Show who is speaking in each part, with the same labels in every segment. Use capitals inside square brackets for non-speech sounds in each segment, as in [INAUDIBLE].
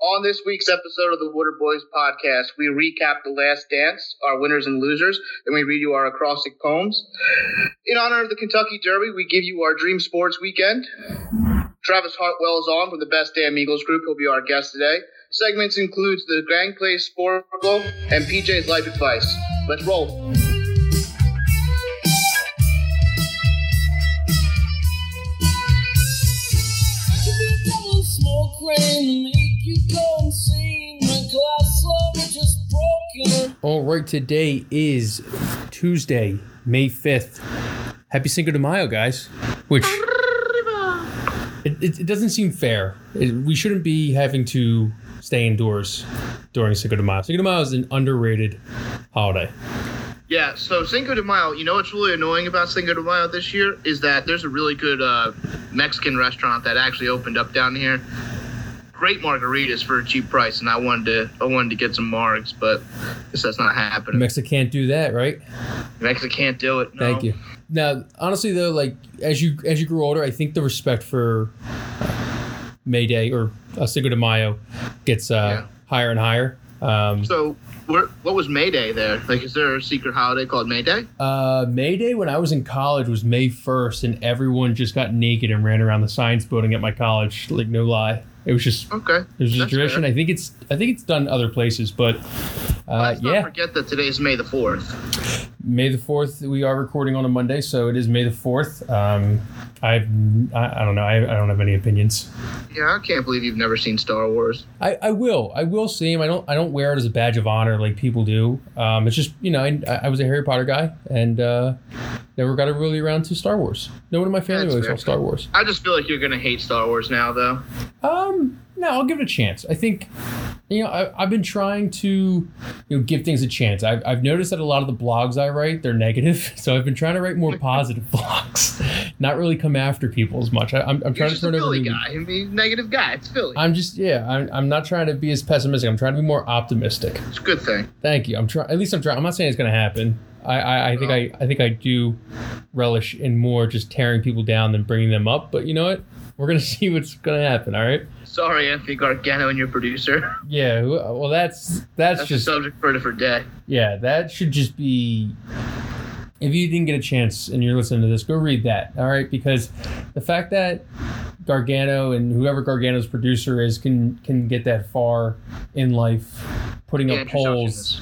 Speaker 1: On this week's episode of the Water Boys podcast, we recap The Last Dance, our winners and losers, and we read you our acrostic poems. In honor of the Kentucky Derby, we give you our dream sports weekend. Travis Hartwell is on from the Best Damn Eagles Group. He'll be our guest today. Segments includes the Gang Play Sportable and PJ's Life Advice. Let's roll.
Speaker 2: smoke rain make you go insane. My glass slowly just broken.
Speaker 3: All right, today is Tuesday, May 5th. Happy Cinco de Mayo, guys. Which it, it, it doesn't seem fair. It- we shouldn't be having to stay indoors during Cinco de Mayo. Cinco de Mayo is an underrated holiday.
Speaker 1: Yeah, so Cinco de Mayo, you know what's really annoying about Cinco de Mayo this year is that there's a really good uh, Mexican restaurant that actually opened up down here. Great margaritas for a cheap price, and I wanted to I wanted to get some margs, but I guess that's not happening.
Speaker 3: Mexico can't do that, right?
Speaker 1: Mexico can't do it. no.
Speaker 3: Thank you. Now, honestly, though, like as you as you grow older, I think the respect for May Day or uh, Cinco de Mayo gets uh,
Speaker 1: Yeah.
Speaker 3: higher and higher. Um,
Speaker 1: So, where, what was May Day there? Like, is there a secret holiday called May Day?
Speaker 3: Uh, May Day when I was in college was May 1st, and everyone just got naked and ran around the science building at my college. Like no lie, it was just
Speaker 1: Okay.
Speaker 3: it was just
Speaker 1: That's
Speaker 3: a tradition.
Speaker 1: fair.
Speaker 3: I think it's I think it's done other places, but uh,
Speaker 1: Let's not
Speaker 3: yeah,
Speaker 1: forget that today's May the 4th.
Speaker 3: May the 4th. We are recording on a Monday, so it is May the 4th. Um, I've I, I don't know. I, I don't have any opinions.
Speaker 1: Yeah, I can't believe you've never seen Star Wars.
Speaker 3: I, I will. I will see him. I don't. I don't wear it as a badge of honor like people do. Um, it's just you know. I, I was a Harry Potter guy, and uh, never got really around to Star Wars. No one in my family
Speaker 1: That's
Speaker 3: really
Speaker 1: fair.
Speaker 3: saw Star Wars.
Speaker 1: I just feel like you're going to hate Star Wars now, though.
Speaker 3: Um, no, I'll give it a chance. I think, you know, I, I've been trying to, you know, give things a chance. I've, I've noticed that a lot of the blogs I write, they're negative. [LAUGHS] So I've been trying to
Speaker 1: [LAUGHS]
Speaker 3: write more positive blogs, not really come after people as much. I, I'm, I'm
Speaker 1: You're
Speaker 3: trying to
Speaker 1: just a
Speaker 3: turn over
Speaker 1: Philly
Speaker 3: the
Speaker 1: guy. I mean, negative guy. It's Philly.
Speaker 3: I'm just, yeah, I'm, I'm not trying to be as pessimistic. I'm trying to be more optimistic.
Speaker 1: It's a good thing.
Speaker 3: Thank you. I'm trying, at least I'm trying. I'm not saying it's going to happen. I, I, I think I, I think I do relish in more just tearing people down than bringing them up. But you know what? We're going to [LAUGHS] see what's going to happen. All right.
Speaker 1: Sorry, Anthony Gargano and your producer.
Speaker 3: Yeah, wh- well, that's that's,
Speaker 1: That's a
Speaker 3: just
Speaker 1: subject for a different day.
Speaker 3: yeah, that should just be. If you didn't get a chance and you're listening to this, go read that. All right, because the fact that Gargano and whoever Gargano's producer is can can get that far in life, putting
Speaker 1: Yeah,
Speaker 3: up polls.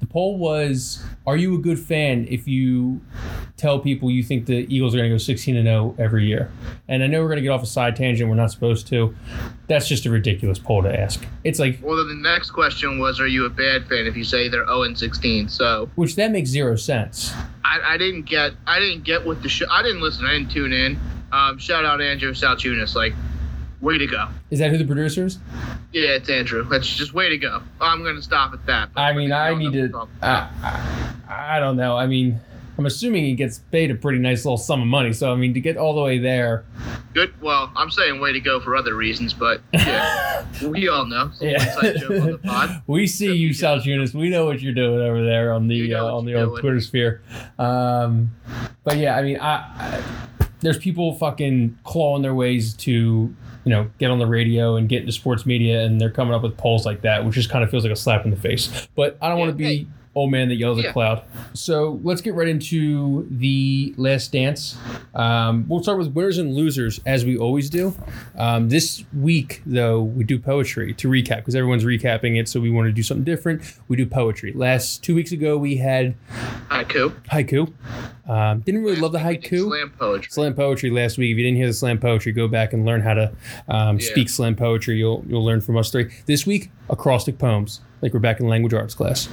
Speaker 3: The poll was: Are you a good fan if you tell people you think the Eagles are going to go 16 and 0 every year? And I know we're going to get off a side tangent. We're not supposed to. That's just a ridiculous poll to ask. It's like
Speaker 1: Well, then the next question was, are you a bad fan if you say they're 0 and 16? So
Speaker 3: which that makes zero sense.
Speaker 1: I, I didn't get, I didn't get what the show. I didn't listen. I didn't tune in. Um, shout out Andrew Salchunas. Like, way to go.
Speaker 3: Is that who the producer is?
Speaker 1: Yeah, it's Andrew. That's just way to go. I'm gonna stop at that.
Speaker 3: I mean, I
Speaker 1: No,
Speaker 3: need
Speaker 1: no,
Speaker 3: to.
Speaker 1: no.
Speaker 3: I, I, I don't know. I mean, I'm assuming he gets paid a pretty nice little sum of money. So I mean, to get all the way there,
Speaker 1: Good. Well, I'm saying way to go for other reasons, but
Speaker 3: [LAUGHS]
Speaker 1: yeah, we all know. It's a
Speaker 3: Yeah.
Speaker 1: inside joke on the
Speaker 3: [LAUGHS]
Speaker 1: pod.
Speaker 3: we see you, Sal Junis. We know what you're doing over there on the
Speaker 1: You know
Speaker 3: uh,
Speaker 1: what
Speaker 3: on the
Speaker 1: you're
Speaker 3: old
Speaker 1: doing.
Speaker 3: Twitter sphere. Um, but yeah, I mean, I, I there's people fucking clawing their ways to you know get on the radio and get into sports media, and they're coming up with polls like that, which just kind of feels like a slap in the face. But I don't want to
Speaker 1: Yeah,
Speaker 3: be. Old man that yells
Speaker 1: Yeah.
Speaker 3: at cloud. So let's get right into the last dance. Um, we'll start with winners and losers as we always do. Um, this week, though, we do poetry to recap because everyone's recapping it, so we want to do something different. We do poetry. Last two weeks ago, we had
Speaker 1: Haiku.
Speaker 3: haiku. Um, didn't really love the
Speaker 1: We did
Speaker 3: haiku.
Speaker 1: Slam poetry.
Speaker 3: Slam poetry last week. If you didn't hear the slam poetry, go back and learn how to um,
Speaker 1: Yeah.
Speaker 3: speak slam poetry. You'll you'll learn from us three this week. Acrostic poems, like we're back in language arts class.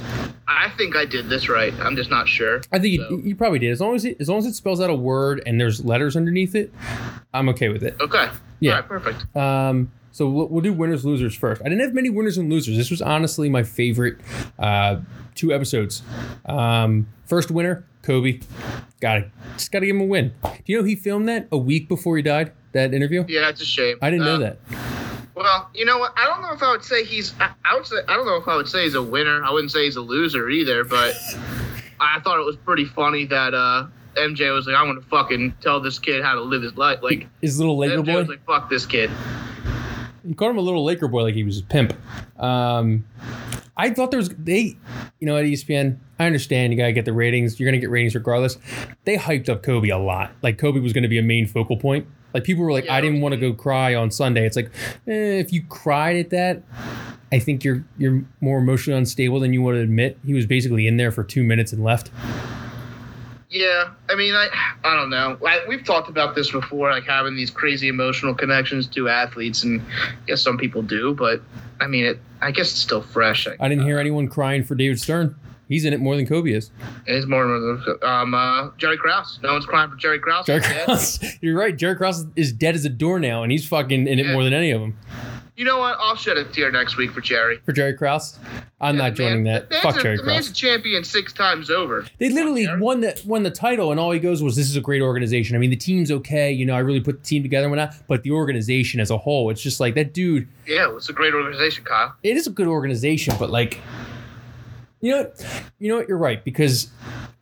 Speaker 1: I think I did this right. I'm just not sure.
Speaker 3: I think
Speaker 1: So-
Speaker 3: you, you probably did. As long as it, as long as it spells out a word and there's letters underneath it, I'm okay with it.
Speaker 1: Okay.
Speaker 3: Yeah.
Speaker 1: All right, perfect.
Speaker 3: Um, so we'll, we'll do winners losers first. I didn't have many winners and losers. This was honestly my favorite uh, two episodes. Um, first winner, Kobe. Got it. Just got to give him a win. Do you know he filmed that a week before he died? That interview.
Speaker 1: Yeah, it's a shame.
Speaker 3: I didn't
Speaker 1: Uh,
Speaker 3: know that.
Speaker 1: Well, you know what? I don't know if I would say he's. I, I would say I don't know if I would say he's a winner. I wouldn't say he's a loser either.
Speaker 3: [LAUGHS]
Speaker 1: But I thought it was pretty funny that uh, MJ was like, "I'm gonna fucking tell this kid how to live his life." Like
Speaker 3: His little Laker
Speaker 1: MJ
Speaker 3: boy.
Speaker 1: was like, "Fuck this kid."
Speaker 3: He called him a little Laker boy, like he was a pimp. Um, I thought there was they, you know, E at ESPN. I understand you gotta get the ratings. You're gonna get ratings regardless. They hyped up Kobe a lot. Like Kobe was gonna be a main focal point. Like people were like,
Speaker 1: Yeah,
Speaker 3: I didn't
Speaker 1: okay.
Speaker 3: want to go cry on Sunday. It's like, eh, if you cried at that, I think you're you're more emotionally unstable than you want to admit. He was basically in there for two minutes and left.
Speaker 1: Yeah, I mean, I I don't know. Like we've talked about this before, like having these crazy emotional connections to athletes, and I guess some people do, but I mean, it. I guess it's still fresh.
Speaker 3: I didn't hear anyone crying for David Stern. He's in it more than Kobe is.
Speaker 1: It is more of a- um uh, Jerry Krause. No one's crying for Jerry Krause.
Speaker 3: Jerry
Speaker 1: He's dead.
Speaker 3: Cross, [LAUGHS] you're right. Jerry Cross is dead as a door now, and he's fucking in it
Speaker 1: Yeah.
Speaker 3: more than any of them.
Speaker 1: You know what? I'll shed a tear next week for Jerry.
Speaker 3: For Jerry Cross, I'm
Speaker 1: Yeah,
Speaker 3: not joining
Speaker 1: man,
Speaker 3: that.
Speaker 1: the man's
Speaker 3: Fuck
Speaker 1: a-
Speaker 3: Jerry
Speaker 1: The man's a
Speaker 3: Cross.
Speaker 1: champion six times over.
Speaker 3: They literally
Speaker 1: Jerry.
Speaker 3: won the won the title, and all he goes was, "This is a great organization." I mean, the team's okay. You know, I really put the team together and whatnot, but the organization as a whole, it's just like that dude.
Speaker 1: Yeah, it's a great organization, Kyle.
Speaker 3: it is a good organization, but like, you know, what- you know what? You're right because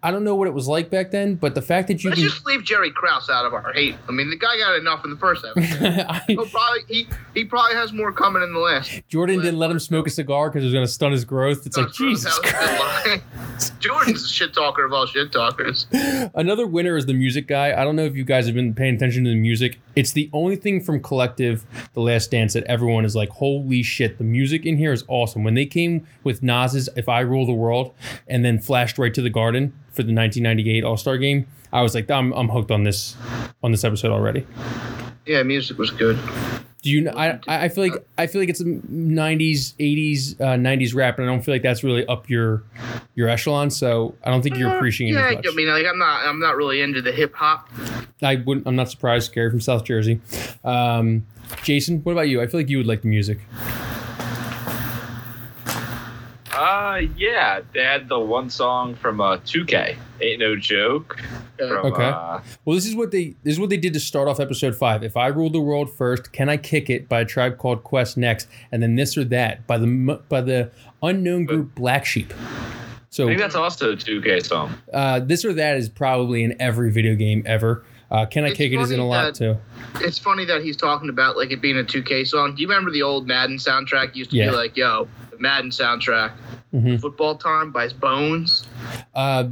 Speaker 3: I don't know what it was like back then, but the fact that you
Speaker 1: Let's
Speaker 3: can,
Speaker 1: just leave Jerry Krause out of our hate. I mean, the guy got enough in the first
Speaker 3: [LAUGHS]
Speaker 1: half.
Speaker 3: [LAUGHS] I,
Speaker 1: He'll probably he he probably has more coming in the last.
Speaker 3: Jordan didn't let him smoke a cigar because it was going to stun his growth. It's like Jesus Christ.
Speaker 1: [LAUGHS] Jordan's a shit talker of all shit talkers.
Speaker 3: Another winner is the music guy. I don't know if you guys have been paying attention to the music. It's the only thing from Collective, The Last Dance, that everyone is like, holy shit, the music in here is awesome. When they came with Nas's If I Rule the World and then flashed right to the garden for the 1998 All Star game, I was like, I'm, I'm hooked on this on this episode already.
Speaker 1: Yeah, music was good.
Speaker 3: Do you? kn- I I I feel like I feel like it's a '90s, '80s, uh, '90s rap, and I don't feel like that's really up your your echelon. So I don't think you're appreciating
Speaker 1: Mm, Yeah,
Speaker 3: it as much.
Speaker 1: I mean, like I'm not I'm not really into the uh, hip hop.
Speaker 3: I wouldn't. I'm not surprised. Gary from South Jersey. Um, Jason, what about you? I feel like you would like the music.
Speaker 4: Uh, yeah, they had the one song from uh, 2K, Ain't No Joke. From,
Speaker 3: Okay.
Speaker 4: Uh,
Speaker 3: Well, this is what they this is what they did to start off episode five. If I rule the world first, can I kick it by a tribe called Quest next, and then this or that by the m- by the unknown group Black Sheep.
Speaker 4: I
Speaker 3: So
Speaker 4: think that's also a 2K song.
Speaker 3: uh, this or that is probably in every video game ever. Uh, can I
Speaker 1: It's
Speaker 3: kick it is in
Speaker 1: funny
Speaker 3: a lot too.
Speaker 1: It's funny that he's talking about like it being a 2K song. Do you remember the old Madden soundtrack? Used to
Speaker 3: Yeah.
Speaker 1: be like, yo, the Madden soundtrack,
Speaker 3: Mhm.
Speaker 1: Football Time by Bones.
Speaker 3: Uh,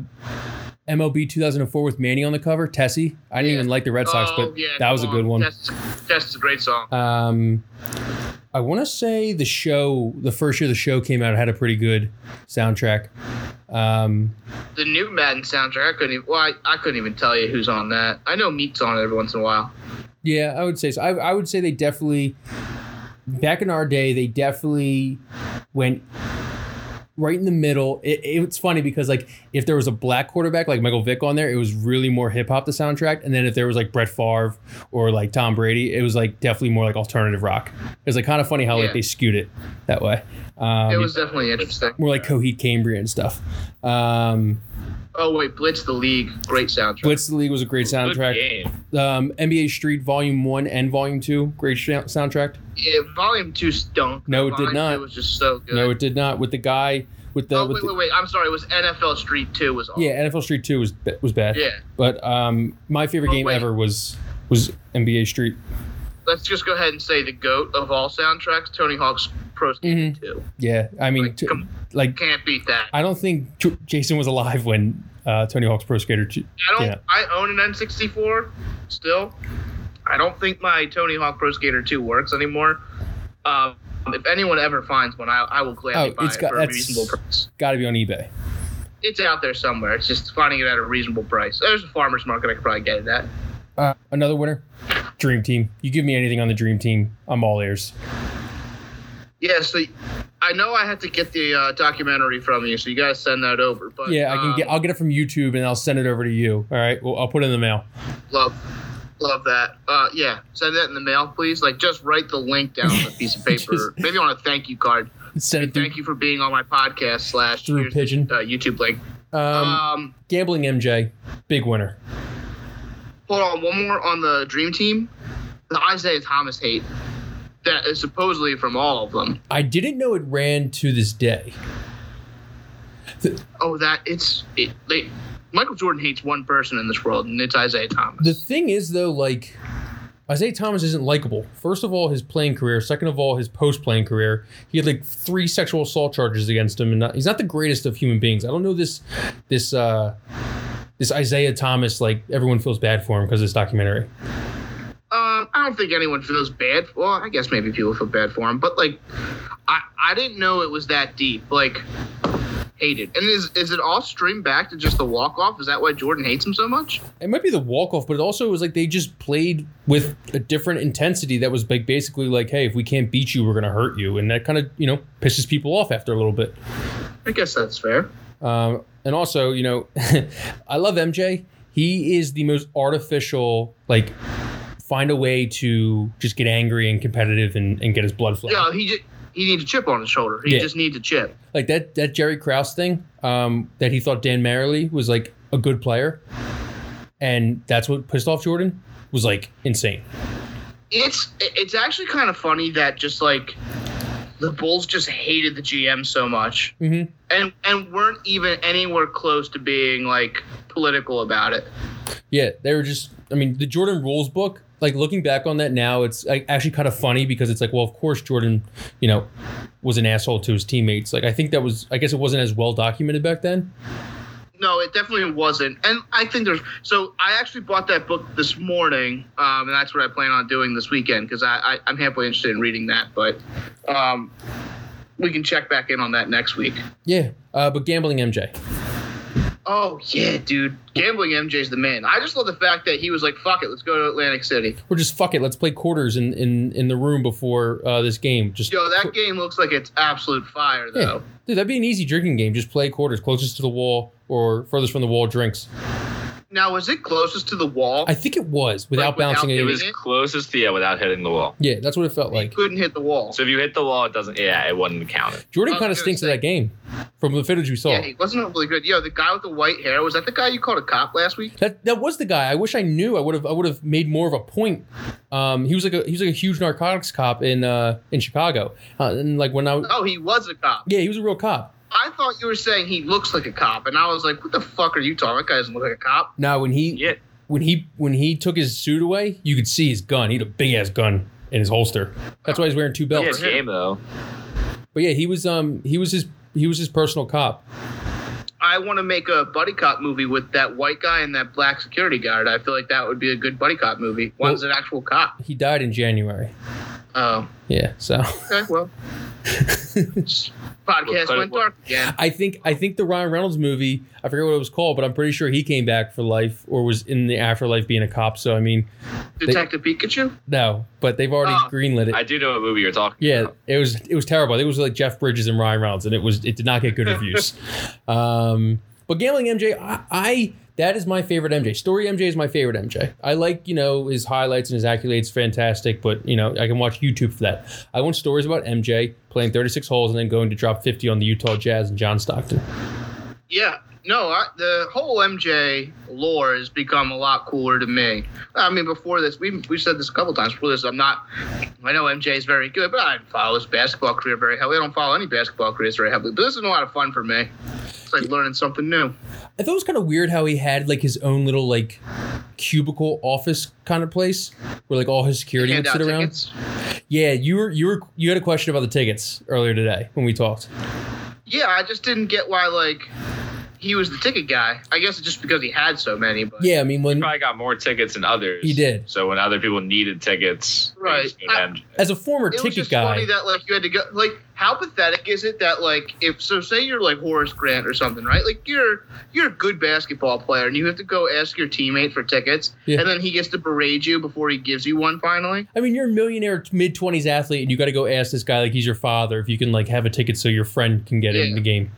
Speaker 3: MLB 2004 with Manny on the cover. Tessie. I didn't
Speaker 1: Yeah.
Speaker 3: even like the Red Sox,
Speaker 1: Oh,
Speaker 3: but
Speaker 1: yeah,
Speaker 3: that was a
Speaker 1: come
Speaker 3: good
Speaker 1: on.
Speaker 3: one.
Speaker 1: That's, that's a great song.
Speaker 3: Um, I want to say the show, the first year the show came out, it had a pretty good soundtrack. Um,
Speaker 1: The new Madden soundtrack. I couldn't. Even, well, I, I couldn't even tell you who's on that. I know Meat's on it every once in a while.
Speaker 3: Uh, yeah, I would say so. I, I would say they definitely, back in our day, they definitely went right in the middle. It, it's funny because like if there was a black quarterback like Michael Vick on there, it was really more hip hop the soundtrack, and then if there was like Brett Favre or like Tom Brady, it was like definitely more like alternative rock. It was like kind of funny how
Speaker 1: Yeah.
Speaker 3: like they skewed it that way. Um,
Speaker 1: it was definitely interesting.
Speaker 3: more like Coheed Cambria and stuff. Um,
Speaker 1: Oh wait, Blitz the League. Great soundtrack.
Speaker 3: Blitz the League was a great
Speaker 4: Good
Speaker 3: soundtrack.
Speaker 4: game.
Speaker 3: Um, NBA Street Volume One and Volume Two, great sh- soundtrack.
Speaker 1: Yeah, volume two stunk.
Speaker 3: No, it did
Speaker 1: Volume
Speaker 3: not.
Speaker 1: Two was just so good.
Speaker 3: No, it did not. With the guy with the,
Speaker 1: oh
Speaker 3: with
Speaker 1: wait,
Speaker 3: the
Speaker 1: wait, wait. I'm sorry. It was NFL Street Two was on.
Speaker 3: yeah, NFL Street Two was ba- was bad.
Speaker 1: Yeah.
Speaker 3: But um, my favorite
Speaker 1: Oh,
Speaker 3: game
Speaker 1: wait.
Speaker 3: ever was was NBA Street.
Speaker 1: Let's just go ahead and say the goat of all soundtracks, Tony Hawk's Pro Skating
Speaker 3: Mhm.
Speaker 1: Two.
Speaker 3: Yeah, I mean,
Speaker 1: Like,
Speaker 3: t-
Speaker 1: come-
Speaker 3: like
Speaker 1: Can't beat that.
Speaker 3: I don't think J- Jason was alive when uh, Tony Hawk's Pro Skater. Two-
Speaker 1: I don't.
Speaker 3: Yeah.
Speaker 1: I own an N64 still. I don't think my Tony Hawk Pro Skater 2 works anymore. Um, if anyone ever finds one, I, I will gladly
Speaker 3: Oh,
Speaker 1: buy
Speaker 3: it's
Speaker 1: it
Speaker 3: got-
Speaker 1: for a
Speaker 3: that's-
Speaker 1: reasonable price.
Speaker 3: Got to be on eBay.
Speaker 1: It's out there somewhere. It's just finding it at a reasonable price. There's a farmer's market I could probably get it at.
Speaker 3: Uh, another winner, Dream Team. You give me anything on the Dream Team, I'm all ears.
Speaker 1: Yeah, so I know I had to get the uh, documentary from you, so you guys send that over. But
Speaker 3: Yeah, I can
Speaker 1: um,
Speaker 3: get. I'll get it from YouTube and I'll send it over to you. All right. Well, I'll put it in the mail.
Speaker 1: love love that. Uh, yeah, send that in the mail, please. Like, just write the link down on a piece
Speaker 3: [LAUGHS]
Speaker 1: of paper,
Speaker 3: Just-
Speaker 1: maybe on a thank you card.
Speaker 3: Send it through,
Speaker 1: Thank you for being on my podcast slash
Speaker 3: through
Speaker 1: here's
Speaker 3: Pigeon.
Speaker 1: uh, YouTube link.
Speaker 3: Um,
Speaker 1: Um,
Speaker 3: Gambling MJ, big winner.
Speaker 1: hold on, one more on the Dream Team. The Isaiah Thomas hate that is supposedly from all of them.
Speaker 3: I didn't know it ran to this day.
Speaker 1: Oh, that it's it. They, Michael Jordan hates one person in this world, and it's Isaiah Thomas.
Speaker 3: The thing is, though, like Isaiah Thomas isn't likable. First of all, his playing career. Second of all, his post-playing career. He had like three sexual assault charges against him, and not, he's not the greatest of human beings. I don't know this, this, uh, this Isaiah Thomas. Like everyone feels bad for him because of this documentary.
Speaker 1: Um, I don't think anyone feels bad. Well, I guess maybe people feel bad for him, but like, I I didn't know it was that deep. Like, hated. And is is it all streamed back to just the walk off? Is that why Jordan hates him so much?
Speaker 3: It might be the walk off, but it also was like they just played with a different intensity that was like basically like, hey, if we can't beat you, we're gonna hurt you, and that kind of you know pisses people off after a little bit.
Speaker 1: I guess that's fair.
Speaker 3: Um, and also, you know, [LAUGHS] I love MJ. He is the most artificial, like, find a way to just get angry and competitive and, and get his blood flowing.
Speaker 1: Yeah, he just, he needs a chip on his shoulder. He
Speaker 3: Yeah.
Speaker 1: just needs a chip.
Speaker 3: Like that that Jerry Krause thing um, that he thought Dan Merrily was like a good player, and that's what pissed off Jordan was like insane.
Speaker 1: It's it's actually kind of funny that just like the Bulls just hated the GM so much
Speaker 3: hmm
Speaker 1: and and weren't even anywhere close to being like political about it.
Speaker 3: Yeah, they were just. I mean, the Jordan rules book. Like looking back on that now, it's like, actually kind of funny because it's like, well, of course Jordan, you know, was an asshole to his teammates. Like I think that was, I guess it wasn't as well documented back then.
Speaker 1: No, it definitely wasn't. And I think there's so I actually bought that book this morning, um, and that's what I plan on doing this weekend because I, I I'm halfway interested in reading that, but um, we can check back in on that next week.
Speaker 3: Yeah, uh, but gambling MJ.
Speaker 1: Oh yeah, dude, gambling MJ's the man. I just love the fact that he was like, "Fuck it, let's go to Atlantic City."
Speaker 3: We're just fuck it. Let's play quarters in in in the room before uh, this game. Just
Speaker 1: Yo, that game looks like it's absolute fire
Speaker 3: yeah.
Speaker 1: though.
Speaker 3: dude, that'd be an easy drinking game. Just play quarters, closest to the wall or furthest from the wall drinks.
Speaker 1: Now, was it closest to the wall?
Speaker 3: I think it was without
Speaker 1: Like, without
Speaker 3: bouncing
Speaker 4: It
Speaker 1: doing
Speaker 3: it.
Speaker 4: was closest to yeah without hitting the wall.
Speaker 3: Yeah, that's what it felt like.
Speaker 1: couldn't hit the wall.
Speaker 4: So if you hit the wall, it doesn't. Yeah, it wouldn't count. It.
Speaker 3: Jordan
Speaker 1: I was
Speaker 3: kind
Speaker 1: gonna
Speaker 3: of stinks at
Speaker 1: say-
Speaker 3: that game from the footage we saw.
Speaker 1: Yeah, he wasn't really good. Yo, the guy with the white hair was that the guy you called a cop last week?
Speaker 3: That that was the guy. I wish I knew. I would have I would have made more of a point. Um, he was like a he was like a huge narcotics cop in uh in Chicago. Uh, and like when I
Speaker 1: Oh, he was a cop.
Speaker 3: yeah, he was a real cop.
Speaker 1: I thought you were saying he looks like a cop, and I was like, "What the fuck are you talking? That guy doesn't look like a cop."
Speaker 3: Now when he
Speaker 4: Yeah,
Speaker 3: when he when he took his suit away, you could see his gun. He had a big ass gun in his holster. That's why he's wearing two
Speaker 4: yeah,
Speaker 3: belts.
Speaker 4: game though.
Speaker 3: But yeah, he was um he was his he was his personal cop.
Speaker 1: I want to make a buddy cop movie with that white guy and that black security guard. I feel like that would be a good buddy cop movie. One's an actual cop.
Speaker 3: He died in January.
Speaker 1: Oh,
Speaker 3: Yeah, so [LAUGHS]
Speaker 1: okay, well, podcast went dark again.
Speaker 3: I think I think the Ryan Reynolds movie, I forget what it was called, but I'm pretty sure he came back for life or was in the afterlife being a cop. So I mean,
Speaker 1: Detective Pikachu.
Speaker 3: no, but they've already
Speaker 1: Oh.
Speaker 3: greenlit it.
Speaker 4: I do know what movie you're talking.
Speaker 3: Yeah,
Speaker 4: about.
Speaker 3: it was it was terrible. I think it was like Jeff Bridges and Ryan Reynolds, and it was it did not get good
Speaker 1: [LAUGHS]
Speaker 3: reviews. um, but gambling MJ, I, I that is my favorite MJ story. MJ is my favorite MJ. I like you know his highlights and his accolades, fantastic. But you know I can watch YouTube for that. I want stories about MJ playing 36 holes and then going to drop 50 on the Utah Jazz and John Stockton.
Speaker 1: Yeah. No, I, the whole MJ lore has become a lot cooler to me. I mean, before this, we we said this a couple times. Before this, I'm not. I know MJ is very good, but I didn't follow his basketball career very heavily. I don't follow any basketball careers very heavily. But this is a lot of fun for me. It's like learning something new.
Speaker 3: I thought it was kind of weird how he had like his own little like cubicle office kind of place where like all his security would
Speaker 1: Hand out
Speaker 3: sit around.
Speaker 1: tickets.
Speaker 3: Yeah, you were you were you had a question about the tickets earlier today when we talked.
Speaker 1: Yeah, I just didn't get why like he was the ticket guy. I guess it's just because he had so many. But
Speaker 3: Yeah, I mean when
Speaker 4: Probably got more tickets than others.
Speaker 3: He did.
Speaker 4: So when other people needed tickets, they
Speaker 1: Right.
Speaker 4: just go to
Speaker 1: I-
Speaker 4: MJ.
Speaker 3: as a former
Speaker 1: it was
Speaker 3: ticket
Speaker 1: just
Speaker 3: guy,
Speaker 1: funny that like you had to go like how pathetic is it that like if so say you're like Horace Grant or something right like you're you're a good basketball player and you have to go ask your teammate for tickets
Speaker 3: Yeah.
Speaker 1: and then he gets to berate you before he gives you one finally
Speaker 3: I mean you're a millionaire mid twenties athlete, and you got to go ask this guy like he's your father if you can like have a ticket so your friend can get in
Speaker 1: Yeah.
Speaker 3: the game.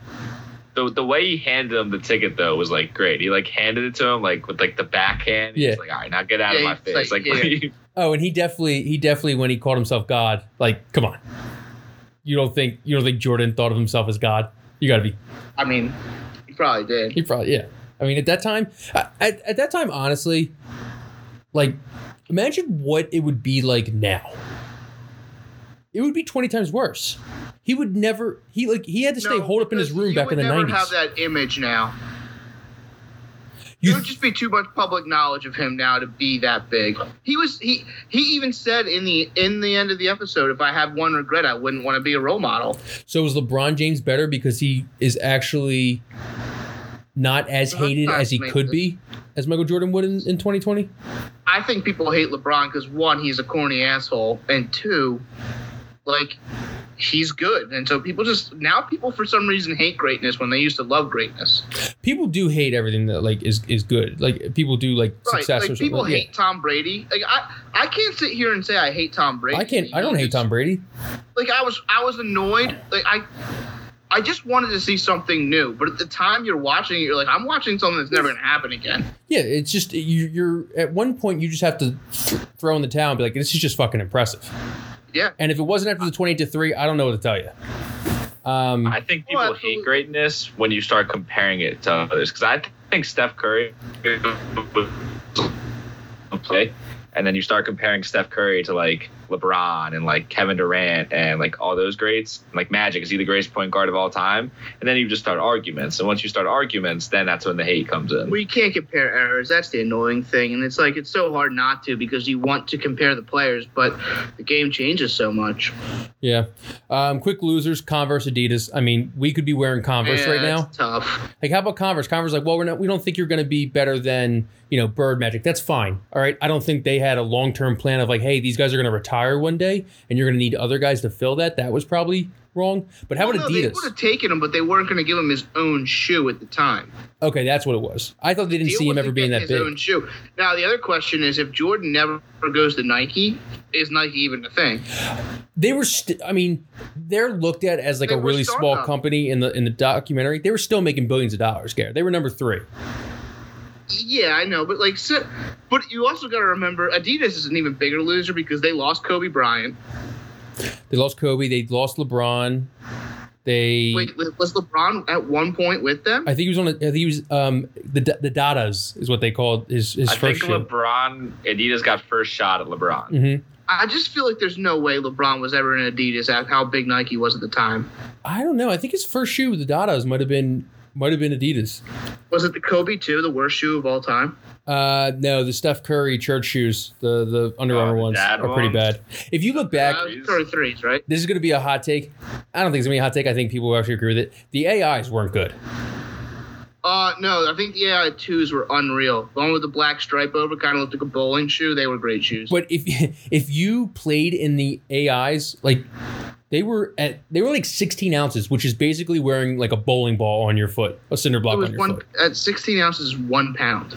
Speaker 4: the the way he handed him the ticket though was like great. He like handed it to him like with like the backhand. He's
Speaker 3: Yeah.
Speaker 4: like, all right, now get out of
Speaker 1: Yeah,
Speaker 4: my
Speaker 1: he's
Speaker 4: face.
Speaker 1: like,
Speaker 4: Like, [LAUGHS]
Speaker 3: Oh, and he definitely he definitely when he called himself God, like come on, you don't think you don't think Jordan thought of himself as God? You got to be
Speaker 1: I mean he probably did
Speaker 3: He probably yeah. I mean, at that time, I- at, at that time, honestly, like, imagine what it would be like now. It would be twenty times worse. He would never. He like he had to stay
Speaker 1: No,
Speaker 3: holed up in his
Speaker 1: because
Speaker 3: room
Speaker 1: you
Speaker 3: back
Speaker 1: would
Speaker 3: in the
Speaker 1: never have
Speaker 3: nineties.
Speaker 1: that image now It
Speaker 3: You
Speaker 1: would just be too much public knowledge of him now to be that big. He was he he even said in the in the end of the episode, if I had one regret, I wouldn't want to be a role model.
Speaker 3: So is LeBron James better because he is actually not as hated as he could be as Michael Jordan would in, in 2020?
Speaker 1: I think people hate LeBron because one, he's a corny asshole, and two, like he's good. And so people just now people for some reason hate greatness when they used to love greatness.
Speaker 3: People do hate everything that like is is good. Like people do like
Speaker 1: Right?
Speaker 3: success or
Speaker 1: Like
Speaker 3: something.
Speaker 1: people
Speaker 3: Yeah.
Speaker 1: hate Tom Brady. Like I I can't sit here and say I hate Tom Brady.
Speaker 3: I can't. I don't hate Tom Brady.
Speaker 1: like I was I was annoyed. Like I I just wanted to see something new, but at the time you're watching it, you're like, I'm watching something that's never gonna happen again.
Speaker 3: Yeah, it's just you, you're at one point you just have to th- throw in the towel and be like, this is just fucking impressive.
Speaker 1: Yeah.
Speaker 3: And if it wasn't after the 28 to three, I don't know what to tell you. Um,
Speaker 4: I think people
Speaker 1: Oh, absolutely.
Speaker 4: hate greatness when you start comparing it to others because I think Steph Curry was a play, and then you start comparing Steph Curry to like LeBron and like Kevin Durant and like all those greats. Like Magic is he the greatest point guard of all time? And then you just start arguments, and once you start arguments, then that's when the hate comes in.
Speaker 1: We can't compare errors. That's the annoying thing. And it's like it's so hard not to because you want to compare the players, but the game changes so much.
Speaker 3: yeah. Um, quick losers, Converse, Adidas. I mean, we could be wearing Converse
Speaker 1: Yeah,
Speaker 3: right now.
Speaker 1: it's tough.
Speaker 3: Like, how about Converse? Converse, like, well, we're not, we don't think you're going to be better than, you know, Bird Magic. That's fine. All right. I don't think they had a long term plan of like, hey, these guys are going to retire one day and you're going to need other guys to fill that. That was probably wrong. But how about
Speaker 1: Well, no, They
Speaker 3: Adidas?
Speaker 1: would have taken him, but they weren't gonna give him his own shoe at the time.
Speaker 3: okay. That's what it was. I thought they didn't
Speaker 1: Deal
Speaker 3: see him
Speaker 1: with
Speaker 3: ever
Speaker 1: him
Speaker 3: being that
Speaker 1: getting
Speaker 3: big.
Speaker 1: his own shoe. Now the other question is if Jordan never goes to Nike, is Nike even a thing?
Speaker 3: They were, st- I mean, they're looked at as like
Speaker 1: They
Speaker 3: a
Speaker 1: were
Speaker 3: really small
Speaker 1: startup.
Speaker 3: company in the in the documentary. They were still making billions of dollars, Gary. They were number three.
Speaker 1: Yeah, I know, but like, so, but you also got to remember, Adidas is an even bigger loser because they lost Kobe Bryant.
Speaker 3: They lost Kobe. They lost LeBron. They.
Speaker 1: Wait, was LeBron at one point with them?
Speaker 3: I think he was on. A, I think he was um the the Dadas is what they called his his
Speaker 4: I think
Speaker 3: first show.
Speaker 4: LeBron, Adidas got first shot at LeBron.
Speaker 3: hmm
Speaker 1: I just feel like there's no way LeBron was ever in Adidas at how big Nike was at the time.
Speaker 3: I don't know. I think his first shoe with the Dadas might have been might have been Adidas.
Speaker 1: Was it the Kobe too, the worst shoe of all time?
Speaker 3: Uh, no, the Steph Curry church shoes, the the Under
Speaker 4: Oh,
Speaker 3: Armour
Speaker 4: the
Speaker 3: ones
Speaker 4: dad
Speaker 3: are pretty
Speaker 4: ones?
Speaker 3: bad. If you look back,
Speaker 1: That was Curry Uh, threes, right?
Speaker 3: this is going to be a hot take. I don't think it's going to be a hot take. I think people will actually agree with it. The AIs weren't good.
Speaker 1: Uh, no, I think the AI twos were unreal. The one with the black stripe over kind of looked like a bowling shoe. They were great shoes.
Speaker 3: But if [LAUGHS] if you played in the AIs, like they were at they were like 16 ounces, which is basically wearing like a bowling ball on your foot, a cinder
Speaker 1: it
Speaker 3: block
Speaker 1: was
Speaker 3: on your
Speaker 1: one
Speaker 3: foot.
Speaker 1: at 16 ounces, one pound.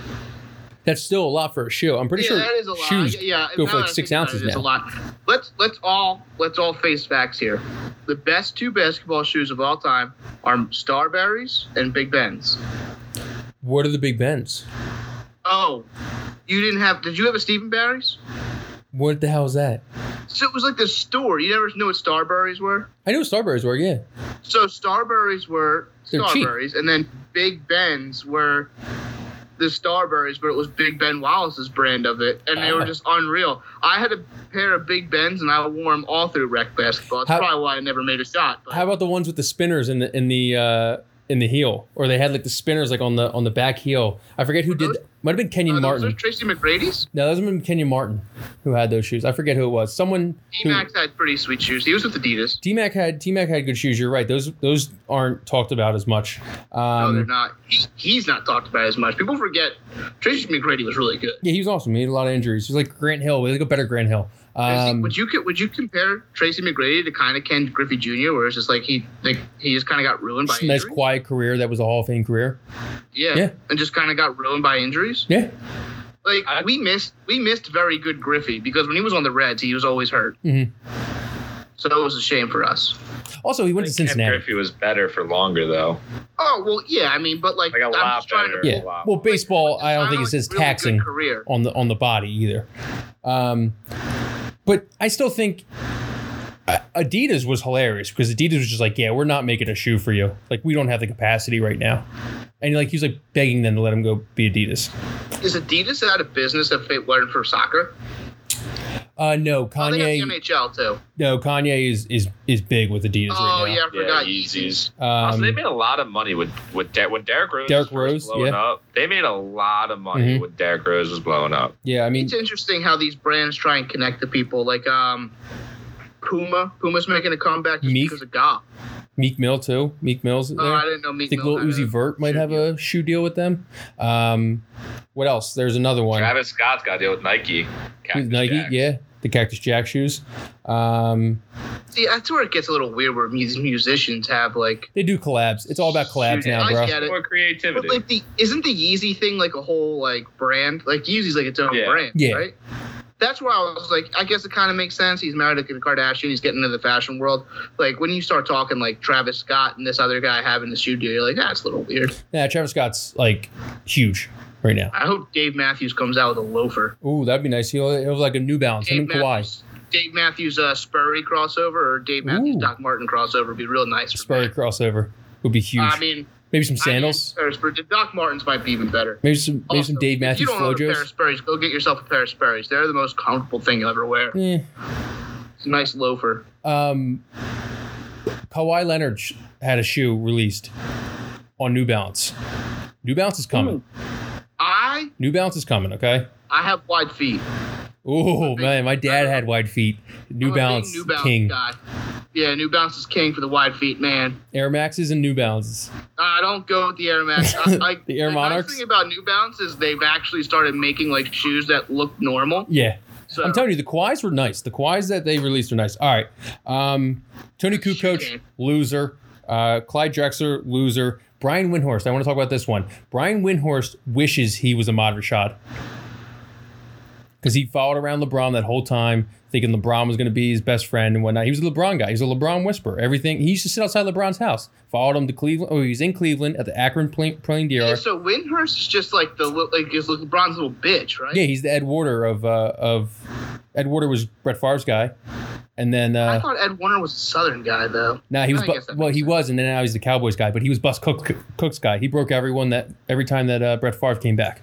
Speaker 3: That's still a lot for a shoe. I'm pretty
Speaker 1: yeah,
Speaker 3: sure
Speaker 1: that is a lot.
Speaker 3: shoes.
Speaker 1: yeah,
Speaker 3: go
Speaker 1: now
Speaker 3: for, like,
Speaker 1: that I
Speaker 3: six
Speaker 1: think about
Speaker 3: ounces
Speaker 1: it, It's
Speaker 3: now.
Speaker 1: a lot. Let's let's all let's all face facts here. The best two basketball shoes of all time are Starberries and Big Bens.
Speaker 3: What are the Big Bens?
Speaker 1: Oh, you didn't have? Did you have a Stephen Barry's?
Speaker 3: What the hell is that?
Speaker 1: So it was like this store. You never knew what Starberries were.
Speaker 3: I know Starburys were, yeah.
Speaker 1: So Starberries were
Speaker 3: They're cheap.
Speaker 1: Starberries, and then Big Bens were the Starberries, but it was Big Ben Wallace's brand of it, and they
Speaker 3: Ah.
Speaker 1: were just unreal. I had a pair of Big Bens, and I wore them all through rec basketball. That's
Speaker 3: How-
Speaker 1: probably why I never made a shot. But
Speaker 3: How about the ones with the spinners in the in the uh, in the heel, or they had like the spinners like on the on the back heel? I forget who did.
Speaker 1: Those-
Speaker 3: that. Might have been Kenyon
Speaker 1: Uh, those are
Speaker 3: Martin.
Speaker 1: Tracy McGrady's.
Speaker 3: No, those might have been Kenyon Martin who had those shoes. I forget who it was. Someone
Speaker 1: T
Speaker 3: who
Speaker 1: Max had pretty sweet shoes. He was with Adidas.
Speaker 3: T Mac had T Mac had good shoes. You're right. Those those aren't talked about as much.
Speaker 1: No, they're
Speaker 3: Um,
Speaker 1: not. He, he's not talked about as much. People forget Tracy McGrady was really good.
Speaker 3: yeah, he was awesome. He had a lot of injuries. He's like Grant Hill. We like a better Grant Hill.
Speaker 1: Is he-
Speaker 3: Um,
Speaker 1: would you co- would you compare Tracy McGrady to kind of Ken Griffey Jr., where it's just like he like he just kind of got ruined by
Speaker 3: just a nice
Speaker 1: injury?
Speaker 3: quiet career. That was a Hall of Fame career.
Speaker 1: yeah.
Speaker 3: yeah.
Speaker 1: and just kind of got ruined by injuries.
Speaker 3: Yeah.
Speaker 1: Like
Speaker 4: I-
Speaker 1: we missed we missed very good Griffey because when he was on the Reds, he was always hurt.
Speaker 3: Mhm.
Speaker 1: So it was a shame for us.
Speaker 3: Also, he
Speaker 4: I
Speaker 3: went to
Speaker 4: think Ken
Speaker 3: Cincinnati.
Speaker 4: Griffey was better for longer though.
Speaker 1: Oh well, yeah. I mean, but like,
Speaker 4: Like a
Speaker 1: I'm
Speaker 4: lot
Speaker 1: just trying
Speaker 4: better.
Speaker 1: to.
Speaker 3: Yeah.
Speaker 4: Wow.
Speaker 3: Well, baseball. I don't think it's as
Speaker 1: really good
Speaker 3: taxing.
Speaker 1: career.
Speaker 3: on the on the body either. Um, but I still think uh, Adidas was hilarious because Adidas was just like, yeah, we're not making a shoe for you. Like we don't have the capacity right now. And like he was like begging them to let him go be Adidas.
Speaker 1: Is Adidas out of business if it weren't for soccer?
Speaker 3: Uh, no,
Speaker 1: Oh, they
Speaker 3: Kanye.
Speaker 1: got the NHL too.
Speaker 3: no, Kanye is is is big with Adidas
Speaker 1: Oh
Speaker 3: right
Speaker 1: yeah, Oh, I
Speaker 4: Yeah,
Speaker 1: forgot.
Speaker 4: Yeezys.
Speaker 3: now.
Speaker 4: also, they
Speaker 3: Um,
Speaker 4: made a lot of money with with Der- when Derrick Rose was
Speaker 3: Derrick
Speaker 4: first
Speaker 3: Rose,
Speaker 4: blowing
Speaker 3: yeah.
Speaker 4: up. They made a lot of money
Speaker 3: Mhm.
Speaker 4: when Derrick Rose was blowing up.
Speaker 3: yeah, I mean,
Speaker 1: It's interesting how these brands try and connect to people. Like um, Puma. Puma's making a comeback just
Speaker 3: Meek?
Speaker 1: because of golf.
Speaker 3: Meek Mill too. Meek Mill's there.
Speaker 1: Oh, I
Speaker 3: I
Speaker 1: didn't know Meek.
Speaker 3: think
Speaker 1: Mill
Speaker 3: Lil
Speaker 1: had
Speaker 3: Uzi
Speaker 1: a
Speaker 3: Vert might
Speaker 1: shoe
Speaker 3: have
Speaker 1: deal.
Speaker 3: a shoe deal with them. Um, what else? There's another one.
Speaker 4: Travis Scott's got a deal with Nike. Cactus
Speaker 3: With Nike,
Speaker 4: Jacks.
Speaker 3: yeah, the Cactus Jack shoes. Um,
Speaker 1: See, that's where it gets a little weird. Where these musicians have like,
Speaker 3: they do collabs. It's all about collabs
Speaker 1: Shoe
Speaker 3: now,
Speaker 1: deals.
Speaker 3: bro.
Speaker 1: I get it.
Speaker 4: More
Speaker 1: but
Speaker 4: creativity.
Speaker 1: like the isn't the Yeezy thing like a whole like brand? Like Yeezy's like its own
Speaker 4: Yeah.
Speaker 1: brand,
Speaker 3: Yeah.
Speaker 1: right? That's where I was like, I guess it kind of makes sense. He's married to a Kardashian. He's getting into the fashion world. Like when you start talking like Travis Scott and this other guy having the shoe deal, you're like, that's a little weird.
Speaker 3: Nah, Travis Scott's like huge right now.
Speaker 1: I hope Dave Matthews comes out with a loafer.
Speaker 3: Ooh, that'd be nice. He'll have like a New Balance. Him
Speaker 1: Dave
Speaker 3: and Kawhi.
Speaker 1: Matthews, Dave Matthews uh, Spurry crossover or Dave Matthews
Speaker 3: Ooh.
Speaker 1: Doc Martin crossover would be real nice. for
Speaker 3: Spurry
Speaker 1: that.
Speaker 3: crossover would be huge.
Speaker 1: I mean,
Speaker 3: maybe some
Speaker 1: I mean,
Speaker 3: sandals.
Speaker 1: Paris Spur- Doc Martens might be even better.
Speaker 3: Maybe some maybe some
Speaker 1: Also,
Speaker 3: Dave
Speaker 1: if
Speaker 3: Matthews
Speaker 1: You don't own a pair
Speaker 3: Flojos.
Speaker 1: of Spurries. Go get yourself a pair of Spurries. They're the most comfortable thing you'll ever wear.
Speaker 3: Eh.
Speaker 1: It's a nice loafer.
Speaker 3: Um, Kawhi Leonard sh- had a shoe released on New Balance. New Balance is coming.
Speaker 1: I
Speaker 3: New Balance is coming. Okay.
Speaker 1: I have wide feet.
Speaker 3: Oh
Speaker 1: big-
Speaker 3: man, my dad had wide feet.
Speaker 1: I'm a
Speaker 3: New
Speaker 1: big
Speaker 3: Balance,
Speaker 1: Oh, New Balance
Speaker 3: king.
Speaker 1: guy. Yeah, New Balance is king for the wide feet, man.
Speaker 3: Air Maxes and New Balances.
Speaker 1: I don't go with the Air
Speaker 3: [LAUGHS]
Speaker 1: Max. I, I,
Speaker 3: The Air
Speaker 1: the
Speaker 3: Monarchs?
Speaker 1: Nice thing about New Balance is they've actually started making like shoes that look normal.
Speaker 3: Yeah,
Speaker 1: So
Speaker 3: I'm telling you, the Kawhis were nice. The Kawhis that they released are nice. All right, um, Tony
Speaker 1: Shoe
Speaker 3: Kukoc,
Speaker 1: game.
Speaker 3: loser. Uh, Clyde Drexler, loser. Brian Windhorst. I want to talk about this one. Brian Windhorst wishes he was a Ahmad Rashad because he followed around LeBron that whole time, thinking LeBron was going to be his best friend and whatnot. He was a LeBron guy. He was a LeBron whisperer. Everything. He used to sit outside LeBron's house. Followed him to Cleveland. Oh, he was in Cleveland at the Akron Plain, Plain DR.
Speaker 1: Yeah, so Windhurst is just like the li- like is LeBron's little bitch, right?
Speaker 3: Yeah, he's the Ed Warder of uh, of Ed Warder was Brett Favre's guy, and then
Speaker 1: I
Speaker 3: uh,
Speaker 1: thought Ed Warner was a Southern guy though.
Speaker 3: now he was
Speaker 1: I
Speaker 3: bu-
Speaker 1: guess that
Speaker 3: well
Speaker 1: makes
Speaker 3: he
Speaker 1: sense.
Speaker 3: was, and then now he's the Cowboys guy, but he was Bus Cook, Cook's guy. He broke everyone that every time that uh, Brett Favre came back,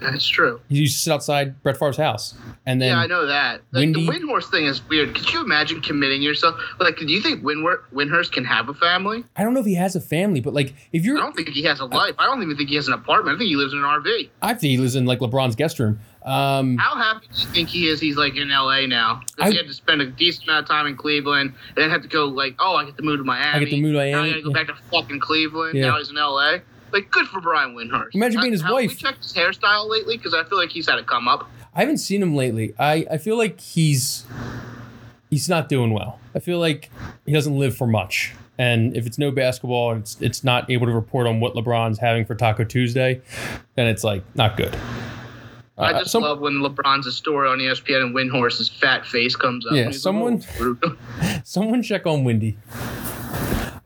Speaker 1: That's true.
Speaker 3: he used to sit outside Brett Favre's house, and then
Speaker 1: yeah, I know that. Like,
Speaker 3: Wendy-
Speaker 1: the Windhorse thing is weird. Could you imagine committing yourself? Like, do you think Windwor- Windhurst can have a family?
Speaker 3: I don't know if he has a family, but like if
Speaker 1: I
Speaker 3: you're,
Speaker 1: don't think he has a life. I don't even think he has an apartment. I think he lives in an RV.
Speaker 3: I think he lives in like LeBron's guest room. Um,
Speaker 1: How happy do you think he is? He's like in LA now. 'Cause
Speaker 3: I-
Speaker 1: he had to spend a decent amount of time in Cleveland, and then had to go like, oh, I get to move to Miami.
Speaker 3: I get to move to
Speaker 1: Now I
Speaker 3: Miami.
Speaker 1: gotta go back to fucking Cleveland.
Speaker 3: Yeah.
Speaker 1: Now he's in LA. Like, good for Brian Windhurst.
Speaker 3: Imagine being his
Speaker 1: Have
Speaker 3: wife.
Speaker 1: We checked his hairstyle lately because I feel like he's had a come up.
Speaker 3: I haven't seen him lately. I I feel like he's he's not doing well. I feel like he doesn't live for much. And if it's no basketball and it's it's not able to report on what LeBron's having for Taco Tuesday, then it's like not good.
Speaker 1: I
Speaker 3: Uh,
Speaker 1: just
Speaker 3: some-
Speaker 1: love when LeBron's a story on E ESPN and Windhorse's fat face comes up.
Speaker 3: Yeah,
Speaker 1: He's like,
Speaker 3: someone-
Speaker 1: "Oh, [LAUGHS] brutal."
Speaker 3: someone check on Wendy.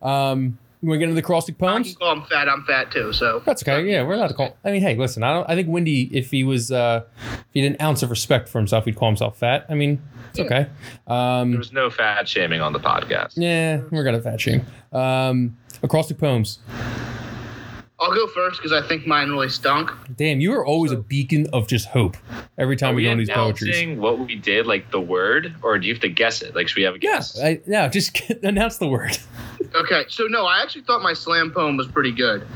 Speaker 3: Um, you want to get into the caustic
Speaker 1: I
Speaker 3: poems?
Speaker 1: can call him fat. I'm fat too.
Speaker 3: [LAUGHS]
Speaker 1: So
Speaker 3: That's okay. Yeah, we're allowed to call. I mean, hey, listen. I don't. I think Wendy, if he was, uh, if he had an ounce of respect for himself, he'd call himself fat. I mean, it's okay. Um,
Speaker 4: there was no fat shaming on the podcast.
Speaker 3: Yeah, we're gonna fat shame. Um, acrostic poems.
Speaker 1: I'll go first because I think mine really stunk.
Speaker 3: Damn, you are always a beacon of just hope. Every time
Speaker 4: Are
Speaker 3: we
Speaker 4: we
Speaker 3: go on these poetries.
Speaker 4: announcing what we did, like the word, or do you have to guess it? Like, should we have a
Speaker 3: Yeah,
Speaker 4: guess?
Speaker 3: I, no, [LAUGHS] just get- announce the word.
Speaker 1: Okay, so no, I actually thought my slam poem was pretty good.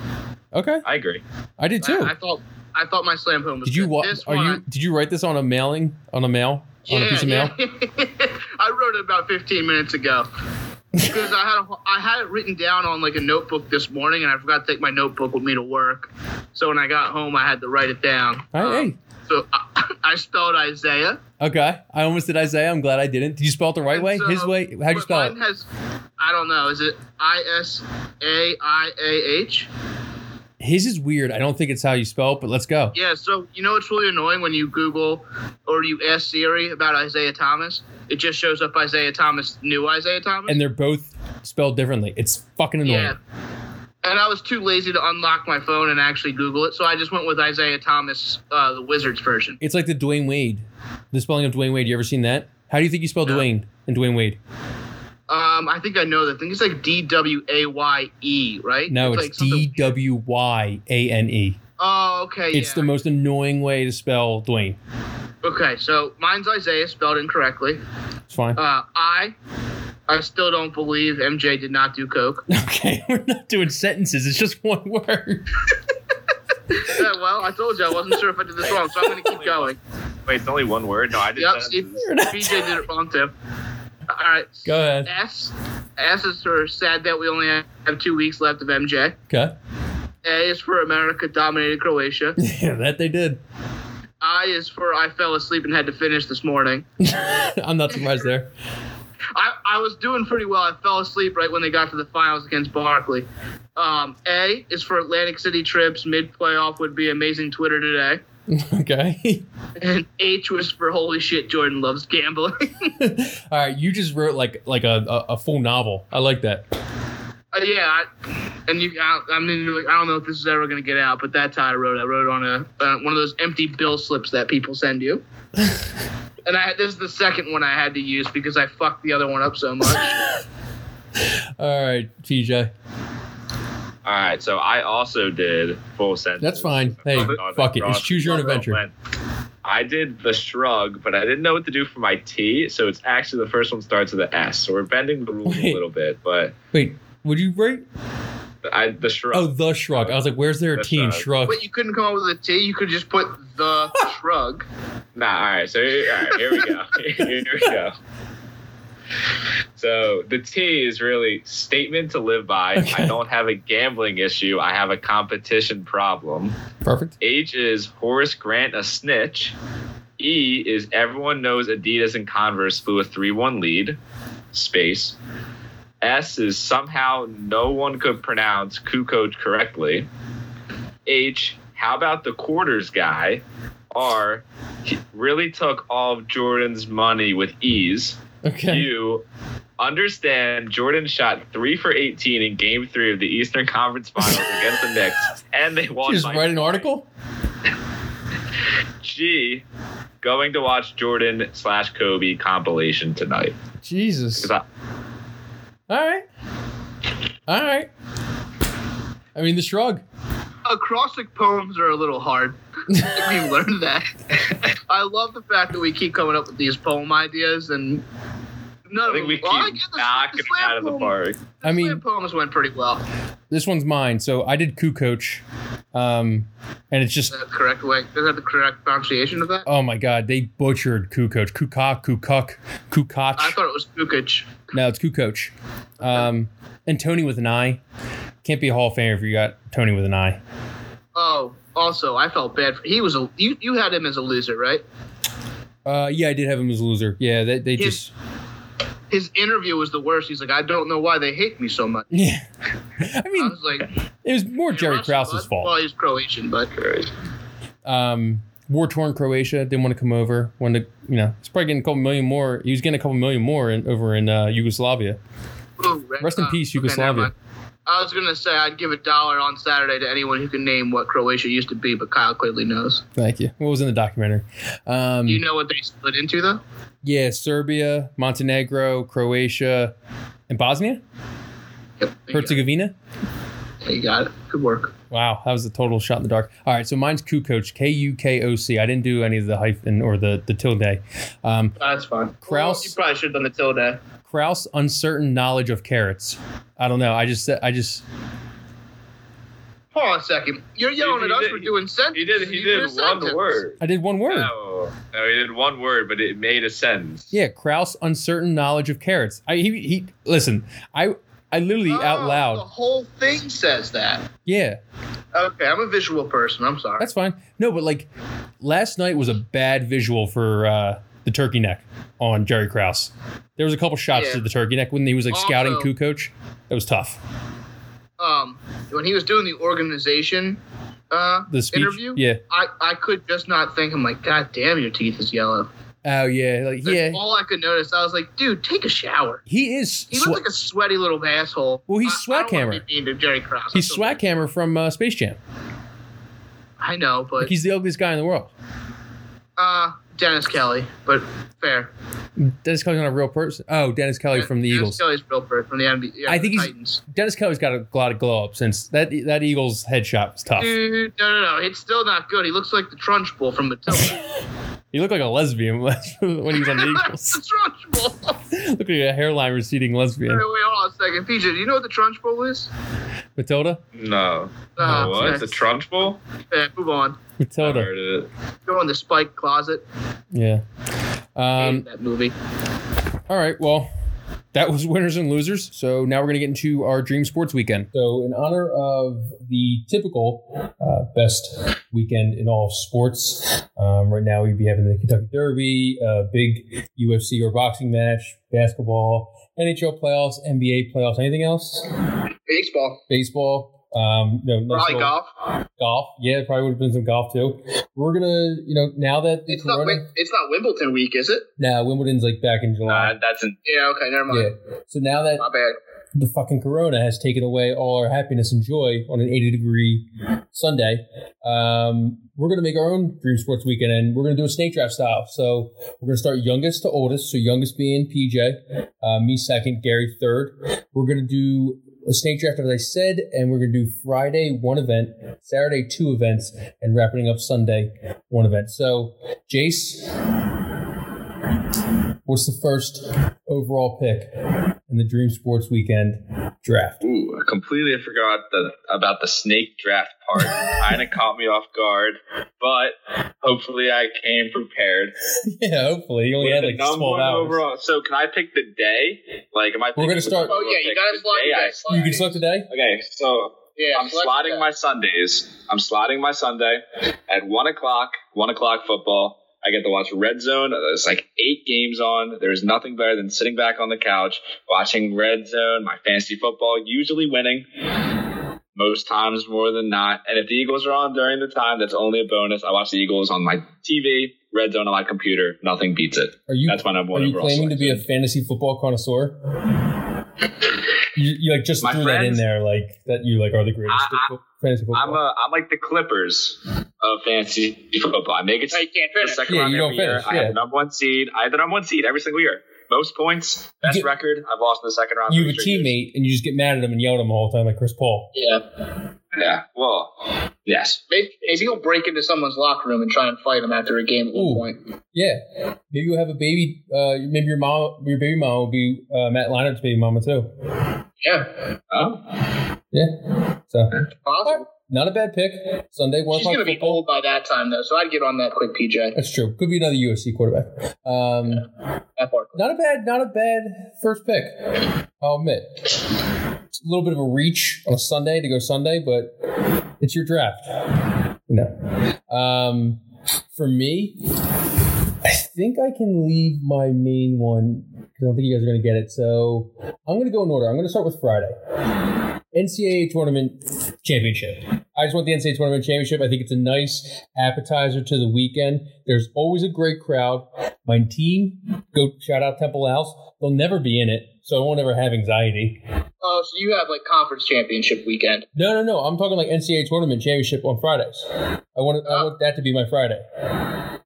Speaker 3: Okay,
Speaker 4: I agree.
Speaker 3: I did too.
Speaker 1: I, I thought I thought my slam poem was.
Speaker 3: Did you
Speaker 1: good.
Speaker 3: wa-
Speaker 1: This
Speaker 3: Are you?
Speaker 1: one-
Speaker 3: Did you write this on a mailing? On a mail? on a piece of mail?
Speaker 1: [LAUGHS] I wrote it about 15 minutes ago because I had a, I had it written down on like a notebook this morning, and I forgot to take my notebook with me to work. So when I got home, I had to write it down.
Speaker 3: All right,
Speaker 1: Um, So I, [LAUGHS] I spelled Isaiah.
Speaker 3: hey. Okay, I almost did Isaiah. I'm glad I didn't. Did you spell it the right way?
Speaker 1: So-
Speaker 3: His way? How'd you
Speaker 1: but
Speaker 3: spell it?
Speaker 1: mine Has, I don't know. Is it I S A I A H?
Speaker 3: His is weird. I don't think it's how you spell it, but let's go.
Speaker 1: Yeah, so you know it's really annoying when you Google or you ask Siri about Isaiah Thomas. It just shows up Isaiah Thomas, new Isaiah Thomas.
Speaker 3: And they're both spelled differently. It's fucking annoying.
Speaker 1: yeah. And I was too lazy to unlock my phone and actually Google it, so I just went with Isaiah Thomas, uh, the Wizards version.
Speaker 3: It's like the Dwayne Wade. The spelling of Dwayne Wade. You ever seen that? How do you think you spell
Speaker 1: No.
Speaker 3: Dwayne and Dwayne Wade?
Speaker 1: Um, I think I know that. I think it's like D W A Y E, right?
Speaker 3: No,
Speaker 1: like
Speaker 3: it's D
Speaker 1: something-
Speaker 3: W Y A N E.
Speaker 1: Oh, okay.
Speaker 3: It's
Speaker 1: yeah.
Speaker 3: the most annoying way to spell Dwayne.
Speaker 1: Okay, so mine's Isaiah spelled incorrectly.
Speaker 3: It's fine.
Speaker 1: Uh, I, I still don't believe MJ did not do
Speaker 3: [LAUGHS]
Speaker 1: coke.
Speaker 3: [LAUGHS] okay, we're not doing sentences. It's just one word.
Speaker 1: yeah, well, I told you I wasn't sure if I did this wrong, so I'm gonna keep going.
Speaker 5: Wait, it's only one word. No, I did.
Speaker 1: Yep,
Speaker 5: that.
Speaker 1: Steve,
Speaker 3: You're not
Speaker 1: BJ did it wrong too. All right,
Speaker 3: Go ahead.
Speaker 1: S, S is for sad that we only have two weeks left of MJ.
Speaker 3: Okay.
Speaker 1: A is for America dominated Croatia.
Speaker 3: [LAUGHS] Yeah, that they did. [LAUGHS]
Speaker 1: I is for I fell asleep and had to finish this morning.
Speaker 3: I'm not surprised there.
Speaker 1: I, I was doing pretty well. I fell asleep right when they got to the finals against Barkley. Um, A is for Atlantic City trips. Mid playoff would be amazing Twitter today.
Speaker 3: Okay. [LAUGHS]
Speaker 1: And H was for holy shit, Jordan loves gambling.
Speaker 3: All right, you just wrote like like a, a, a full novel. I like that.
Speaker 1: Uh, yeah, I, and you, I, I mean, like, I don't know if this is ever gonna get out, but that's how I wrote. it. I wrote it on a uh, one of those empty bill slips that people send
Speaker 3: [LAUGHS]
Speaker 1: you. and I this is the second one I had to use because I fucked the other one up so much.
Speaker 3: [LAUGHS] All right, TJ.
Speaker 5: All right, so I also did full sentence.
Speaker 3: That's fine. Hey, fuck it. It's choose your own adventure.
Speaker 5: I did the shrug, but I didn't know what to do for my T, so it's actually the first one starts with an S. So we're bending the rules a
Speaker 3: Wait.
Speaker 5: little bit, but
Speaker 3: Wait, would you write?
Speaker 5: I the shrug.
Speaker 3: Oh, the shrug. I was like, where's there a
Speaker 5: The
Speaker 3: T in
Speaker 5: shrug.
Speaker 3: shrug?
Speaker 1: Wait, you couldn't come up with a T. You could just put the shrug.
Speaker 5: Nah, all right. So all right, here we go. [LAUGHS] here we go. So the T is really statement to live by.
Speaker 3: Okay.
Speaker 5: I don't have a gambling issue. I have a competition problem.
Speaker 3: Perfect.
Speaker 5: H is Horace Grant a snitch. E is everyone knows Adidas and Converse flew a 3 1 lead. Space. S is somehow no one could pronounce Ku Coach correctly. H, how about the quarters guy? R, he really took all of Jordan's money with ease.
Speaker 3: Okay.
Speaker 5: You understand Jordan shot three for 18 in game three of the Eastern Conference Finals against the Knicks, and they won.
Speaker 3: just
Speaker 5: by
Speaker 3: write an
Speaker 5: three.
Speaker 3: article.
Speaker 5: G, going to watch Jordan slash Kobe compilation tonight.
Speaker 3: Jesus.
Speaker 5: 'Cause I-
Speaker 3: All right. All right. I mean, the shrug.
Speaker 1: Acrostic poems are a little hard. [LAUGHS] we learned that. [LAUGHS] I love the fact that we keep coming up with these poem ideas and none
Speaker 5: I think
Speaker 1: of
Speaker 5: we
Speaker 1: them. well, Oh, I
Speaker 5: keep
Speaker 1: guess the-
Speaker 5: knocking
Speaker 1: the
Speaker 5: it
Speaker 1: slam
Speaker 5: out of the
Speaker 1: poem-
Speaker 5: park.
Speaker 1: the
Speaker 3: I mean-
Speaker 1: slam poems went pretty well.
Speaker 3: This one's mine. So I did Ku Coach. Um, and it's just,
Speaker 1: Is that the correct way? Is that the correct pronunciation of that?
Speaker 3: oh my God, they butchered Ku Coach. Kukak, Kukuk, Kukoch.
Speaker 1: I thought it was Kukic.
Speaker 3: No, it's Ku Coach. Um, and Tony with an I. Can't be a Hall of Famer if you got Tony with an I.
Speaker 1: Oh, also, I felt bad. For, he was a you. You had him as a loser, right?
Speaker 3: Uh, yeah, I did have him as a loser. Yeah, they, they
Speaker 1: Yeah.
Speaker 3: just. [LAUGHS]
Speaker 1: His interview was the worst. He's like, I don't know why they hate me so much.
Speaker 3: Yeah. I
Speaker 1: I
Speaker 3: mean,
Speaker 1: was like,
Speaker 3: it was more Jerry
Speaker 1: Russian,
Speaker 3: Krause's
Speaker 1: bud.
Speaker 3: fault.
Speaker 1: Well, he's Croatian, but
Speaker 3: um, war torn Croatia didn't want to come over. Wanted to, you know, he's probably getting a couple million more. He was getting a couple million more in, over in uh, Yugoslavia.
Speaker 1: Ooh, re-
Speaker 3: Rest in
Speaker 1: uh,
Speaker 3: peace,
Speaker 1: okay, never
Speaker 3: Yugoslavia.
Speaker 1: mind. I was gonna say I'd give a dollar on Saturday to anyone who can name what Croatia used to be, but Kyle clearly knows.
Speaker 3: Thank you. What was in the documentary? Um,
Speaker 1: You know what they split into though?
Speaker 3: yeah, Serbia, Montenegro, Croatia, and Bosnia,
Speaker 1: Yep. there you go.
Speaker 3: Herzegovina.
Speaker 1: Yeah, You got it. Good work.
Speaker 3: Wow, that was a total shot in the dark. All right, so mine's Ku Coach, K U K O C. I didn't do any of the hyphen or the the tilde. Um,
Speaker 1: That's fine.
Speaker 3: Kraus-
Speaker 1: you probably should have done the tilde.
Speaker 3: Kraus, uncertain knowledge of carrots. I don't know. I just said I just
Speaker 1: Hold on a second. You're yelling
Speaker 5: He- he
Speaker 1: at us
Speaker 5: did-
Speaker 1: for doing sentences.
Speaker 5: He did. He
Speaker 1: You
Speaker 5: did
Speaker 1: a
Speaker 5: one
Speaker 1: sentence.
Speaker 5: word.
Speaker 3: I did one word.
Speaker 5: No, no, he did one word, but it made a sentence.
Speaker 3: Yeah, Kraus uncertain knowledge of carrots. I he, he listen, I I literally
Speaker 1: Oh,
Speaker 3: out
Speaker 1: The
Speaker 3: loud.
Speaker 1: whole thing says that.
Speaker 3: Yeah,
Speaker 1: Okay, I'm a visual person. I'm sorry.
Speaker 3: that's fine. No, but like last night was a bad visual for uh the turkey neck on Jerry Krause. There was a couple shots
Speaker 1: Yeah.
Speaker 3: to the turkey neck when he was like scouting
Speaker 1: Also-
Speaker 3: Ku coach. That was tough.
Speaker 1: um, when he was doing the organization uh,
Speaker 3: The speech.
Speaker 1: interview,
Speaker 3: Yeah.
Speaker 1: I, I could just not think. I'm like, God damn, your teeth is yellow.
Speaker 3: Oh yeah. Like
Speaker 1: That's
Speaker 3: yeah.
Speaker 1: all I could notice. I was like, dude, take a shower.
Speaker 3: He is
Speaker 1: He
Speaker 3: swa-
Speaker 1: looks like a sweaty little asshole.
Speaker 3: Well, he's
Speaker 1: I- I don't wanna
Speaker 3: Swaghammer.
Speaker 1: be mean to Jerry Krause.
Speaker 3: he's
Speaker 1: I feel-
Speaker 3: Swag Hammer from uh, Space Jam.
Speaker 1: I know,
Speaker 3: Like
Speaker 1: but
Speaker 3: he's the ugliest guy in the world.
Speaker 1: uh, Dennis Kelly. But fair.
Speaker 3: Dennis Kelly's not a real person. Oh, Dennis Kelly from the
Speaker 1: Dennis
Speaker 3: Eagles.
Speaker 1: Kelly's real bird from the NBA.
Speaker 3: I think he's-
Speaker 1: Titans.
Speaker 3: Dennis Kelly's got a lot of glow up since that that Eagles headshot was tough.
Speaker 5: [LAUGHS]
Speaker 1: Dude, no, no, no. It's still not good. He looks like the Trunchbull from Matilda.
Speaker 3: He looked like a lesbian [LAUGHS] when he was on the
Speaker 1: [LAUGHS]
Speaker 3: Eagles. [LAUGHS]
Speaker 1: Trunch Bowl. [LAUGHS]
Speaker 3: Look at a hairline receding
Speaker 1: Wait,
Speaker 3: lesbian.
Speaker 1: wait, hold on a second. PJ, do you know what the Trunch Bowl is?
Speaker 3: Matilda?
Speaker 5: No.
Speaker 1: Uh,
Speaker 5: what?
Speaker 1: next.
Speaker 5: The Trunch Bowl?
Speaker 1: Eh, move on.
Speaker 5: Never
Speaker 3: Matilda.
Speaker 5: heard of it.
Speaker 1: Go in the Spike Closet.
Speaker 3: Yeah.
Speaker 1: Hated
Speaker 3: Um,
Speaker 1: that movie.
Speaker 3: All right. Well, that was winners and losers. So now we're going to get into our dream sports weekend. So, in honor of the typical uh, best weekend in all of sports, um, right now we'd be having the Kentucky Derby, a big UFC or boxing match, basketball, NHL playoffs, NBA playoffs, anything else?
Speaker 1: Baseball.
Speaker 3: Baseball. Um, you know, nice
Speaker 1: Probably
Speaker 3: little-
Speaker 1: golf.
Speaker 3: golf. Yeah, probably would have been some golf too. We're gonna, you know, now that the
Speaker 1: It's not.
Speaker 3: corona,
Speaker 1: Wim- It's not Wimbledon week, is it?
Speaker 3: now Wimbledon's like back in July.
Speaker 5: Nah, Uh, that's an,
Speaker 1: Yeah. Okay. Never mind.
Speaker 3: yeah. So now that
Speaker 1: My bad.
Speaker 3: the fucking corona has taken away all our happiness and joy on an 80 degree Sunday. Um, we're going to make our own Dream Sports weekend and we're going to do a snake draft style. So we're going to start youngest to oldest. So youngest being PJ, uh, me second, Gary third. We're going to do a snake draft, as I said, and we're going to do Friday one event, Saturday two events, and wrapping up Sunday one event. So, Jace, what's the first overall pick in the Dream Sports Weekend draft? [LAUGHS]
Speaker 5: ooh, I completely forgot the, about the snake draft part. kind of caught me off guard, but hopefully I came prepared.
Speaker 3: Oh, yeah, hopefully. You only
Speaker 5: With
Speaker 3: had
Speaker 5: the
Speaker 3: like
Speaker 5: number
Speaker 3: 12
Speaker 5: one
Speaker 3: hours.
Speaker 5: overall- So can I pick the day? Like, am I?
Speaker 3: We're gonna
Speaker 5: picking
Speaker 3: start-
Speaker 5: the
Speaker 1: Oh yeah, you
Speaker 5: pick
Speaker 1: gotta
Speaker 5: the
Speaker 1: slide.
Speaker 5: day
Speaker 1: You
Speaker 5: I-
Speaker 1: gotta slide.
Speaker 3: You can select today?
Speaker 5: Okay, so
Speaker 1: Yeah.
Speaker 5: I'm
Speaker 1: select
Speaker 5: slotting
Speaker 1: that.
Speaker 5: my Sundays. I'm slotting my Sunday at one o'clock. One o'clock football. I get to watch Red Zone. There's like eight games on. There's nothing better than sitting back on the couch watching Red Zone. My fantasy football usually winning. Most times, more than not. And if the Eagles are on during the time, that's only a bonus. I watch the Eagles on my TV, Red Zone on my computer. Nothing beats it.
Speaker 3: Are you
Speaker 5: That's my number
Speaker 3: are
Speaker 5: one
Speaker 3: you
Speaker 5: overall
Speaker 3: claiming to be a
Speaker 5: selection.
Speaker 3: fantasy football connoisseur? you, you like just
Speaker 5: My
Speaker 3: threw that in
Speaker 5: friends-
Speaker 3: there, like that you like are the greatest
Speaker 5: I-
Speaker 3: fo- fantasy football.
Speaker 5: I'm a I'm like the Clippers of fantasy football. I make it
Speaker 1: No, you can't
Speaker 5: the
Speaker 1: finish.
Speaker 5: second
Speaker 3: Yeah,
Speaker 5: round
Speaker 3: you don't
Speaker 5: every year.
Speaker 3: finish,
Speaker 5: I had
Speaker 3: yeah.
Speaker 5: the number one seed. I had the number one seed every single year. Most points, best
Speaker 3: get-
Speaker 5: record. I've lost in the second round.
Speaker 3: you
Speaker 5: for
Speaker 3: have a
Speaker 5: three years.
Speaker 3: teammate and you just get mad at him and yell at him the whole time, like Chris Paul.
Speaker 1: Yeah.
Speaker 5: Yeah. Well, yes.
Speaker 1: Maybe, maybe you'll break into someone's locker room and try and fight them after a game at
Speaker 3: Ooh.
Speaker 1: one point.
Speaker 3: Yeah, maybe you'll have a baby. Uh, maybe your mom, your baby mom will be uh, Matt Leinart's baby mama too.
Speaker 1: Yeah,
Speaker 5: Oh,
Speaker 3: Yeah, so
Speaker 1: possible.
Speaker 3: not a bad pick. Sunday one
Speaker 1: She's
Speaker 3: o'clock
Speaker 1: gonna be
Speaker 3: football.
Speaker 1: old by that time though, so I'd get on that quick, PJ.
Speaker 3: That's true. Could be another USC quarterback. Um,
Speaker 1: That part.
Speaker 3: Not a bad, not a bad first pick. I'll admit. It's a little bit of a reach on a Sunday to go Sunday, but it's your draft. You know. Um, for me, I think I can leave my main one because I don't think you guys are going to get it. So I'm going to go in order. I'm going to start with Friday. NCAA tournament championship. I just want the NCAA tournament championship. I think it's a nice appetizer to the weekend. There's always a great crowd. My team, go shout out Temple House. They'll never be in it, so I won't ever have anxiety.
Speaker 1: Oh, so you have like conference championship weekend.
Speaker 3: No, no, no. I'm talking like NCAA tournament championship on Fridays. I want I want that to be my Friday.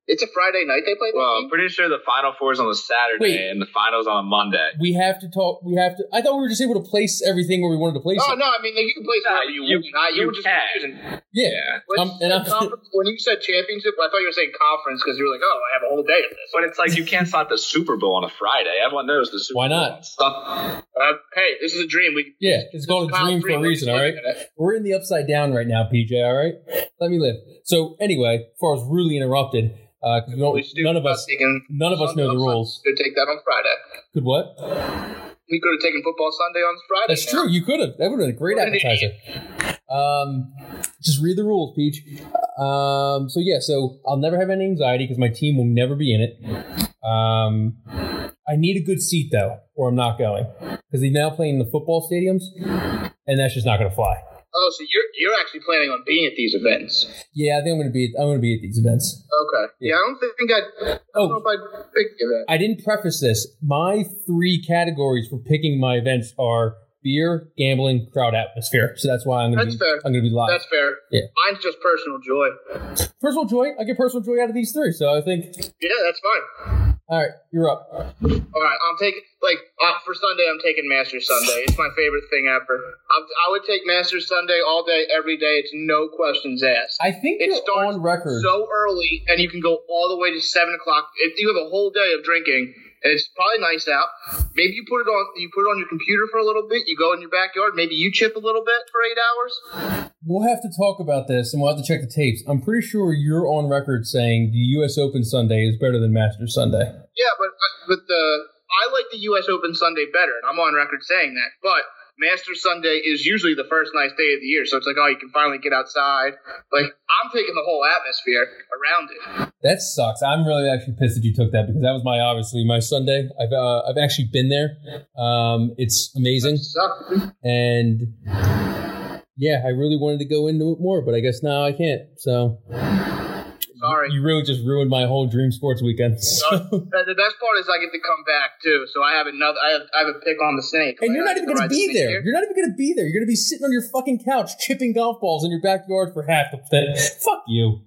Speaker 1: It's a Friday night they play. that
Speaker 5: well,
Speaker 1: game?
Speaker 5: I'm pretty sure the final four is on a Saturday
Speaker 3: Wait.
Speaker 5: and the finals on a Monday.
Speaker 3: We have to talk. We have to. I thought we were just able to place everything where we wanted to place
Speaker 1: Oh
Speaker 3: it.
Speaker 1: no! I mean, like, you can play
Speaker 5: Nah,
Speaker 1: wherever you,
Speaker 5: you-
Speaker 1: want. I- You,
Speaker 5: you
Speaker 1: were just
Speaker 5: can.
Speaker 1: confusing.
Speaker 3: Yeah.
Speaker 5: Yeah.
Speaker 1: When,
Speaker 3: Um,
Speaker 1: you
Speaker 3: and
Speaker 1: said
Speaker 3: I'm-
Speaker 1: conference- when you said championship, I thought you were saying conference because you were like, "Oh, I have a whole day of this."
Speaker 5: But it's like you can't slot the Super Bowl on a Friday. Everyone knows the Super
Speaker 3: Why
Speaker 5: Bowl.
Speaker 3: not?
Speaker 5: Stuff.
Speaker 1: Uh, hey, this is a dream. We
Speaker 3: Yeah, it's called a
Speaker 1: Kyle
Speaker 3: dream for a
Speaker 1: Freeland.
Speaker 3: reason. All right. We're in the upside down right now, PJ. All right, let me live. So anyway, before I was really interrupted, uh, 'cause we don't-
Speaker 1: Really stupid
Speaker 3: none of
Speaker 1: about
Speaker 3: us,
Speaker 1: taking-
Speaker 3: none of us know the
Speaker 1: Sunday on
Speaker 3: rules.
Speaker 1: Sunday. Could take that on Friday.
Speaker 3: Good what?
Speaker 1: We could have taken football Sunday on Friday.
Speaker 3: That's
Speaker 1: now.
Speaker 3: true. You could have. That would have been a great
Speaker 1: What an
Speaker 3: appetizer. Um, just read the rules, Peach. Um, so yeah, so I'll never have any anxiety because my team will never be in it. Um, I need a good seat though, or I'm not going because they're now playing in the football stadiums, and that's just not going to fly.
Speaker 1: Oh, so you're you're actually planning on being at these events?
Speaker 3: Yeah, I think I'm going to be. I'm going to be at these events.
Speaker 1: Okay. Yeah,
Speaker 3: Yeah.
Speaker 1: I don't think I. I don't know
Speaker 3: Oh,
Speaker 1: if I'd pick you that.
Speaker 3: I didn't preface this. My three categories for picking my events are beer, gambling, crowd atmosphere. So that's why I'm going to
Speaker 1: That's
Speaker 3: be.
Speaker 1: fair.
Speaker 3: I'm going to be live.
Speaker 1: That's fair.
Speaker 3: Yeah.
Speaker 1: Mine's just personal joy.
Speaker 3: personal joy. I get personal joy out of these three, so I think
Speaker 1: Yeah, that's fine.
Speaker 3: All right, you're up.
Speaker 1: All right, I'm taking like uh, for Sunday. I'm taking Masters Sunday. It's my favorite thing ever. I'm, I would take Masters Sunday all day, every day. It's no questions asked.
Speaker 3: I think
Speaker 1: It
Speaker 3: you're
Speaker 1: starts
Speaker 3: on record.
Speaker 1: So early, and you can go all the way to seven o'clock. If you have a whole day of drinking, and it's probably nice out. Maybe you put it on. You put it on your computer for a little bit. You go in your backyard. Maybe you chip a little bit for eight hours.
Speaker 3: we'll have to talk about this, and we'll have to check the tapes. I'm pretty sure you're on record saying the U.S. Open Sunday is better than Masters Sunday.
Speaker 1: Yeah, but uh, but the I like the U.S. Open Sunday better, and I'm on record saying that. But Master Sunday is usually the first nice day of the year, so it's like, oh, you can finally get outside. Like I'm taking the whole atmosphere around it.
Speaker 3: That sucks. I'm really actually pissed that you took that because that was my obviously my Sunday. I've uh, I've actually been there. Um, it's amazing,
Speaker 1: So,
Speaker 3: and yeah, I really wanted to go into it more, but I guess now I can't. So
Speaker 1: sorry.
Speaker 3: you really just ruined my whole dream sports weekend. [LAUGHS] So.
Speaker 1: Uh, The best part is I get to come back too, so I have another. I have, I have a pick on the snake.
Speaker 3: And
Speaker 1: Like,
Speaker 3: you're
Speaker 1: I
Speaker 3: not
Speaker 1: get
Speaker 3: even going to
Speaker 1: ride the
Speaker 3: be
Speaker 1: snake
Speaker 3: there.
Speaker 1: here.
Speaker 3: You're not even going to be there. You're going to be sitting on your fucking couch chipping golf balls in your backyard for half the thing. [LAUGHS] Fuck you.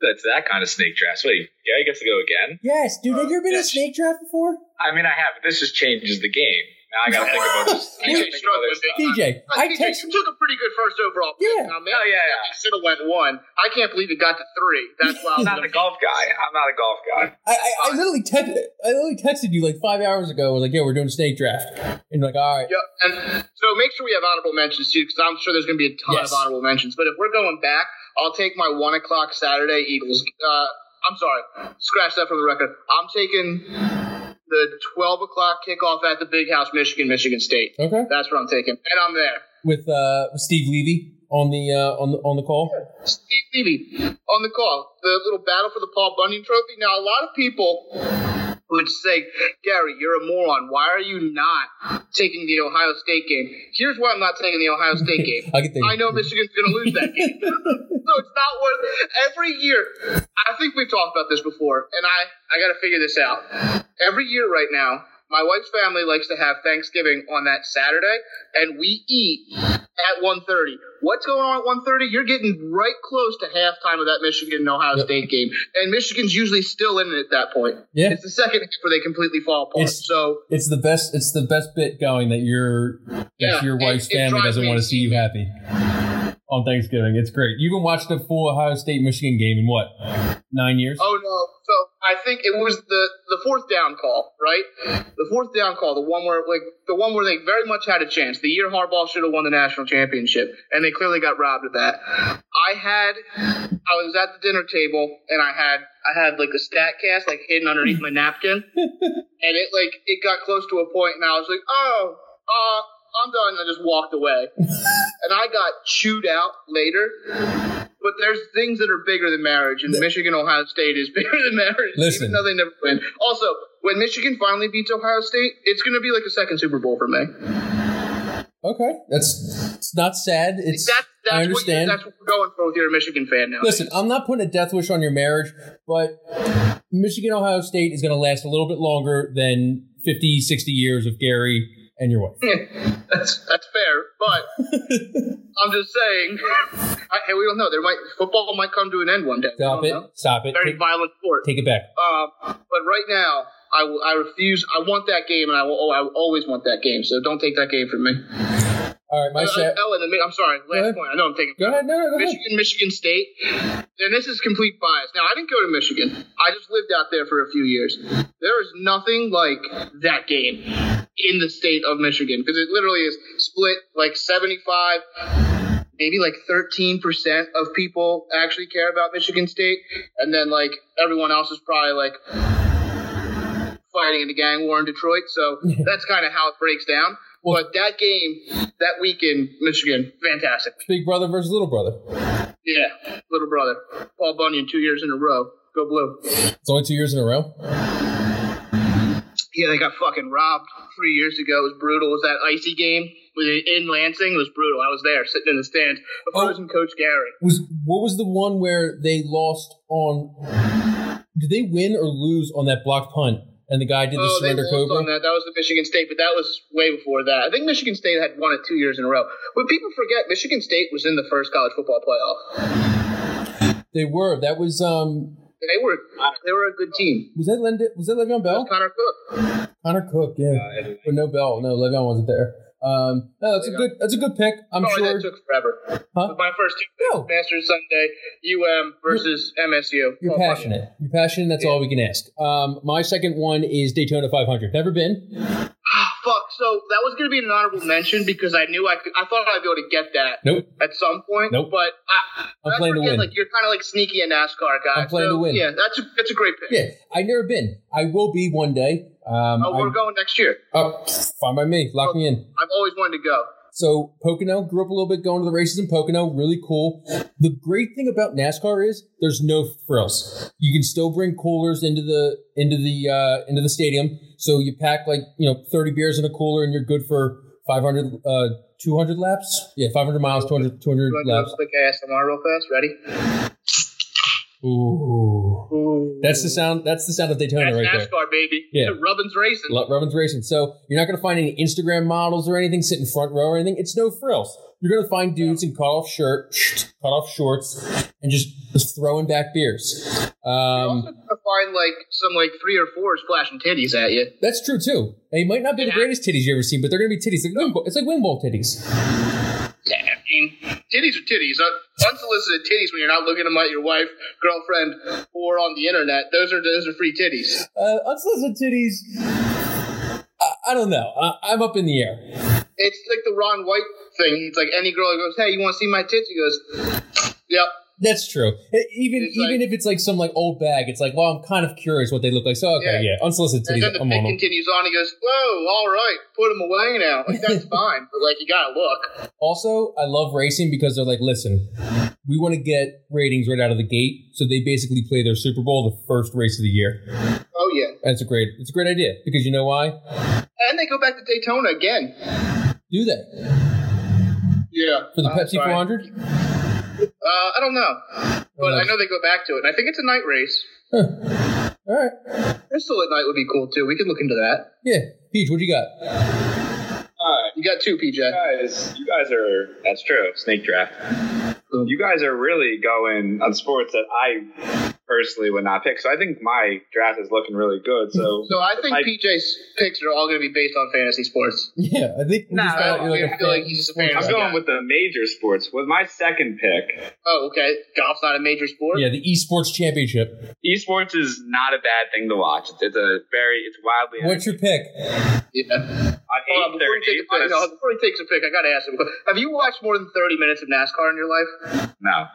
Speaker 4: That's that kind of snake draft. Wait, Gary gets to go again?
Speaker 3: Yes, dude. Have you ever been in a
Speaker 4: Yes.
Speaker 3: snake draft before?
Speaker 4: I mean, I have. This just changes the game. Now I gotta think
Speaker 1: [LAUGHS]
Speaker 4: about this. I
Speaker 1: You
Speaker 4: gotta think about
Speaker 1: struggled
Speaker 4: this
Speaker 1: with it.
Speaker 4: stuff.
Speaker 3: DJ,
Speaker 1: Uh,
Speaker 3: I
Speaker 1: TJ,
Speaker 3: text.
Speaker 1: you took a pretty good first overall pick.
Speaker 3: Yeah.
Speaker 1: Now, man,
Speaker 4: Oh, yeah, yeah.
Speaker 1: Should have went one. I can't believe it got to three.
Speaker 3: [LAUGHS]
Speaker 1: That's why I
Speaker 4: I'm
Speaker 1: was
Speaker 4: not the golf guy. I'm not a golf guy.
Speaker 3: I, I, I literally text, I literally texted you like five hours ago. I was like, "Yeah, we're doing snake draft," and you're like, "All right."
Speaker 1: Yeah, and so make sure we have honorable mentions too, because I'm sure there's going to be a ton
Speaker 3: Yes.
Speaker 1: of honorable mentions. But if we're going back, I'll take my one o'clock Saturday Eagles. Uh, I'm sorry, scratch that from the record. I'm taking the 12 o'clock kickoff at the Big House, Michigan, Michigan State.
Speaker 3: Okay.
Speaker 1: That's what I'm taking, and I'm there.
Speaker 3: With uh, with Steve Levy on the uh, on the on the call.
Speaker 1: Steve Levy on the call. The little battle for the Paul Bunyan Trophy. Now, a lot of people would say, Gary, you're a moron. Why are you not taking the Ohio State game? Here's why I'm not taking the Ohio State game.
Speaker 3: I'll get there.
Speaker 1: I know Michigan's going to lose that
Speaker 3: [LAUGHS]
Speaker 1: game. so it's not worth every year. I think we've talked about this before, and I I got to figure this out. Every year right now, my wife's family likes to have Thanksgiving on that Saturday, and we eat at 1.30. What's going on at 1.30? You're getting right close to halftime of that Michigan and Ohio
Speaker 3: Yep.
Speaker 1: State game, and Michigan's usually still in it at that point.
Speaker 3: Yeah.
Speaker 1: It's the second half where they completely fall apart.
Speaker 3: It's-
Speaker 1: so
Speaker 3: It's the best. It's the best bit going that your
Speaker 1: Yeah,
Speaker 3: if your
Speaker 1: it-
Speaker 3: wife's
Speaker 1: it
Speaker 3: family
Speaker 1: drives
Speaker 3: doesn't
Speaker 1: me
Speaker 3: want to see you happy on Thanksgiving. It's great. You can watch the full Ohio State Michigan game in what nine years?
Speaker 1: Oh no! So I think it was the the fourth down call, right? The fourth down call, the one where like the one where they very much had a chance. The year Harbaugh should have won the national championship, and they clearly got robbed of that. I had I was at the dinner table, and I had I had like the stat cast like hidden underneath my napkin, and it like it got close to a point, and I was like, oh, uh, I'm done, and I just walked away,
Speaker 3: [LAUGHS]
Speaker 1: and I got chewed out later. But there's things that are bigger than marriage, and Michigan Ohio State is [LAUGHS] bigger than marriage.
Speaker 3: Listen.
Speaker 1: even though they never win. Also, when Michigan finally beats Ohio State, it's going to be like a second Super Bowl for me.
Speaker 3: Okay, that's it's not sad. It's
Speaker 1: That's that's
Speaker 3: I
Speaker 1: what you,
Speaker 3: understand.
Speaker 1: that's what we're going for with your Michigan fan now.
Speaker 3: Listen, I'm not putting a death wish on your marriage, but Michigan Ohio State is going to last a little bit longer than 50, 60 years of Gary and your
Speaker 1: Hmm.
Speaker 3: wife.
Speaker 1: [LAUGHS] that's that's fair,
Speaker 3: [LAUGHS]
Speaker 1: but I'm just saying. [LAUGHS] I, hey, we don't know. There might football might come to an end one day. We
Speaker 3: Stop
Speaker 1: don't
Speaker 3: it.
Speaker 1: know.
Speaker 3: Stop it.
Speaker 1: Oh, Very
Speaker 3: Take,
Speaker 1: violent sport.
Speaker 3: take it back.
Speaker 1: Um, but right now, I will- I refuse. I want that game, and I will. Oh, I will always want that game. So don't take that game from me.
Speaker 3: All right, my
Speaker 1: Uh,
Speaker 3: set.
Speaker 1: oh, and the, mi- I'm sorry. Last
Speaker 3: ahead.
Speaker 1: point. I know I'm taking.
Speaker 3: Go ahead. No, no, go ahead.
Speaker 1: Michigan, Michigan State, and this is complete bias. Now, I didn't go to Michigan. I just lived out there for a few years. There is nothing like that game in the state of Michigan because it literally is split like 75, maybe like 13% of people actually care about Michigan State, and then like everyone else is probably like fighting in the gang war in Detroit. So that's kind of how it breaks down.
Speaker 3: Well-
Speaker 1: but that game, that week in Michigan, fantastic.
Speaker 3: Big brother versus little brother.
Speaker 1: Yeah, little brother. Paul Bunyan, two years in a row. Go blue.
Speaker 3: It's only two years in a row.
Speaker 1: Yeah, they got fucking robbed three years ago. It was brutal. It was that icy game in Lansing. It was brutal. I was there sitting in the stands. The
Speaker 3: Oh.
Speaker 1: frozen coach Gary.
Speaker 3: Was what was the one where they lost on? Did they win or lose on that blocked punt? And the guy did the
Speaker 1: Oh, they
Speaker 3: surrender
Speaker 1: lost
Speaker 3: cobra.
Speaker 1: on that. That was the Michigan State, but that was way before that. I think Michigan State had won it two years in a row. What people forget, Michigan State was in the first college football playoff.
Speaker 3: They were. That was um
Speaker 1: They were they were a good team.
Speaker 3: Was that Lend- Was that Le'Veon Bell?
Speaker 1: Connor Cook.
Speaker 3: Connor Cook, yeah, but no Bell. No, Le'Veon wasn't there. Um, no, that's a good. That's a good pick. I'm
Speaker 1: Sorry,
Speaker 3: sure.
Speaker 1: that took forever.
Speaker 3: Huh?
Speaker 1: My first two
Speaker 3: No.
Speaker 1: Masters Sunday, UM versus MSU.
Speaker 3: You're
Speaker 1: Oh, fuck.
Speaker 3: passionate. You're passionate. That's all we can ask. Um, my second one is Daytona 500. Never been.
Speaker 1: Ah, fuck. So that was going to be an honorable mention because I knew I could, I thought I'd be able to get that
Speaker 3: Nope.
Speaker 1: at some point.
Speaker 3: Nope.
Speaker 1: But I,
Speaker 3: I'm
Speaker 1: I
Speaker 3: playing to
Speaker 1: forget,
Speaker 3: win.
Speaker 1: Like you're kind of like sneaky in NASCAR, guys.
Speaker 3: I'm playing
Speaker 1: so,
Speaker 3: to win.
Speaker 1: Yeah, that's a, that's a great pick.
Speaker 3: Yeah, I've never been. I will be one day. Um,
Speaker 1: Oh, we're
Speaker 3: I'm-
Speaker 1: going next year.
Speaker 3: oh, fine by me. Lock
Speaker 1: Oh.
Speaker 3: me in.
Speaker 1: I've always wanted to go.
Speaker 3: So Pocono grew up a little bit going to the races in Pocono, really cool. The great thing about NASCAR is there's no frills. You can still bring coolers into the into the uh, into the stadium. So you pack like you know 30 beers in a cooler and you're good for 500 uh, 200 laps. Yeah, 500 miles, 200 200
Speaker 1: You want to
Speaker 3: laps.
Speaker 1: do a quick ASMR real fast? Ready?
Speaker 3: Ooh,
Speaker 1: Ooh.
Speaker 3: that's the sound. That's the sound of Daytona
Speaker 1: That's
Speaker 3: right there.
Speaker 1: NASCAR, baby.
Speaker 3: Yeah.
Speaker 1: Rubbin's racing.
Speaker 3: Lo- Robin's Racing. So you're not going to find any Instagram models or anything sitting front row or anything. It's no frills. You're going to find dudes in cut off shirt, [SNIFFS] cut off shorts, and just, just throwing back beers.
Speaker 1: You're also
Speaker 3: Um,
Speaker 1: gonna find like some like three or fours flashing titties at you.
Speaker 3: that's true too. They might not be the
Speaker 1: Yeah.
Speaker 3: greatest titties you ever seen, but they're going to be titties. Like wing bowl, it's like wing bowl titties.
Speaker 1: Yeah, I mean, titties are titties. Un- Unsolicited titties when you're not looking them at your wife, girlfriend, or on the internet. Those are those are free titties.
Speaker 3: Uh, unsolicited titties. I, I don't know. I, I'm up in the air.
Speaker 1: It's like the Ron White thing. It's like any girl who goes, "Hey, you want to see my tits?" He goes, "Yep."
Speaker 3: That's true. E- Even
Speaker 1: It's
Speaker 3: even
Speaker 1: like-
Speaker 3: if it's like some like old bag, it's like, well, I'm kind of curious what they look like. So okay, yeah,
Speaker 1: Yeah.
Speaker 3: unsolicited
Speaker 1: And
Speaker 3: titties.
Speaker 1: then the
Speaker 3: I'm
Speaker 1: pic
Speaker 3: on 'em.
Speaker 1: continues on. He goes, "Whoa, all right, put them away now. Like
Speaker 3: [LAUGHS]
Speaker 1: that's fine, but like you gotta look."
Speaker 3: Also, I love racing because they're like, listen, we want to get ratings right out of the gate, so they basically play their Super Bowl the first race of the year.
Speaker 1: Oh yeah,
Speaker 3: That's a great, it's a great idea because you know why?
Speaker 1: and they go back to Daytona again.
Speaker 3: Do they
Speaker 1: Yeah,
Speaker 3: for the
Speaker 1: I'm
Speaker 3: Pepsi
Speaker 1: Oh, sorry.
Speaker 3: 400?
Speaker 1: Uh, I don't know, but I know they go back to it. I think it's a night race.
Speaker 3: All right,
Speaker 1: Crystal at night would be cool too. We can look into that.
Speaker 3: yeah. Peach, what do you got?
Speaker 5: Alright,
Speaker 1: You got two, PJ.
Speaker 5: you guys, you guys are. That's true. Snake draft. You guys are really going on sports that I personally would not pick. So I think my draft is looking really good. So
Speaker 1: So I think
Speaker 5: I-
Speaker 1: PJ's picks are all going to be based on fantasy sports.
Speaker 3: Yeah, I think we
Speaker 5: Nah,
Speaker 3: just found out you're like
Speaker 1: I
Speaker 3: a
Speaker 1: feel like
Speaker 3: fan.
Speaker 1: he's just a fan.
Speaker 5: I'm going with the major sports. With my second pick,
Speaker 1: Oh, okay. Golf's not a major sport.
Speaker 3: yeah, the esports championship.
Speaker 5: esports is not a bad thing to watch. It's, it's a very, it's wildly.
Speaker 3: What's your pick?
Speaker 1: Yeah. Hold on,
Speaker 5: on
Speaker 1: before, he takes a pick, no, before he takes a pick, I got to ask him. Have you watched more than 30 minutes of NASCAR in your life? Uh,
Speaker 5: no,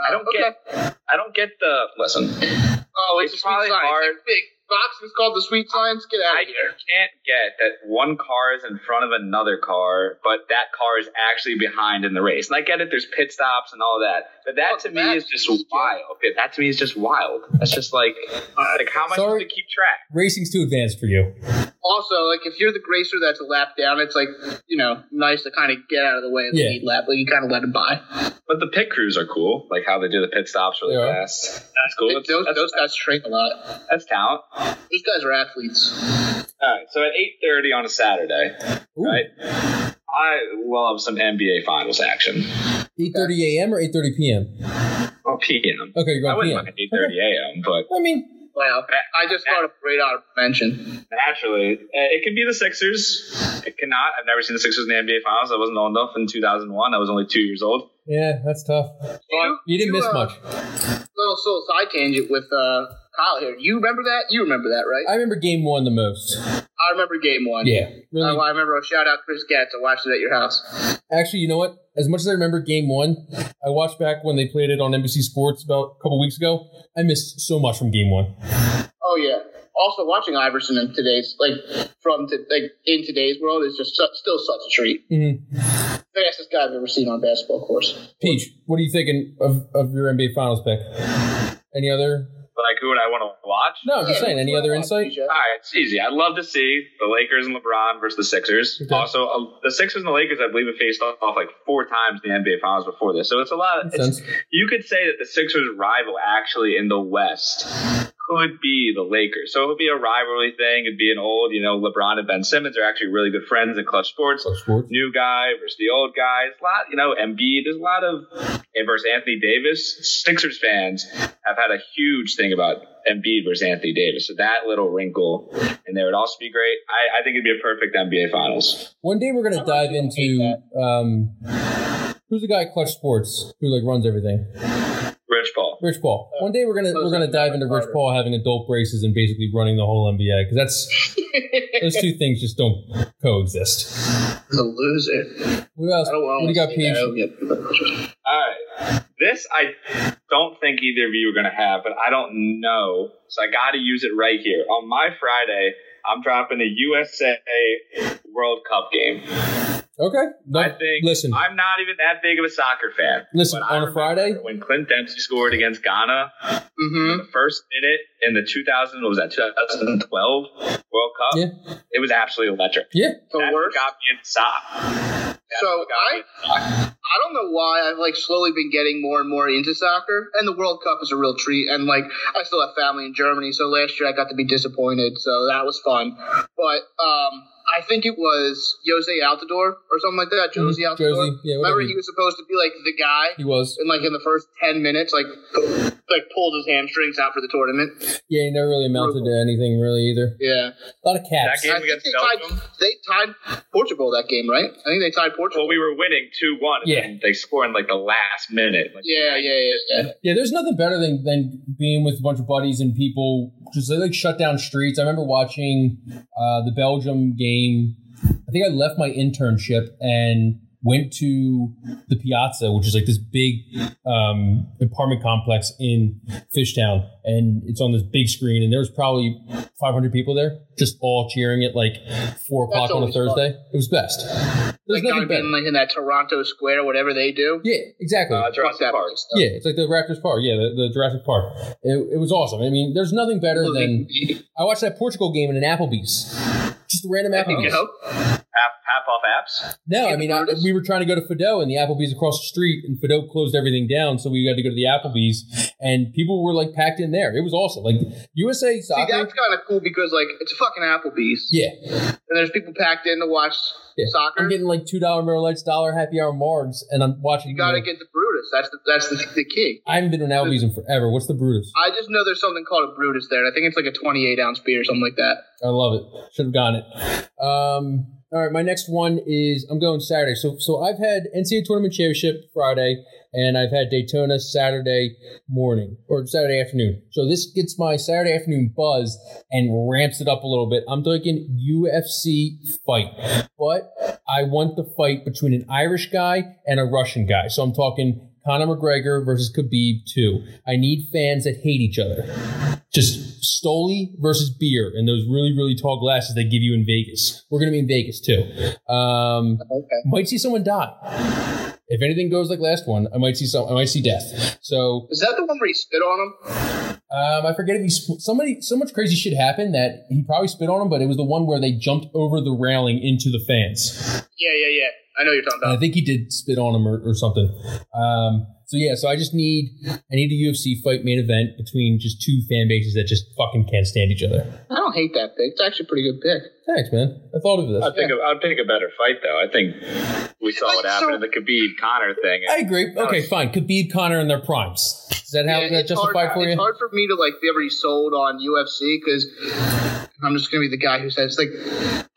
Speaker 1: I
Speaker 5: don't get- I don't get the listen.
Speaker 1: Oh, it's,
Speaker 5: It's
Speaker 1: a sweet
Speaker 5: probably
Speaker 1: science.
Speaker 5: hard.
Speaker 1: That Big box is called the sweet science. Get out
Speaker 5: I
Speaker 1: of here.
Speaker 5: can't get that one car is in front of another car, but that car is actually behind in the race. And I get it, there's pit stops and all that. But that
Speaker 1: Oh,
Speaker 5: to me
Speaker 1: that's
Speaker 5: is just wild. That to me is just wild. That's just like, like how am I
Speaker 3: Sorry.
Speaker 5: supposed to keep track?
Speaker 3: Racing's too advanced for you.
Speaker 1: Also, like if you're the gracer that's a lap down, it's like you know nice to kind of get out of the way of the
Speaker 3: Yeah.
Speaker 1: lead lap. Like you kind of let him by.
Speaker 5: But the pit crews are cool, like how they do the pit stops really
Speaker 3: They are.
Speaker 5: fast. That's cool. That's,
Speaker 1: those
Speaker 5: that's,
Speaker 1: those guys train a lot.
Speaker 5: that's talent.
Speaker 1: These guys are athletes.
Speaker 5: All right, so at 8.30 on a Saturday,
Speaker 3: Ooh,
Speaker 5: right, I love some NBA Finals action.
Speaker 3: 8:30 a.m. or 8:30 p.m.
Speaker 5: Oh, p.m.
Speaker 3: Okay, you're
Speaker 5: I
Speaker 3: going
Speaker 5: wouldn't
Speaker 3: p.m.
Speaker 5: mind 8.30 a.m., but
Speaker 3: I mean,
Speaker 1: Wow. I just thought of radar mention.
Speaker 5: Naturally, Uh, it can be the Sixers. It cannot. I've never seen the Sixers in the NBA Finals. I wasn't old enough in 2001. I was only two years old.
Speaker 3: yeah, that's tough.
Speaker 1: You,
Speaker 3: You didn't miss
Speaker 1: uh,
Speaker 3: much.
Speaker 1: Little soul side tangent with uh, Kyle here. You remember that? You remember that, right?
Speaker 3: I remember game one the most.
Speaker 1: I, remember game one.
Speaker 3: Yeah,
Speaker 1: Uh,
Speaker 3: really
Speaker 1: well, I remember a shout out Chris Gatz. I watched it at your house.
Speaker 3: Actually, you know what? As much as I remember game one, I watched back when they played it on NBC Sports about a couple weeks ago. I missed so much from game one.
Speaker 1: Oh yeah. Also, watching Iverson in today's like from to, like in today's world is just su- still such a treat.
Speaker 3: Mhm.
Speaker 1: Fastest guy I've ever seen on a basketball course.
Speaker 3: Peach, what are you thinking of, of your NBA Finals pick? Any other?
Speaker 5: But like, who would I want to watch?
Speaker 3: No, I'm just saying. Any other insight?
Speaker 5: All right, it's easy. I'd love to see the Lakers and LeBron versus the Sixers.
Speaker 3: Okay.
Speaker 5: Also, uh, the Sixers and the Lakers, I believe, have faced off like four times in the NBA Finals before this. So it's a lot.
Speaker 3: Makes
Speaker 5: It's,
Speaker 3: sense.
Speaker 5: you could say that the Sixers' rival actually in the West could be the Lakers. So it would be a rivalry thing. It'd be an old, you know, LeBron and Ben Simmons are actually really good friends in clutch sports.
Speaker 3: Clutch sports.
Speaker 5: New guy versus the old guy. It's a lot, you know, Embiid. There's a lot of and versus Anthony Davis. Sixers fans have had a huge thing about Embiid versus Anthony Davis. So that little wrinkle in there would also be great. I, I think it'd be a perfect NBA Finals.
Speaker 3: One day we're gonna dive into um, who's the guy at Clutch Sports who like runs everything.
Speaker 5: Rich Paul.
Speaker 3: Rich Paul. One day we're gonna we're gonna dive into Rich Paul having adult braces and basically running the whole NBA because that's those two things just don't coexist.
Speaker 1: a loser.
Speaker 3: What else?
Speaker 1: I don't want
Speaker 3: What do you got, Peach?
Speaker 5: All right. This I don't think either of you are going to have, but I don't know. So I got to use it right here. On my Friday, I'm dropping a USA World Cup game.
Speaker 3: Okay. No,
Speaker 5: I think.
Speaker 3: listen,
Speaker 5: I'm not even that big of a soccer fan.
Speaker 3: Listen,
Speaker 5: but
Speaker 3: on
Speaker 5: I
Speaker 3: a
Speaker 5: remember
Speaker 3: Friday?
Speaker 5: when Clint Dempsey scored against Ghana,
Speaker 1: Mm-hmm.
Speaker 5: the first minute in the 2000 what was that 2012 World Cup,
Speaker 3: Yeah.
Speaker 5: it was absolutely electric.
Speaker 3: yeah.
Speaker 1: The
Speaker 5: That's what
Speaker 1: worst.
Speaker 5: got me in sock.
Speaker 1: So I, I don't know why I've like slowly been getting more and more into soccer, and the World Cup is a real treat. And like I still have family in Germany, so last year I got to be disappointed, so that was fun. But um, I think it was Jose Altidore or something like that. Jose
Speaker 3: Mhm,
Speaker 1: Altidore.
Speaker 3: Jose, yeah, whatever
Speaker 1: Remember,
Speaker 3: he-
Speaker 1: he was supposed to be like the guy,
Speaker 3: He was.
Speaker 1: and like in the first ten minutes, like like pulled his hamstrings out for the tournament.
Speaker 3: Yeah, he never really amounted to anything really either.
Speaker 1: Yeah,
Speaker 3: A lot of caps.
Speaker 5: That
Speaker 1: I
Speaker 5: game
Speaker 1: think
Speaker 5: against
Speaker 1: they
Speaker 5: Belgium.
Speaker 1: tied, they tied Portugal that game, right? I think they tied Portugal.
Speaker 5: Well, we were winning 2 1.
Speaker 3: Yeah.
Speaker 5: And they scored in like the last minute. Like,
Speaker 1: yeah, yeah, yeah, yeah.
Speaker 3: Yeah, there's nothing better than, than being with a bunch of buddies and people just they like shut down streets. I remember watching uh, the Belgium game. I think I left my internship and went to the Piazza, which is like this big um, apartment complex in Fishtown, and it's on this big screen. And there was probably 500 people there, just all cheering at like four
Speaker 1: That's
Speaker 3: o'clock on a
Speaker 1: always fun.
Speaker 3: Thursday. It was best. There's
Speaker 1: like
Speaker 3: nothing
Speaker 1: not
Speaker 3: better.
Speaker 1: being like in that Toronto Square, whatever they do.
Speaker 3: yeah, exactly.
Speaker 5: Uh,
Speaker 1: Fuck
Speaker 5: Jurassic
Speaker 1: that
Speaker 5: Park.
Speaker 1: place.
Speaker 3: Yeah, it's like the Raptors Park. Yeah, the, the Jurassic Park. It, it was awesome. I mean, there's nothing better than [LAUGHS] I watched that Portugal game in an Applebee's. Just a random
Speaker 1: There you
Speaker 3: Applebee's.
Speaker 1: go.
Speaker 5: Half, half off apps.
Speaker 3: No, I mean, I, we were trying to go to Fido, and the Applebee's across the street, and Fido closed everything down, so we had to go to the Applebee's, and people were like packed in there. It was awesome. Like USA
Speaker 1: See,
Speaker 3: soccer.
Speaker 1: that's kind of cool because like it's fucking Applebee's,
Speaker 3: yeah,
Speaker 1: and there's people packed in to watch
Speaker 3: Yeah.
Speaker 1: soccer.
Speaker 3: I'm getting like two dollar Miller Lights, dollar happy hour margs, and I'm watching.
Speaker 1: you gotta
Speaker 3: know,
Speaker 1: get the Brutus. That's the that's the, the key.
Speaker 3: I haven't been to an Applebee's in forever. What's the Brutus?
Speaker 1: I just know there's something called a Brutus there. and I think it's like a 28 ounce beer or something like that.
Speaker 3: I love it. Should have gotten it. Um, all right, my next one is I'm going Saturday. So so I've had NCAA tournament championship Friday, and I've had Daytona Saturday morning or Saturday afternoon. So this gets my Saturday afternoon buzz and ramps it up a little bit. I'm thinking UFC fight, but I want the fight between an Irish guy and a Russian guy. So I'm talking. Conor McGregor versus Khabib 2. I need fans that hate each other just Stoli versus beer and those really, really tall glasses they give you in Vegas. We're going to be in Vegas too. Um,
Speaker 1: Okay.
Speaker 3: might see someone die. If anything goes like last one, I might see some. I might see death. So
Speaker 1: Is that the one where he spit on him?
Speaker 3: um, I forget if he sp- somebody so much crazy shit happened that he probably spit on him, but it was the one where they jumped over the railing into the fence.
Speaker 1: Yeah, yeah, yeah. I know you're talking
Speaker 3: And I
Speaker 1: about.
Speaker 3: think he did spit on him or, or something. Um, so yeah, so I just need I need a UFC fight main event between just two fan bases that just fucking can't stand each other.
Speaker 1: I don't hate that pick. It's actually a pretty good pick.
Speaker 3: Thanks, man. I thought of this.
Speaker 5: I think I'd pick a better fight though. I think we saw what happened in the Khabib Connor thing.
Speaker 3: I agree. Okay, fine. Khabib, Connor, and their primes. Is that how
Speaker 1: Yeah,
Speaker 3: is that
Speaker 1: it's hard-
Speaker 3: justified for you?
Speaker 1: It's hard for me to like be ever sold on UFC because I'm just gonna be the guy who says like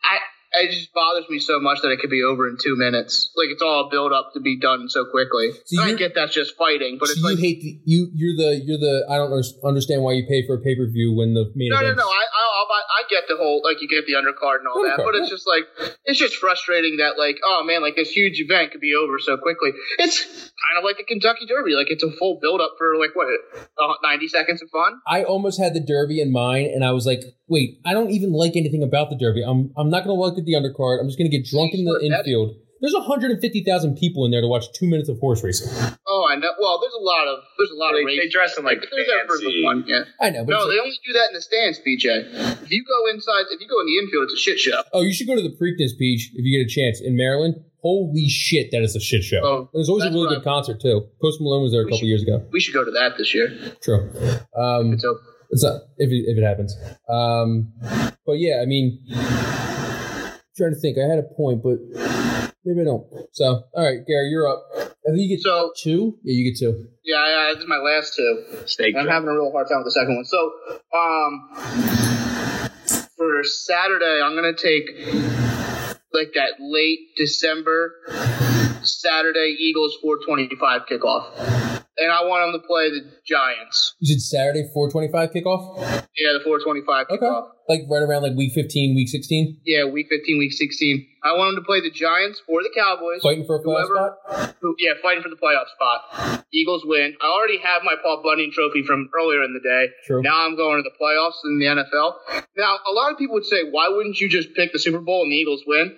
Speaker 1: I. It just bothers me so much that it could be over in two minutes. Like it's all built up to be done so quickly.
Speaker 3: So
Speaker 1: And I
Speaker 3: you're-
Speaker 1: get that's just fighting, but
Speaker 3: so
Speaker 1: it's
Speaker 3: you
Speaker 1: like
Speaker 3: hate the, you you're the you're the I don't under- understand why you pay for a pay per view when the main
Speaker 1: no, no,
Speaker 3: event.
Speaker 1: no. I, I, I'll buy- I get the whole like you get the undercard and all that,
Speaker 3: Undercard,
Speaker 1: but it's
Speaker 3: yeah.
Speaker 1: just like it's just frustrating that like oh man, like this huge event could be over so quickly. It's kind of like a Kentucky Derby. Like it's a full build up for like what uh, ninety seconds of fun.
Speaker 3: I almost had the Derby in mind, and I was like, "Wait, I don't even like anything about the Derby. I'm I'm not gonna look at the undercard. I'm just gonna get drunk in the
Speaker 1: Sure, that-
Speaker 3: infield." There's 150,000 people in there to watch two minutes of horse racing.
Speaker 1: Oh, I know. Well, there's a lot of there's a lot
Speaker 5: They,
Speaker 1: of races.
Speaker 5: they dress in like
Speaker 1: There's
Speaker 5: fancy.
Speaker 1: everyone, yeah.
Speaker 3: I know, but it's
Speaker 1: No,
Speaker 3: like-
Speaker 1: they only do that in the stands, PJ. If you go inside, if you go in the infield, it's a shit show.
Speaker 3: oh, you should go to the Preakness Beach if you get a chance in Maryland. Holy shit, that is a shit show.
Speaker 1: Oh,
Speaker 3: There's always a
Speaker 1: that's
Speaker 3: really
Speaker 1: what
Speaker 3: good concert too. Post Malone was there a
Speaker 1: We
Speaker 3: couple
Speaker 1: should-
Speaker 3: years ago.
Speaker 1: We should go to that this year.
Speaker 3: True. Um,
Speaker 1: It's open.
Speaker 3: It's not if it, if it happens. Um, but yeah, I mean, trying to think. I had a point, but maybe I don't. So all right, Gary, you're up. I think you get
Speaker 1: So
Speaker 3: two. Yeah, you get two.
Speaker 1: yeah, I, I, this is my last two.
Speaker 5: Snake.
Speaker 1: I'm
Speaker 5: Draft.
Speaker 1: having a real hard time with the second one. So, um, for Saturday, I'm gonna take like that late December Saturday Eagles 425 kickoff, and I want them to play the Giants.
Speaker 3: You said Saturday, four twenty-five kickoff.
Speaker 1: Yeah, the 425
Speaker 3: Okay,
Speaker 1: kickoff.
Speaker 3: like right around like week fifteen, week sixteen,
Speaker 1: Yeah, week 15, week 16. I want them to play the Giants or the Cowboys.
Speaker 3: fighting for a playoff
Speaker 1: Whoever-
Speaker 3: spot.
Speaker 1: who, yeah, fighting for the playoff spot. Eagles win. I already have my Paul Bunyan trophy from earlier in the day.
Speaker 3: True.
Speaker 1: Now I'm going to the playoffs in the NFL. Now, a lot of people would say, why wouldn't you just pick the Super Bowl and the Eagles win?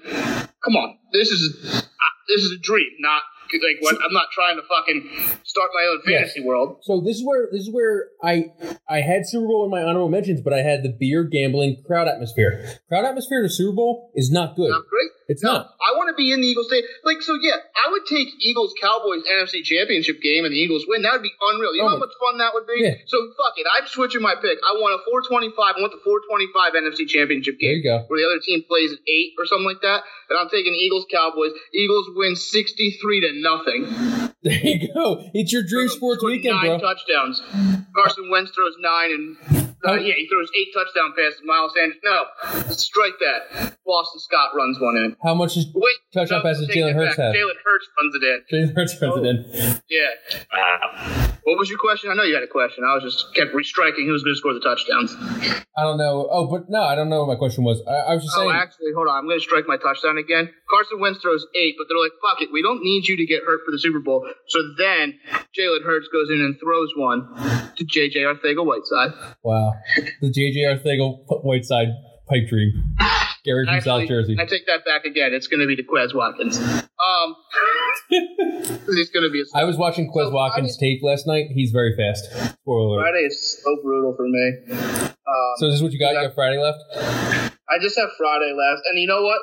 Speaker 1: Come on, this is uh, this is a dream. Not like what I'm not trying to fucking start my own
Speaker 3: Yes.
Speaker 1: fantasy world.
Speaker 3: So this is where this is where I I had Super Bowl in my honorable mentions, but I had the beer gambling crowd atmosphere. Crowd atmosphere to Super Bowl is not good.
Speaker 1: Not great.
Speaker 3: It's not.
Speaker 1: I want to be in the Eagles state. Like, so yeah, I would take Eagles Cowboys NFC Championship game and the Eagles win. That would be unreal. You
Speaker 3: Oh
Speaker 1: know how
Speaker 3: my-
Speaker 1: much fun that would be?
Speaker 3: Yeah.
Speaker 1: So fuck it. I'm switching my pick. I want a 425. I want the 425 NFC Championship
Speaker 3: There
Speaker 1: game
Speaker 3: you go.
Speaker 1: where the other team plays at eight or something like that. And I'm taking Eagles Cowboys. Eagles win 63 to nothing.
Speaker 3: [LAUGHS] There you go. It's your dream sports
Speaker 1: Scored
Speaker 3: weekend,
Speaker 1: nine
Speaker 3: bro.
Speaker 1: touchdowns. Carson Wentz throws nine and.
Speaker 3: Oh.
Speaker 1: Uh, yeah, he throws eight touchdown passes. Miles Sanders, no, strike that. Boston Scott runs one in.
Speaker 3: How
Speaker 1: [LAUGHS]
Speaker 3: much is
Speaker 1: Wait,
Speaker 3: Touchdown
Speaker 1: no,
Speaker 3: passes
Speaker 1: take
Speaker 3: Jalen
Speaker 1: that
Speaker 3: Hurts
Speaker 1: back.
Speaker 3: had.
Speaker 1: Jalen Hurts runs it in.
Speaker 3: Jalen Hurts runs it in?
Speaker 1: Yeah.
Speaker 5: Wow.
Speaker 1: What was your question? I know you had a question. I was just kept restriking who was going to score the touchdowns.
Speaker 3: I don't know. Oh, but no, I don't know what my question was. I, I was just
Speaker 1: Oh,
Speaker 3: saying.
Speaker 1: actually, hold on. I'm going to strike my touchdown again. Carson Wentz throws eight, but they're like, "Fuck it, we don't need you to get hurt for the Super Bowl." So then Jalen Hurts goes in and throws one to J.J. Arcega-Whiteside.
Speaker 3: wow, the JJ Arthego Whiteside pipe dream. Gary from South
Speaker 1: Actually,
Speaker 3: Jersey.
Speaker 1: I take that back again. It's going to be to Quez Watkins.
Speaker 3: [LAUGHS]
Speaker 1: Um, he's going to be a
Speaker 3: I was watching Quez
Speaker 1: So,
Speaker 3: Watkins tape last night. He's very fast. Spoiler alert.
Speaker 1: Friday is so brutal for me. Um,
Speaker 3: So this is what you got? You got Friday left?
Speaker 1: I just have Friday left, and you know what?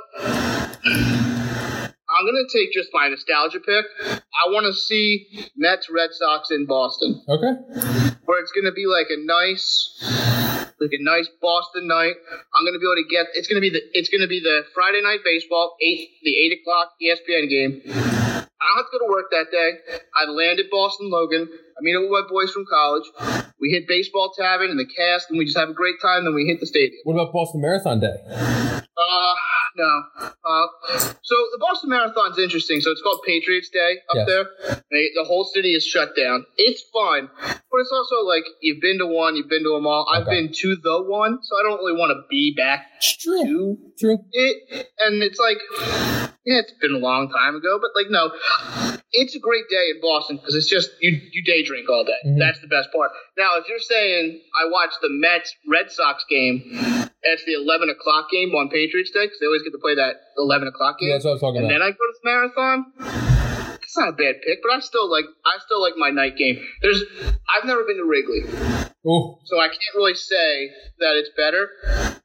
Speaker 1: I'm gonna take just my nostalgia pick. I want to see Mets Red Sox in Boston,
Speaker 3: Okay.
Speaker 1: where it's gonna be like a nice, like a nice Boston night. I'm gonna be able to get. It's gonna be the. It's gonna be the Friday night baseball eight the eight o'clock E ESPN game. I don't have to go to work that day. I land at Boston Logan. I meet up with my boys from college. We hit baseball tavern and the cast, and we just have a great time. Then we hit the stadium.
Speaker 3: What about Boston Marathon Day?
Speaker 1: Uh, no. Uh, so the Boston Marathon's interesting. So it's called Patriots Day up
Speaker 3: Yes.
Speaker 1: there. They, the whole city is shut down. It's fun, but it's also like you've been to one, you've been to them all. I've
Speaker 3: Okay.
Speaker 1: been to the one, so I don't really want to be back
Speaker 3: It's true.
Speaker 1: to
Speaker 3: True.
Speaker 1: it. And it's like, yeah, it's been a long time ago, but like, no, it's a great day in Boston because it's just you you day drink all day.
Speaker 3: Mhm.
Speaker 1: That's the best part. Now, if you're saying I watched the Mets Red Sox game, that's the 11 o'clock game on Patriots Day because they always get to play that 11 o'clock game.
Speaker 3: Yeah, that's what I was talking
Speaker 1: and
Speaker 3: about.
Speaker 1: then I go to the marathon. That's not a bad pick, but I still like I still like my night game. There's I've never been to Wrigley
Speaker 3: oh,
Speaker 1: so I can't really say that it's better.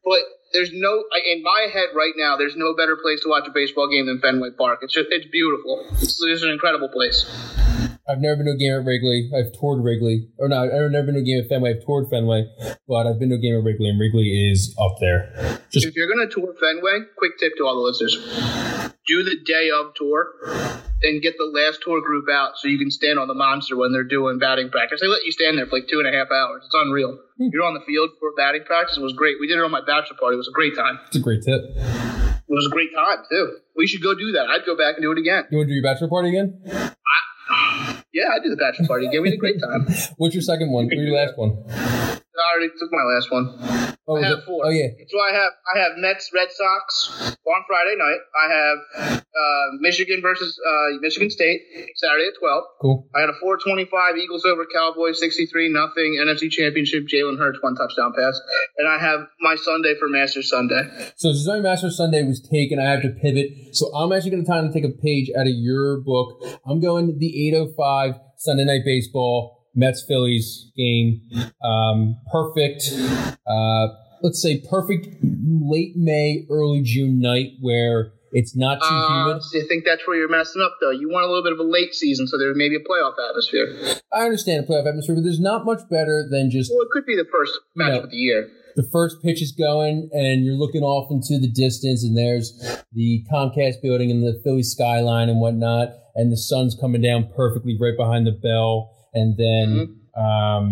Speaker 1: But there's no I- in my head right now. There's no better place to watch a baseball game than Fenway Park. It's just it's beautiful. It's, it's an incredible place.
Speaker 3: I've never been to a game at Wrigley. I've toured Wrigley. Or no, I've never been to a game at Fenway. I've toured Fenway, but I've been to a game at Wrigley, and Wrigley is up there.
Speaker 1: If you're gonna tour Fenway, quick tip to all the listeners: do the day of tour and get the last tour group out so you can stand on the monster when they're doing batting practice. They let you stand there for like two and a half hours. It's unreal. You're on the field for batting practice. It was great. We did it on my bachelor party. It was a great time.
Speaker 3: It's a great tip.
Speaker 1: It was a great time too. We should go do that. I'd go back and do it again.
Speaker 3: You want to do your bachelor party again?
Speaker 1: Yeah, I did the bachelor party again. We had a great
Speaker 3: [LAUGHS]
Speaker 1: time.
Speaker 3: What's your second one?
Speaker 1: [LAUGHS]
Speaker 3: Or your last one?
Speaker 1: I already took my last one.
Speaker 3: Oh,
Speaker 1: I
Speaker 3: was
Speaker 1: have
Speaker 3: it-
Speaker 1: four.
Speaker 3: oh yeah.
Speaker 1: So I have I have Mets Red Sox on Friday night. I have uh, Michigan versus uh, Michigan State Saturday at twelve.
Speaker 3: Cool.
Speaker 1: I had a four twenty five Eagles over Cowboys sixty three nothing NFC Championship Jalen Hurts one touchdown pass, and I have my Sunday for Masters Sunday.
Speaker 3: So Design Master Sunday was taken. I have to pivot. So I'm actually going to time to take a page out of your book. I'm going the 805 Sunday Night Baseball Mets Phillies game. Um, perfect. Uh, let's say perfect late May, early June night where It's not too
Speaker 1: Uh,
Speaker 3: humid.
Speaker 1: I think that's where you're messing up, though. You want a little bit of a late season, so there's maybe a playoff atmosphere.
Speaker 3: I understand a playoff atmosphere, but there's not much better than just
Speaker 1: Well, it could be the first match
Speaker 3: No.
Speaker 1: of the year.
Speaker 3: the first pitch is going and you're looking off into the distance and there's the Comcast building and the Philly skyline and whatnot and the sun's coming down perfectly right behind the bell and then
Speaker 1: Mm-hmm.
Speaker 3: um,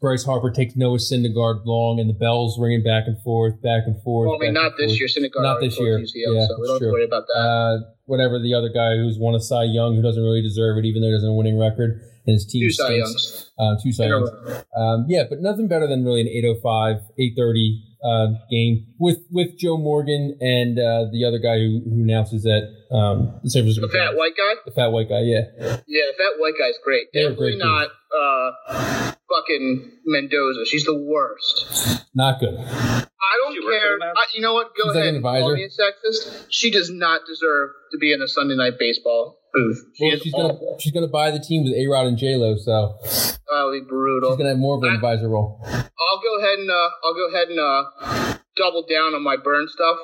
Speaker 3: Bryce Harper takes Noah Syndergaard long and the bell's ringing back and forth, back and forth.
Speaker 1: Well, I mean,
Speaker 3: back
Speaker 1: not
Speaker 3: and
Speaker 1: this
Speaker 3: forth.
Speaker 1: year. Syndergaard
Speaker 3: Not
Speaker 1: already
Speaker 3: this
Speaker 1: tore
Speaker 3: year.
Speaker 1: his ACL,
Speaker 3: Yeah,
Speaker 1: so we
Speaker 3: it's
Speaker 1: don't have to
Speaker 3: true.
Speaker 1: worry about that.
Speaker 3: Uh, whatever the other guy who's won a Cy Young who doesn't really deserve it even though he doesn't have a winning record and his team
Speaker 1: Two Cy
Speaker 3: stinks.
Speaker 1: Youngs.
Speaker 3: Uh, two Cy
Speaker 1: in a
Speaker 3: Youngs.
Speaker 1: row.
Speaker 3: Um, yeah, but nothing better than really an 805, 830 uh, game with with Joe Morgan and uh, the other guy who, who announces that um, the San Francisco
Speaker 1: The fat
Speaker 3: Giants.
Speaker 1: white guy?
Speaker 3: the fat white guy, yeah.
Speaker 1: Yeah, the fat white guy's great.
Speaker 3: They were
Speaker 1: Definitely
Speaker 3: great
Speaker 1: not uh, fucking Mendoza. She's the worst.
Speaker 3: Not good.
Speaker 1: I don't
Speaker 5: She worked
Speaker 1: care.
Speaker 5: for the Mets?
Speaker 1: I, you know what? Go
Speaker 3: She's like
Speaker 1: ahead.
Speaker 3: an
Speaker 1: and Call
Speaker 3: advisor.
Speaker 1: me a sexist. She does not deserve to be in the Sunday night baseball booth. She
Speaker 3: Well,
Speaker 1: is
Speaker 3: she's gonna
Speaker 1: awful.
Speaker 3: she's gonna buy the team with A Rod and J Lo, so
Speaker 1: That would be
Speaker 3: she's
Speaker 1: brutal.
Speaker 3: gonna have more of an advisor role.
Speaker 1: I'll go ahead and uh, I'll go ahead and uh, double down on my burn stuff.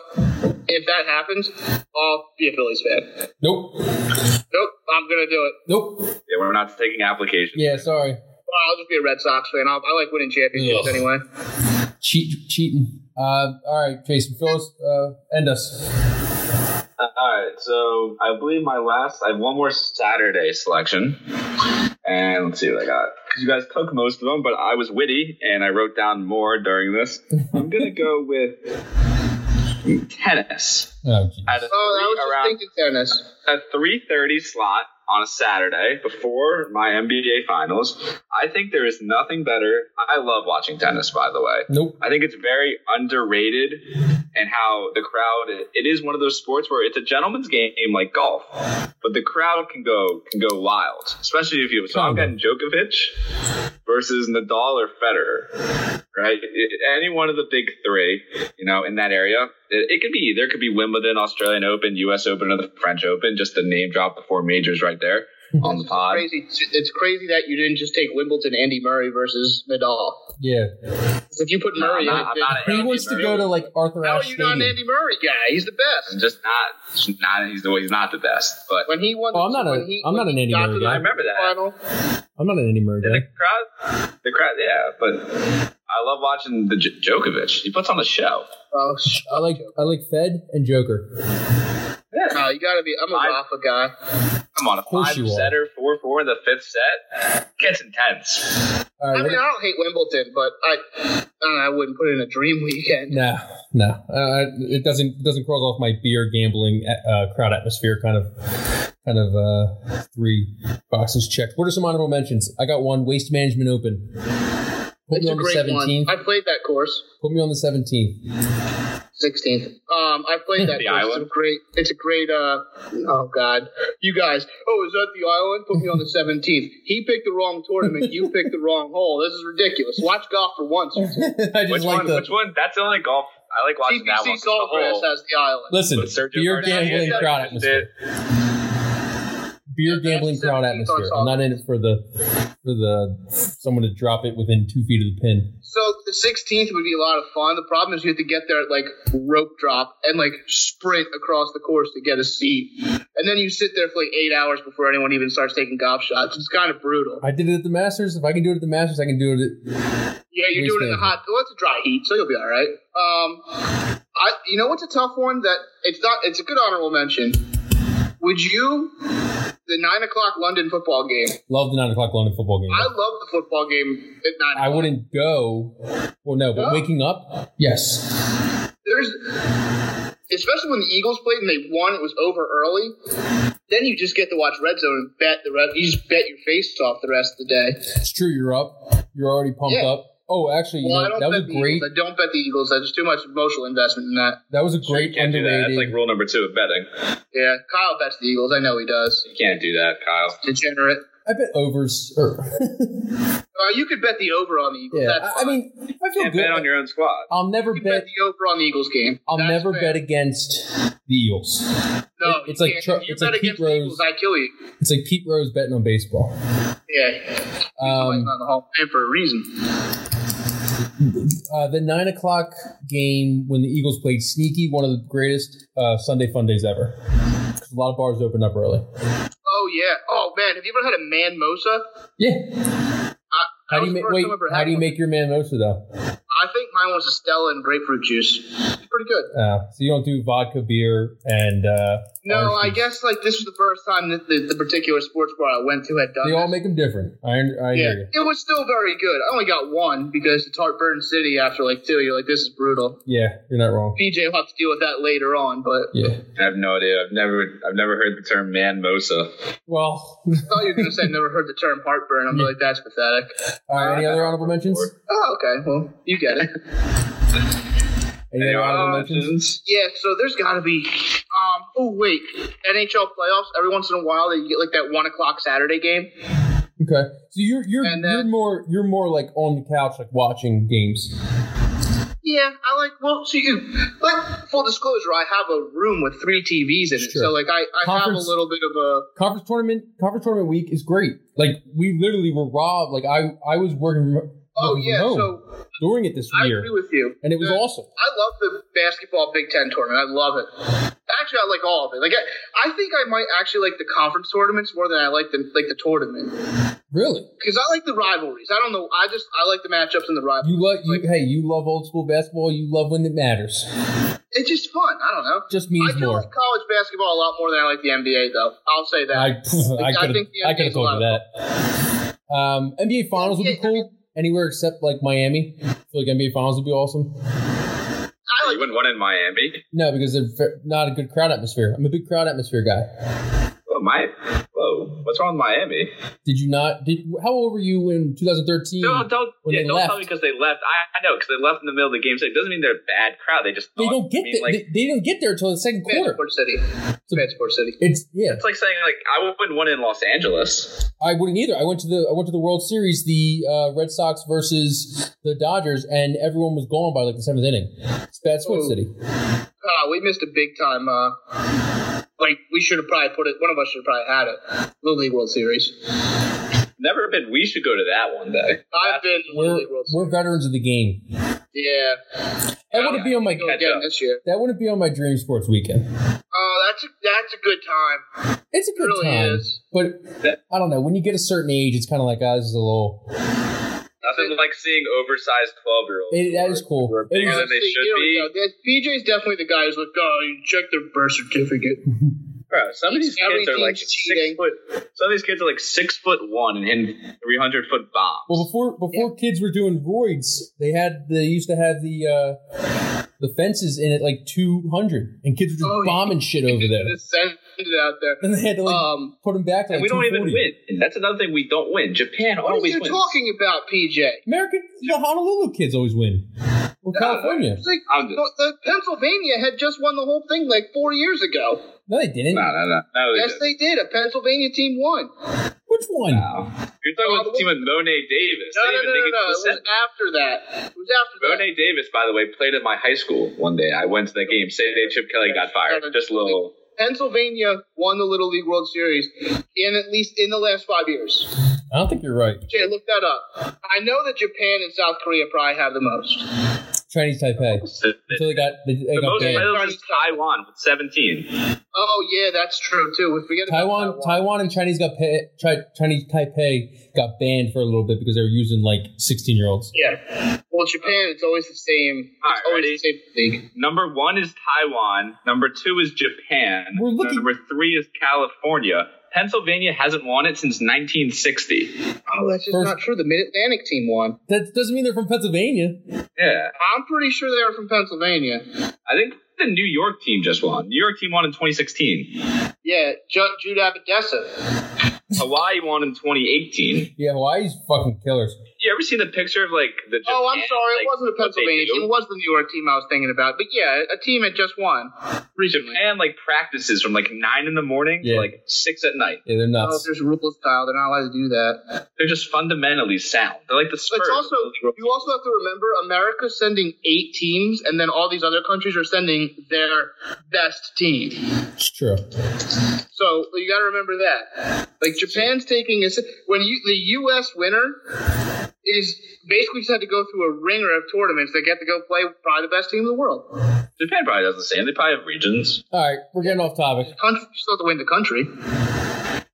Speaker 1: If that happens, I'll be a Phillies fan.
Speaker 3: Nope,
Speaker 1: Nope, I'm gonna do it.
Speaker 3: nope.
Speaker 5: Yeah, we're not taking applications.
Speaker 3: Yeah,
Speaker 1: Well,
Speaker 3: sorry,
Speaker 1: I'll just be a Red Sox fan. I'll, I like winning championships
Speaker 3: Ugh.
Speaker 5: [LAUGHS]
Speaker 1: anyway.
Speaker 3: cheat cheating. Uh, all right, Jason, fill us, uh, end us.
Speaker 5: All right, so I believe my last, I have one more Saturday selection, and let's see what I got. Because you guys took most of them, but I was witty and I wrote down more during this. I'm gonna go with tennis
Speaker 3: Oh, gee.
Speaker 5: at a
Speaker 1: Oh, that
Speaker 5: three-
Speaker 1: was
Speaker 5: around
Speaker 1: just thinking fairness.
Speaker 5: a 3:30 slot on a Saturday before my NBA finals. I think there is nothing better. I love watching tennis, by the way.
Speaker 3: Nope.
Speaker 5: I think it's very underrated and how the crowd it is one of those sports where it's a gentleman's game like golf, but the crowd can go can go wild, especially if you so I'm getting Djokovic versus Nadal or Federer, right? I- Any one of the big 3, you know, in that area. It, it could be there could be Wimbledon, Australian Open, US Open or the French Open, just the name drop the four majors right there on the pod.
Speaker 1: Crazy. It's crazy that you didn't just take Wimbledon Andy Murray versus Nadal.
Speaker 3: Yeah,
Speaker 1: 'Cause if you put
Speaker 5: No,
Speaker 1: Murray, in
Speaker 5: I'm not-
Speaker 1: it,
Speaker 5: I'm
Speaker 1: then-
Speaker 5: not an
Speaker 3: he
Speaker 5: Andy
Speaker 3: wants to
Speaker 5: Murray.
Speaker 3: go to like Arthur
Speaker 1: How are
Speaker 3: Ashe
Speaker 1: you not an
Speaker 3: Stadium.
Speaker 1: Andy Murray guy? He's the
Speaker 5: I'm
Speaker 1: best.
Speaker 5: just not, just not he's the he's not the best, but
Speaker 1: When he won,
Speaker 3: Oh, I'm
Speaker 1: the-
Speaker 3: not a-
Speaker 1: when he,
Speaker 3: I'm
Speaker 1: when
Speaker 3: not an
Speaker 1: he
Speaker 3: Andy
Speaker 1: got
Speaker 3: Murray
Speaker 1: to the
Speaker 3: guy.
Speaker 5: I remember that.
Speaker 1: Final.
Speaker 3: I'm not an Andy Murray
Speaker 5: And the
Speaker 3: guy.
Speaker 5: crowd, the crowd, yeah. But I love watching the J- Djokovic. He puts on a show.
Speaker 1: Oh, sh-
Speaker 3: I like I like Fed and Joker.
Speaker 1: no, you gotta be. I'm a
Speaker 5: I-
Speaker 1: Rafa guy.
Speaker 5: Come on, a
Speaker 3: course
Speaker 5: five
Speaker 3: you are.
Speaker 5: setter, four four in the fifth set gets intense.
Speaker 3: All
Speaker 1: I
Speaker 3: right,
Speaker 1: mean, I don't hate Wimbledon, but I, I, don't know, I wouldn't put it in a dream weekend.
Speaker 3: No, no, uh, it doesn't it doesn't cross off my beer gambling uh, crowd atmosphere kind of kind of uh, three boxes checked. What are some honorable mentions? I got one waste management open. Put
Speaker 1: It's
Speaker 3: me
Speaker 1: a
Speaker 3: on the
Speaker 1: great
Speaker 3: seventeenth.
Speaker 1: one. I played that course.
Speaker 3: Put me on the seventeenth. [LAUGHS]
Speaker 1: 16th. Um, I
Speaker 5: [LAUGHS]
Speaker 1: played that
Speaker 5: The
Speaker 1: course. It's a
Speaker 5: island?
Speaker 1: great. It's a great. Uh, oh God, you guys. Oh, is that the island? Put me on the 17th. He picked the wrong tournament. You picked the wrong hole. This is ridiculous. Watch golf for once. you two.
Speaker 3: I just
Speaker 5: Which
Speaker 3: like
Speaker 5: one?
Speaker 3: the
Speaker 5: Which one? That's the only golf I like watching. that one.
Speaker 1: CBC
Speaker 5: 'cause the
Speaker 1: Saltgrass
Speaker 5: whole-
Speaker 1: has the island.
Speaker 3: listen
Speaker 5: with Sergio
Speaker 3: beer
Speaker 5: Garcia,
Speaker 3: gambling
Speaker 5: that
Speaker 3: crowd
Speaker 5: just
Speaker 3: atmosphere.
Speaker 5: did-
Speaker 3: Beer gambling
Speaker 1: That's the
Speaker 3: crowd
Speaker 1: 17th on
Speaker 3: atmosphere. I'm not in it for the for the someone to drop it within two feet of the pin.
Speaker 1: So the 16th would be a lot of fun. The problem is you have to get there at like rope drop and like sprint across the course to get a seat, and then you sit there for like eight hours before anyone even starts taking golf shots. It's kind of brutal.
Speaker 3: I did it at the Masters. If I can do it at the Masters, I can do it. At,
Speaker 1: Yeah, you're doing it in the hot. Well, it's a dry heat, so you'll be all right. Um, I, you know what's a tough one? That it's not. It's a good honorable mention. Would you? The nine o'clock London football game.
Speaker 3: love the nine o'clock London football game.
Speaker 1: I love the football game at nine.
Speaker 3: I wouldn't go. Well, no, but
Speaker 1: No?
Speaker 3: waking up, yes.
Speaker 1: there's especially when the Eagles played and they won, it was over early. Then you just get to watch Red Zone and bet the red. You just bet your face off the rest of the day.
Speaker 3: It's true. You're up. You're already pumped
Speaker 1: Yeah.
Speaker 3: up. Oh, actually, you
Speaker 1: Well, I
Speaker 3: know,
Speaker 1: don't
Speaker 3: that was
Speaker 1: bet
Speaker 3: a
Speaker 1: the
Speaker 3: great.
Speaker 1: Eagles. I don't bet the Eagles. There's too much emotional investment in that.
Speaker 3: That was a
Speaker 5: Sure, you
Speaker 3: great
Speaker 5: can't do that. That's
Speaker 3: underrated.
Speaker 5: like rule number two of betting.
Speaker 1: Yeah, Kyle bets the Eagles. I know he does.
Speaker 5: You can't do that, Kyle.
Speaker 1: Degenerate.
Speaker 3: I bet overs. Or,
Speaker 1: Uh, you could bet the over on the Eagles.
Speaker 3: [LAUGHS] yeah,
Speaker 1: That's
Speaker 3: I, I
Speaker 1: fine.
Speaker 3: mean, if I feel
Speaker 5: Can't bet on
Speaker 3: good.
Speaker 5: your own squad.
Speaker 3: I'll never
Speaker 1: you bet
Speaker 3: bet.
Speaker 1: the over on the Eagles game.
Speaker 3: I'll
Speaker 1: That's
Speaker 3: never
Speaker 1: fair.
Speaker 3: bet against the Eagles.
Speaker 1: No,
Speaker 3: it- it's
Speaker 1: you
Speaker 3: like
Speaker 1: can't.
Speaker 3: Char-
Speaker 1: If you
Speaker 3: it's
Speaker 1: bet
Speaker 3: like Pete
Speaker 1: against the
Speaker 3: Rose.
Speaker 1: Eagles, I kill you.
Speaker 3: It's like Pete Rose betting on baseball.
Speaker 1: Yeah, he's
Speaker 3: Um,
Speaker 1: not in the Hall of Fame for a reason.
Speaker 3: Uh, the nine o'clock game when the Eagles played sneaky, one of the greatest uh, Sunday fun days ever. 'Cause A lot of bars opened up early.
Speaker 1: Oh yeah. Oh man, have you ever had a man mosa?
Speaker 3: Yeah. How do
Speaker 1: was
Speaker 3: you
Speaker 1: the
Speaker 3: make
Speaker 1: first
Speaker 3: wait?
Speaker 1: time I ever
Speaker 3: How
Speaker 1: had
Speaker 3: do you
Speaker 1: one.
Speaker 3: make your man mosa though?
Speaker 1: I think mine was a Stella and grapefruit juice. It's pretty good.
Speaker 3: Uh, so you don't do vodka, beer, and uh,
Speaker 1: No,
Speaker 3: orange
Speaker 1: I
Speaker 3: juice.
Speaker 1: guess like this was the first time that the, the particular sports bar I went to had done.
Speaker 3: they all
Speaker 1: this.
Speaker 3: make them different. I, I
Speaker 1: yeah,
Speaker 3: hear you.
Speaker 1: it was still very good. I only got one because it's Heartburn City after like two. You're like, this is brutal.
Speaker 3: Yeah, you're not wrong.
Speaker 1: PJ will have to deal with that later on, but
Speaker 3: Yeah.
Speaker 5: I have no idea. I've never I've never heard the term man mosa.
Speaker 3: Well, [LAUGHS]
Speaker 1: I thought you were gonna say I never heard the term heartburn. I'm like, that's pathetic.
Speaker 3: all right, any other honorable mentions?
Speaker 1: Oh, okay. Well, you get
Speaker 3: [LAUGHS]
Speaker 1: it.
Speaker 3: Any other honorable mentions?
Speaker 1: Yeah, so there's got to be. Um, oh wait, NHL playoffs. Every once in a while, you get like that one o'clock Saturday game.
Speaker 3: Okay, so you're you're
Speaker 1: And
Speaker 3: you're
Speaker 1: then-
Speaker 3: more you're more like on the couch, like watching games.
Speaker 1: Yeah, I like. Well, so you like full disclosure, I have a room with three TVs in it,
Speaker 3: Sure.
Speaker 1: so like I, I have a
Speaker 3: Conference-
Speaker 1: little bit of a.
Speaker 3: Conference tournament conference tournament week is great. Like we literally were robbed. Like I I was working. remo-
Speaker 1: Oh
Speaker 3: working from
Speaker 1: yeah,
Speaker 3: home
Speaker 1: so
Speaker 3: during it this
Speaker 1: I
Speaker 3: year,
Speaker 1: agree with you.
Speaker 3: and it was
Speaker 1: The-
Speaker 3: awesome.
Speaker 1: I love the basketball Big Ten tournament. I love it. Actually, I like all of it. Like I, I think I might actually like the conference tournaments more than I like the like the tournament
Speaker 3: Really,
Speaker 1: because I like the rivalries. I don't know. I just I like the matchups and the rivalries.
Speaker 3: you love you.
Speaker 1: Like-
Speaker 3: hey, you love old school basketball. You love when it matters.
Speaker 1: It's just fun. I don't know.
Speaker 3: Just
Speaker 1: I
Speaker 3: means
Speaker 1: do
Speaker 3: more.
Speaker 1: like college basketball a lot more than I like the NBA, though. I'll say that.
Speaker 3: I [LAUGHS]
Speaker 1: I
Speaker 3: I could
Speaker 1: think the
Speaker 3: I
Speaker 1: NBA
Speaker 3: could have
Speaker 1: is a
Speaker 3: told
Speaker 1: lot
Speaker 3: you
Speaker 1: of
Speaker 3: that. Um, NBA Finals would be
Speaker 1: Yeah, I
Speaker 3: cool anywhere except like Miami. I feel like NBA Finals would be awesome.
Speaker 1: I
Speaker 5: You
Speaker 1: like.
Speaker 5: went one in Miami.
Speaker 3: No, because they're fe- not a good crowd atmosphere. I'm a big crowd atmosphere guy.
Speaker 5: Oh my! Whoa, what's wrong with Miami?
Speaker 3: Did you not? Did how old were you in 2013?
Speaker 5: No, don't.
Speaker 3: When
Speaker 5: yeah,
Speaker 3: they
Speaker 5: don't
Speaker 3: left.
Speaker 5: tell me because they left. I, I know because they left in the middle of the game. So it doesn't mean they're a bad crowd. They just
Speaker 3: they don't
Speaker 5: thought-
Speaker 3: get
Speaker 5: I mean,
Speaker 3: the-
Speaker 5: like,
Speaker 3: they, they didn't get there until the second quarter.
Speaker 1: Vanderport City. It's Vanderport City.
Speaker 3: It's yeah.
Speaker 5: it's like saying like I went one in Los Angeles.
Speaker 3: I wouldn't either. I went to the I went to the World Series, the uh, Red Sox versus the Dodgers, and everyone was gone by like the seventh inning. It's bad sports
Speaker 1: Oh.
Speaker 3: city.
Speaker 1: Ah, we missed a big time. Uh, like we should have probably put it. One of us should have probably had it. Little League World Series.
Speaker 5: Never been. We should go to that one day.
Speaker 1: I've been to Little
Speaker 3: We're
Speaker 1: League World Series.
Speaker 3: we're veterans of the game.
Speaker 1: Yeah,
Speaker 3: That wouldn't be on my
Speaker 1: go
Speaker 5: Catch
Speaker 1: again
Speaker 5: up.
Speaker 1: this year.
Speaker 3: that wouldn't be on my dream sports weekend.
Speaker 1: Oh, that's a that's a good time.
Speaker 3: It's a good
Speaker 1: really
Speaker 3: time,
Speaker 1: is.
Speaker 3: but I don't know. When you get a certain age, it's kind of like, ah, this is a little.
Speaker 5: Nothing like seeing oversized twelve year olds.
Speaker 3: It, that is cool.
Speaker 5: We're
Speaker 3: It
Speaker 5: bigger
Speaker 3: was-
Speaker 5: than they
Speaker 1: Honestly,
Speaker 5: should
Speaker 1: here we
Speaker 5: be.
Speaker 1: go. That- PJ's definitely the guy who's like, oh, you check their birth certificate.
Speaker 5: Bro, some of these kids are like
Speaker 1: Everything's cheating.
Speaker 5: six foot. Some of these kids are like six foot one and hitting three hundred foot bombs.
Speaker 3: well, before before kids were doing roids, they had they used to have the uh, the fences in at like two hundred, and kids were just
Speaker 1: Oh, yeah.
Speaker 3: bombing shit
Speaker 1: [LAUGHS]
Speaker 3: over
Speaker 5: [LAUGHS]
Speaker 3: there.
Speaker 1: Just send it out there.
Speaker 3: And they had to like
Speaker 1: Um,
Speaker 3: put them back. To,
Speaker 5: Oh. and
Speaker 3: like
Speaker 5: we don't even
Speaker 3: 240.
Speaker 5: win. And that's another thing we don't win. Japan
Speaker 1: what are
Speaker 5: always
Speaker 1: you
Speaker 5: wins.
Speaker 1: talking about, PJ?
Speaker 3: American, the Honolulu kids always win, or California.
Speaker 1: It's like
Speaker 5: Oh, I'm just-
Speaker 1: the, the Pennsylvania had just won the whole thing like four years ago.
Speaker 3: No, they didn't.
Speaker 5: No, no, no. no they
Speaker 1: Yes,
Speaker 5: didn't.
Speaker 1: they did. A Pennsylvania team won.
Speaker 3: Which one?
Speaker 5: You're talking about the team with Monet Davis.
Speaker 1: No,
Speaker 5: They
Speaker 1: no,
Speaker 5: even
Speaker 1: no, no,
Speaker 5: think it's
Speaker 1: no. It was
Speaker 5: the same.
Speaker 1: after that. It was after that.
Speaker 5: Monet Davis, by the way, played at my high school one day. I went to that game. Same day Chip Kelly got fired. Just a little.
Speaker 1: Pennsylvania won the Little League World Series in at least in the last five years.
Speaker 3: I don't think you're right.
Speaker 1: Jay, look that up. I know that Japan and South Korea probably have the most.
Speaker 3: Chinese Taipei.
Speaker 5: The,
Speaker 3: Until they got they, they got
Speaker 5: most
Speaker 3: banned.
Speaker 5: medals is Taiwan with 17.
Speaker 1: Oh yeah, that's true too. We forget
Speaker 3: Taiwan,
Speaker 1: about Taiwan.
Speaker 3: Taiwan, and Chinese got pa- Chi- Chinese Taipei got banned for a little bit because they were using like sixteen year olds.
Speaker 1: Yeah. Well, Japan, it's always the same. It's always the
Speaker 5: Alrighty.
Speaker 1: same league.
Speaker 5: Number one is Taiwan. Number two is Japan.
Speaker 3: We're looking-
Speaker 5: Number three is California. Pennsylvania hasn't won it since 1960.
Speaker 1: Oh, that's just
Speaker 3: First-
Speaker 1: not true. The Mid Atlantic team won.
Speaker 3: That doesn't mean they're from Pennsylvania.
Speaker 5: Yeah.
Speaker 1: I'm pretty sure they were from Pennsylvania.
Speaker 5: I think the New York team just won. New York team won
Speaker 3: [LAUGHS]
Speaker 5: in 2016.
Speaker 1: Yeah, Ju- Jude Abadesa.
Speaker 5: Hawaii won in 2018.
Speaker 3: Yeah, Hawaii's fucking killers.
Speaker 5: You ever seen the picture of like the? Japan,
Speaker 1: Oh, I'm sorry,
Speaker 5: like,
Speaker 1: it wasn't a
Speaker 5: what they
Speaker 1: Pennsylvania
Speaker 5: do?
Speaker 1: team. It was the New York team I was thinking about. But yeah, a team had just won recently.
Speaker 5: Japan like practices from like nine in the morning
Speaker 3: Yeah.
Speaker 5: to like six at night.
Speaker 3: Yeah, they're
Speaker 1: Oh,
Speaker 3: nuts.
Speaker 1: there's rules, Kyle. They're not allowed to do that.
Speaker 5: They're just fundamentally sound. They're like the Spurs.
Speaker 1: It's also you also have to remember America's sending eight teams, and then all these other countries are sending their best team.
Speaker 3: It's true.
Speaker 1: So you got to remember that. Like Japan's taking a s when you the U.S. winner is basically just had to go through a ringer of tournaments that get to go play probably the best team in the world.
Speaker 5: Japan probably does the same. They probably have regions.
Speaker 3: All right, we're getting off topic.
Speaker 1: Country you still have to win the country.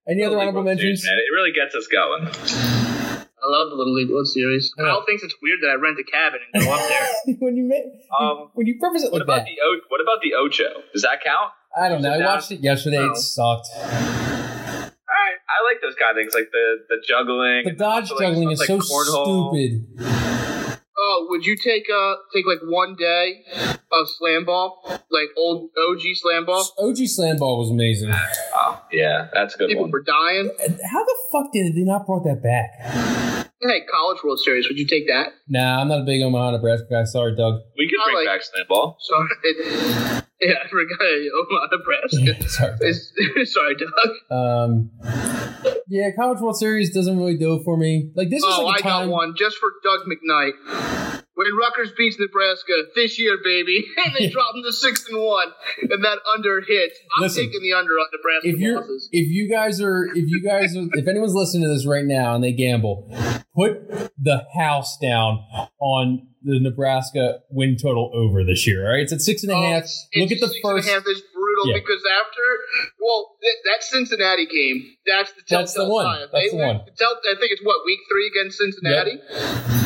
Speaker 3: Any other honorable
Speaker 5: Dude,
Speaker 3: mentions?
Speaker 5: man, it really gets us going.
Speaker 1: I love the Little League World Series.
Speaker 3: Yeah.
Speaker 1: Kyle thinks it's weird that I rent a cabin and go up there.
Speaker 3: [LAUGHS] when you ma-
Speaker 5: Um,
Speaker 3: when you preface it like
Speaker 5: what about
Speaker 3: that,
Speaker 5: the o- what about the Ocho? Does that count?
Speaker 3: I don't know. I
Speaker 5: Down-
Speaker 3: watched it yesterday.
Speaker 1: No.
Speaker 3: It sucked.
Speaker 5: All right, I like those kind of things, like the the juggling.
Speaker 3: The dodge
Speaker 5: like,
Speaker 3: juggling is
Speaker 5: stuff
Speaker 3: so
Speaker 5: like cornhole.
Speaker 3: stupid.
Speaker 1: Oh, would you take uh take like one day of slam ball, like old OG slam ball?
Speaker 3: OG slam ball was amazing.
Speaker 5: Oh, yeah, that's a good
Speaker 1: People
Speaker 5: one.
Speaker 1: were dying.
Speaker 3: How the fuck did they not brought that back?
Speaker 1: Hey, college World Series, would you take that? [LAUGHS]
Speaker 3: Nah, I'm not a big Omaha Nebraska guy. Sorry, Doug.
Speaker 5: We could
Speaker 1: I
Speaker 5: bring
Speaker 1: like-
Speaker 5: back slam ball.
Speaker 1: Sorry, yeah, I forgot. Oh, [LAUGHS] Nebraska.
Speaker 3: [LAUGHS] Sorry.
Speaker 1: It's- [LAUGHS] Sorry, Doug.
Speaker 3: Um, yeah, College World Series doesn't really do it for me. Like this is
Speaker 1: Oh,
Speaker 3: like
Speaker 1: I
Speaker 3: a time.
Speaker 1: got one just for Doug McKnight. When Rutgers beats Nebraska this year, baby, [LAUGHS] and
Speaker 3: [LAUGHS]
Speaker 1: they drop them to six and one, and that under hits, I'm
Speaker 3: Listen,
Speaker 1: taking the under on Nebraska
Speaker 3: If you're,
Speaker 1: losses.
Speaker 3: if you guys are, if you guys are, if anyone's listening to this right now and they gamble, put the house down on the Nebraska win total over this year. All right, it's at six and a
Speaker 1: Oh,
Speaker 3: half. Look at
Speaker 1: it's
Speaker 3: the
Speaker 1: six and a
Speaker 3: first.
Speaker 1: half is brutal
Speaker 3: Yeah.
Speaker 1: because after, well, th- that Cincinnati game, that's the telltale
Speaker 3: That's the one.
Speaker 1: sign. If
Speaker 3: That's
Speaker 1: they
Speaker 3: the
Speaker 1: win-
Speaker 3: one.
Speaker 1: tell- I think it's what week three against Cincinnati.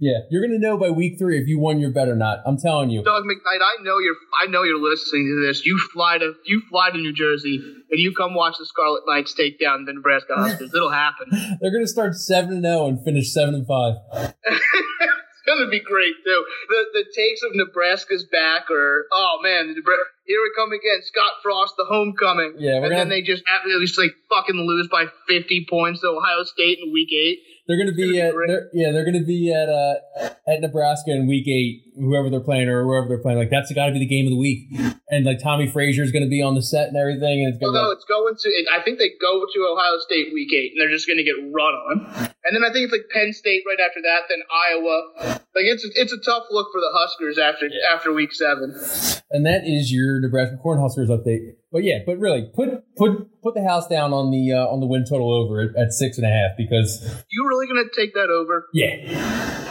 Speaker 3: Yeah, you're gonna know by week three if you won your bet or not. I'm telling you.
Speaker 1: Doug McKnight, I know you're. I know you're listening to this. You fly to you fly to New Jersey and you come watch the Scarlet Knights take down the Nebraska Huskers. It'll happen. [LAUGHS]
Speaker 3: They're gonna start seven and zero and finish seven and five.
Speaker 1: it's gonna be great too. The the takes of Nebraska's back are oh man, the Nebra- here we come again. Scott Frost, the homecoming.
Speaker 3: Yeah, we're
Speaker 1: and
Speaker 3: gonna-
Speaker 1: then they just absolutely just like fucking lose by fifty points to Ohio State in week eight.
Speaker 3: They're gonna
Speaker 1: gonna
Speaker 3: be
Speaker 1: be
Speaker 3: at
Speaker 1: great.
Speaker 3: they're, yeah they're gonna be at uh at Nebraska in week eight whoever they're playing or wherever they're playing like that's got to be the game of the week and like Tommy Frazier's gonna be on the set and everything and it's gonna be
Speaker 1: Although
Speaker 3: like,
Speaker 1: it's going to, it, I think they go to Ohio State week eight, and they're just going to get run on. And then I think it's like Penn State right after that, then Iowa. Like it's it's a tough look for the Huskers after after week seven.
Speaker 3: and that is your Nebraska Cornhuskers update but yeah but really put put put the house down on the uh, on the win total over at, at six and a half because
Speaker 1: You really going to take that over?
Speaker 3: yeah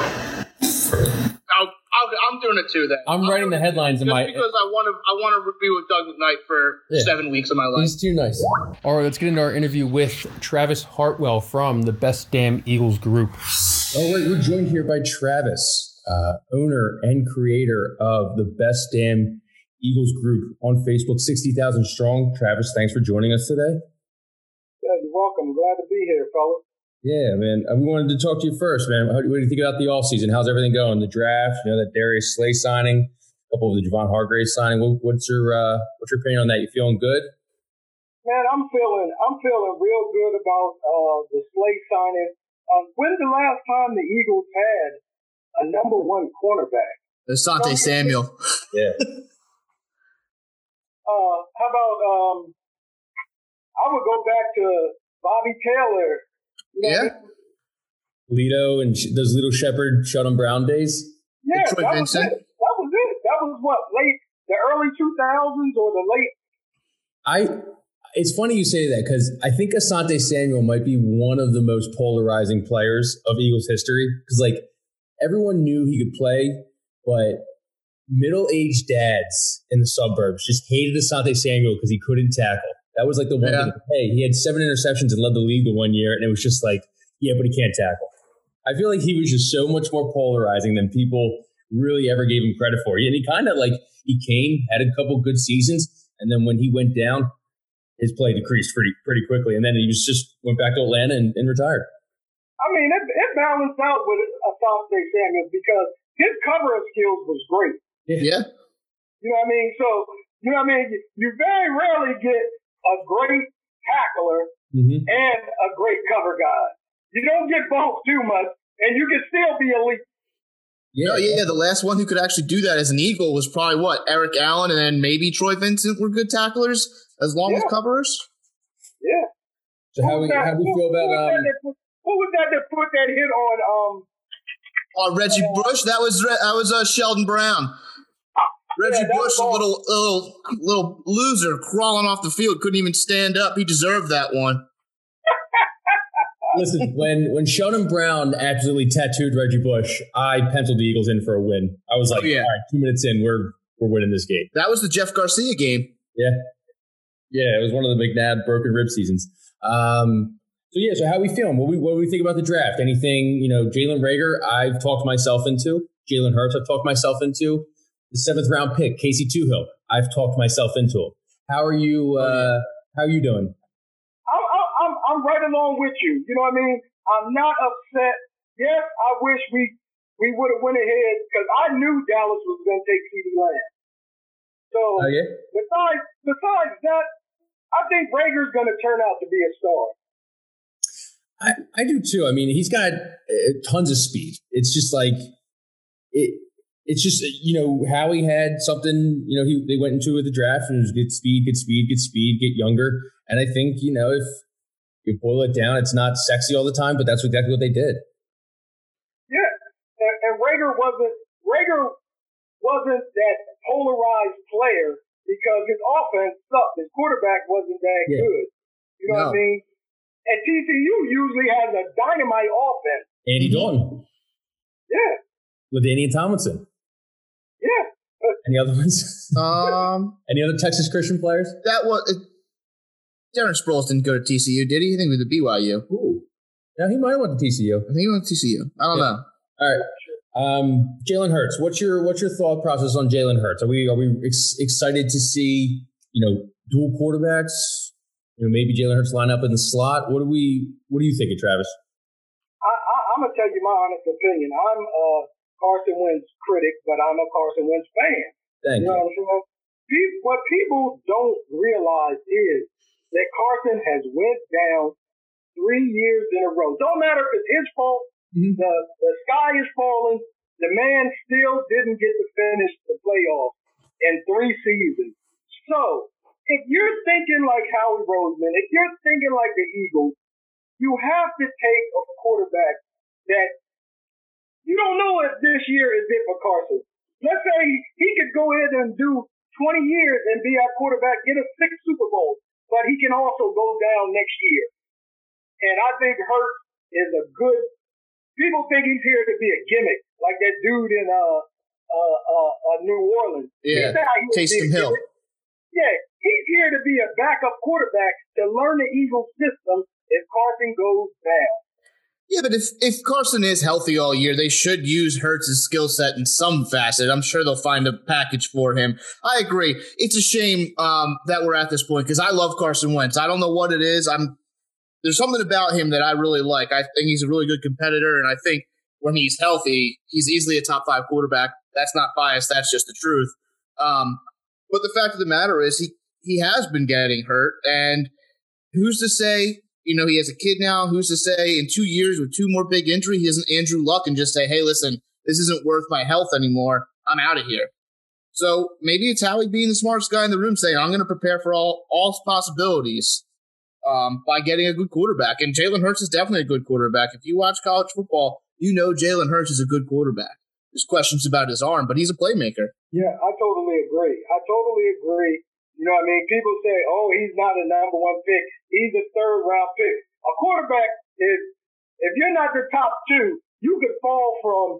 Speaker 1: I'll, I'll, I'm doing it too. Then
Speaker 3: I'm writing the headlines in
Speaker 1: just
Speaker 3: my
Speaker 1: because I want to I want to be with Doug McKnight for
Speaker 3: Yeah.
Speaker 1: seven weeks of my life.
Speaker 3: he's too nice
Speaker 6: All right, let's get into our interview with Travis Hartwell from the Best Damn Eagles group.
Speaker 7: All right, Oh, we're joined here by Travis, uh, owner and creator of the Best Damn Eagles group on Facebook, 60,000 strong. Travis, thanks for joining us today.
Speaker 2: Yeah, you're welcome. Glad to be here, fellas.
Speaker 7: Yeah, man. uh, We wanted to talk to you first, man. How, what do you think about the offseason? How's everything going? The draft, you know, that Darius Slay signing, a couple of the Javon Hargrave signing. What, what's your uh, what's your opinion on that? You feeling good?
Speaker 2: Man, I'm feeling I'm feeling real good about uh, the Slay signing. Um, when's the last time the Eagles had a number one cornerback?
Speaker 8: Asante Samuel.
Speaker 2: Uh, how about um, I would go back to Bobby Taylor. You know,
Speaker 8: Yeah.
Speaker 7: Lito and Sh- those Lito Shepherd, Sheldon Brown days?
Speaker 2: yeah,
Speaker 8: Detroit
Speaker 2: that
Speaker 8: Vincent.
Speaker 2: was it. That was it. That was what late the early 2000s or the late
Speaker 7: I it's funny you say that because I think Asante Samuel might be one of the most polarizing players of Eagles history. Because like everyone knew he could play, but middle-aged dads in the suburbs just hated Asante Samuel because he couldn't tackle. That was like the one
Speaker 8: Yeah.
Speaker 7: thing. Hey, he had seven interceptions and led the league the one year, and it was just like, yeah, but he can't tackle. I feel like he was just so much more polarizing than people really ever gave him credit for. And he kind of like he came, had a couple good seasons, and then when he went down, his play decreased pretty pretty quickly, and then he was just went back to Atlanta and, and retired.
Speaker 2: I mean, it, it balanced out with Asante Samuel because his cover skills was great.
Speaker 8: Yeah.
Speaker 2: You know what I mean? So, you know what I mean? You very rarely get a great tackler
Speaker 7: Mm-hmm.
Speaker 2: and a great cover guy. You don't get both too much, and you can still be elite.
Speaker 7: Yeah,
Speaker 8: No, Oh, yeah, yeah. The last one who could actually do that as an Eagle was probably what Eric Allen and then maybe Troy Vincent were good tacklers as long as
Speaker 2: Yeah.
Speaker 8: coverers.
Speaker 2: Yeah.
Speaker 7: So how we how we feel about
Speaker 2: who,
Speaker 7: um,
Speaker 2: that put- who was that that put that hit on? Um,
Speaker 8: Oh, Reggie Bush, that was Re- that was uh, Sheldon Brown. Reggie
Speaker 2: that
Speaker 8: Bush, a
Speaker 2: ball-
Speaker 8: little little little loser crawling off the field, couldn't even stand up. He deserved that one.
Speaker 3: Listen, when when Sheldon Brown absolutely tattooed Reggie Bush, I penciled the Eagles in for a win. I was like,
Speaker 8: Oh, yeah.
Speaker 3: all right, two minutes in, we're we're winning this game.
Speaker 8: That was the Jeff Garcia game.
Speaker 3: Yeah, it was one of the McNabb broken rib seasons. Um, so yeah, so how we feeling? What we what do we think about the draft? Anything you know? Jalen Rager, I've talked myself into. Jalen Hurts, I've talked myself into. The seventh round pick, Casey Tuhill, I've talked myself into him. How are you? Uh, how are you doing?
Speaker 2: I'm, I'm, I'm, I'm right along with you. You know what I mean? I'm not upset. Yes, I wish we we would have went ahead because I knew Dallas was going to take CeeDee Lamb. So
Speaker 3: Oh yeah,
Speaker 2: besides besides that, I think Rager's going to turn out to be a star.
Speaker 3: I, I do too. I mean, he's got uh, tons of speed. It's just like it. It's just uh, you know how he had something. You know, he they went into with the draft and it was good speed, good speed, good speed, get younger. And I think you know if you boil it down, it's not sexy all the time, but that's exactly what they did.
Speaker 2: Yeah, and, and Rager wasn't Rager wasn't that polarized player because his offense sucked. His quarterback wasn't that
Speaker 3: Yeah.
Speaker 2: good. You know what I
Speaker 8: No.
Speaker 2: mean? And TCU usually has a dynamite offense.
Speaker 3: Andy Dalton,
Speaker 2: Yeah,
Speaker 3: Ladanian Tomlinson,
Speaker 2: yeah.
Speaker 3: any other ones? [LAUGHS]
Speaker 8: Um,
Speaker 3: any other Texas Christian players?
Speaker 8: that was. Uh, Darren Sproles didn't go to TCU, did he? I think he went to BYU.
Speaker 3: Ooh, now he might have went to TCU.
Speaker 8: I think he went to TCU. I don't
Speaker 3: Yeah.
Speaker 8: know.
Speaker 3: All right. Um, Jalen Hurts. What's your what's your thought process on Jalen Hurts? Are we are we ex- excited to see you know dual quarterbacks? You know maybe Jalen Hurts line up in the slot. What do we what do you think of Travis?
Speaker 2: I, I, I'm gonna tell you my honest opinion. I'm a Carson Wentz critic, but I'm a Carson Wentz fan.
Speaker 3: Thank
Speaker 2: You know
Speaker 3: you.
Speaker 2: what I'm saying? Pe- what people don't realize is that Carson has went down three years in a row. Don't matter if it's his fault.
Speaker 3: Mhm.
Speaker 2: The the sky is falling. The man still didn't get to finish the playoffs in three seasons. So if you're thinking like Howie Roseman, if you're thinking like the Eagles, you have to take a quarterback that you don't know if this year is it for Carson. Let's say he could go ahead and do 20 years and be our quarterback, get us six Super Bowls, but he can also go down next year. And I think Hurts is a good. People think he's here to be a gimmick, like that dude in uh uh uh, uh New Orleans. He
Speaker 8: Yeah,
Speaker 2: said how he was
Speaker 8: Taysom
Speaker 2: being
Speaker 8: Hill.
Speaker 2: gimmick. Yeah, he's here to be a backup quarterback to learn the Eagles system if Carson goes down.
Speaker 8: Yeah, but if if Carson is healthy all year, they should use Hertz's skill set in some facet. I'm sure they'll find a package for him. I agree. It's a shame um, that we're at this point because I love Carson Wentz. I don't know what it is. I'm there's something about him that I really like. I think he's a really good competitor, and I think when he's healthy, he's easily a top five quarterback. That's not biased. That's just the truth. Um, but the fact of the matter is, he he has been getting hurt, and who's to say you know, he has a kid now. Who's to say in two years with two more big injury, he isn't Andrew Luck and just say, hey, listen, this isn't worth my health anymore. I'm out of here. So maybe it's Howie being the smartest guy in the room saying, I'm going to prepare for all, all possibilities um, by getting a good quarterback. And Jalen Hurts is definitely a good quarterback. If you watch college football, you know Jalen Hurts is a good quarterback. There's questions about his arm, but he's a playmaker.
Speaker 2: Yeah, I totally agree. I totally agree. You know what I mean? People say, oh, he's not a number one pick. He's a third round pick. A quarterback is, if you're not the top two, you could fall from,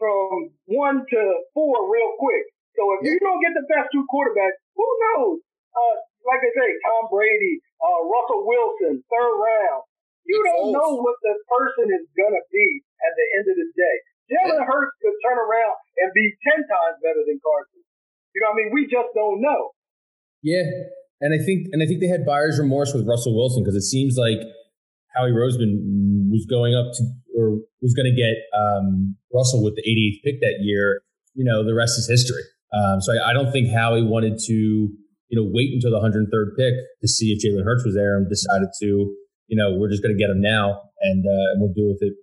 Speaker 2: from one to four real quick. So if you don't get the best two quarterbacks, who knows? Uh, like I say, Tom Brady, uh, Russell Wilson, third round. You
Speaker 8: Nick
Speaker 2: don't
Speaker 8: Foles.
Speaker 2: know what the person is going to be at the end of the day. Jalen Hurts could turn around and be 10 times better than Carson. You know what I mean? We just don't know.
Speaker 3: Yeah, and I think and I think they had buyer's remorse with Russell Wilson because it seems like Howie Roseman was going up to or was going to get um, Russell with the 88th pick that year. You know, the rest is history. Um, so I, I don't think Howie wanted to you know wait until the 103rd pick to see if Jalen Hurts was there and decided to you know we're just going to get him now and uh, and we'll deal with it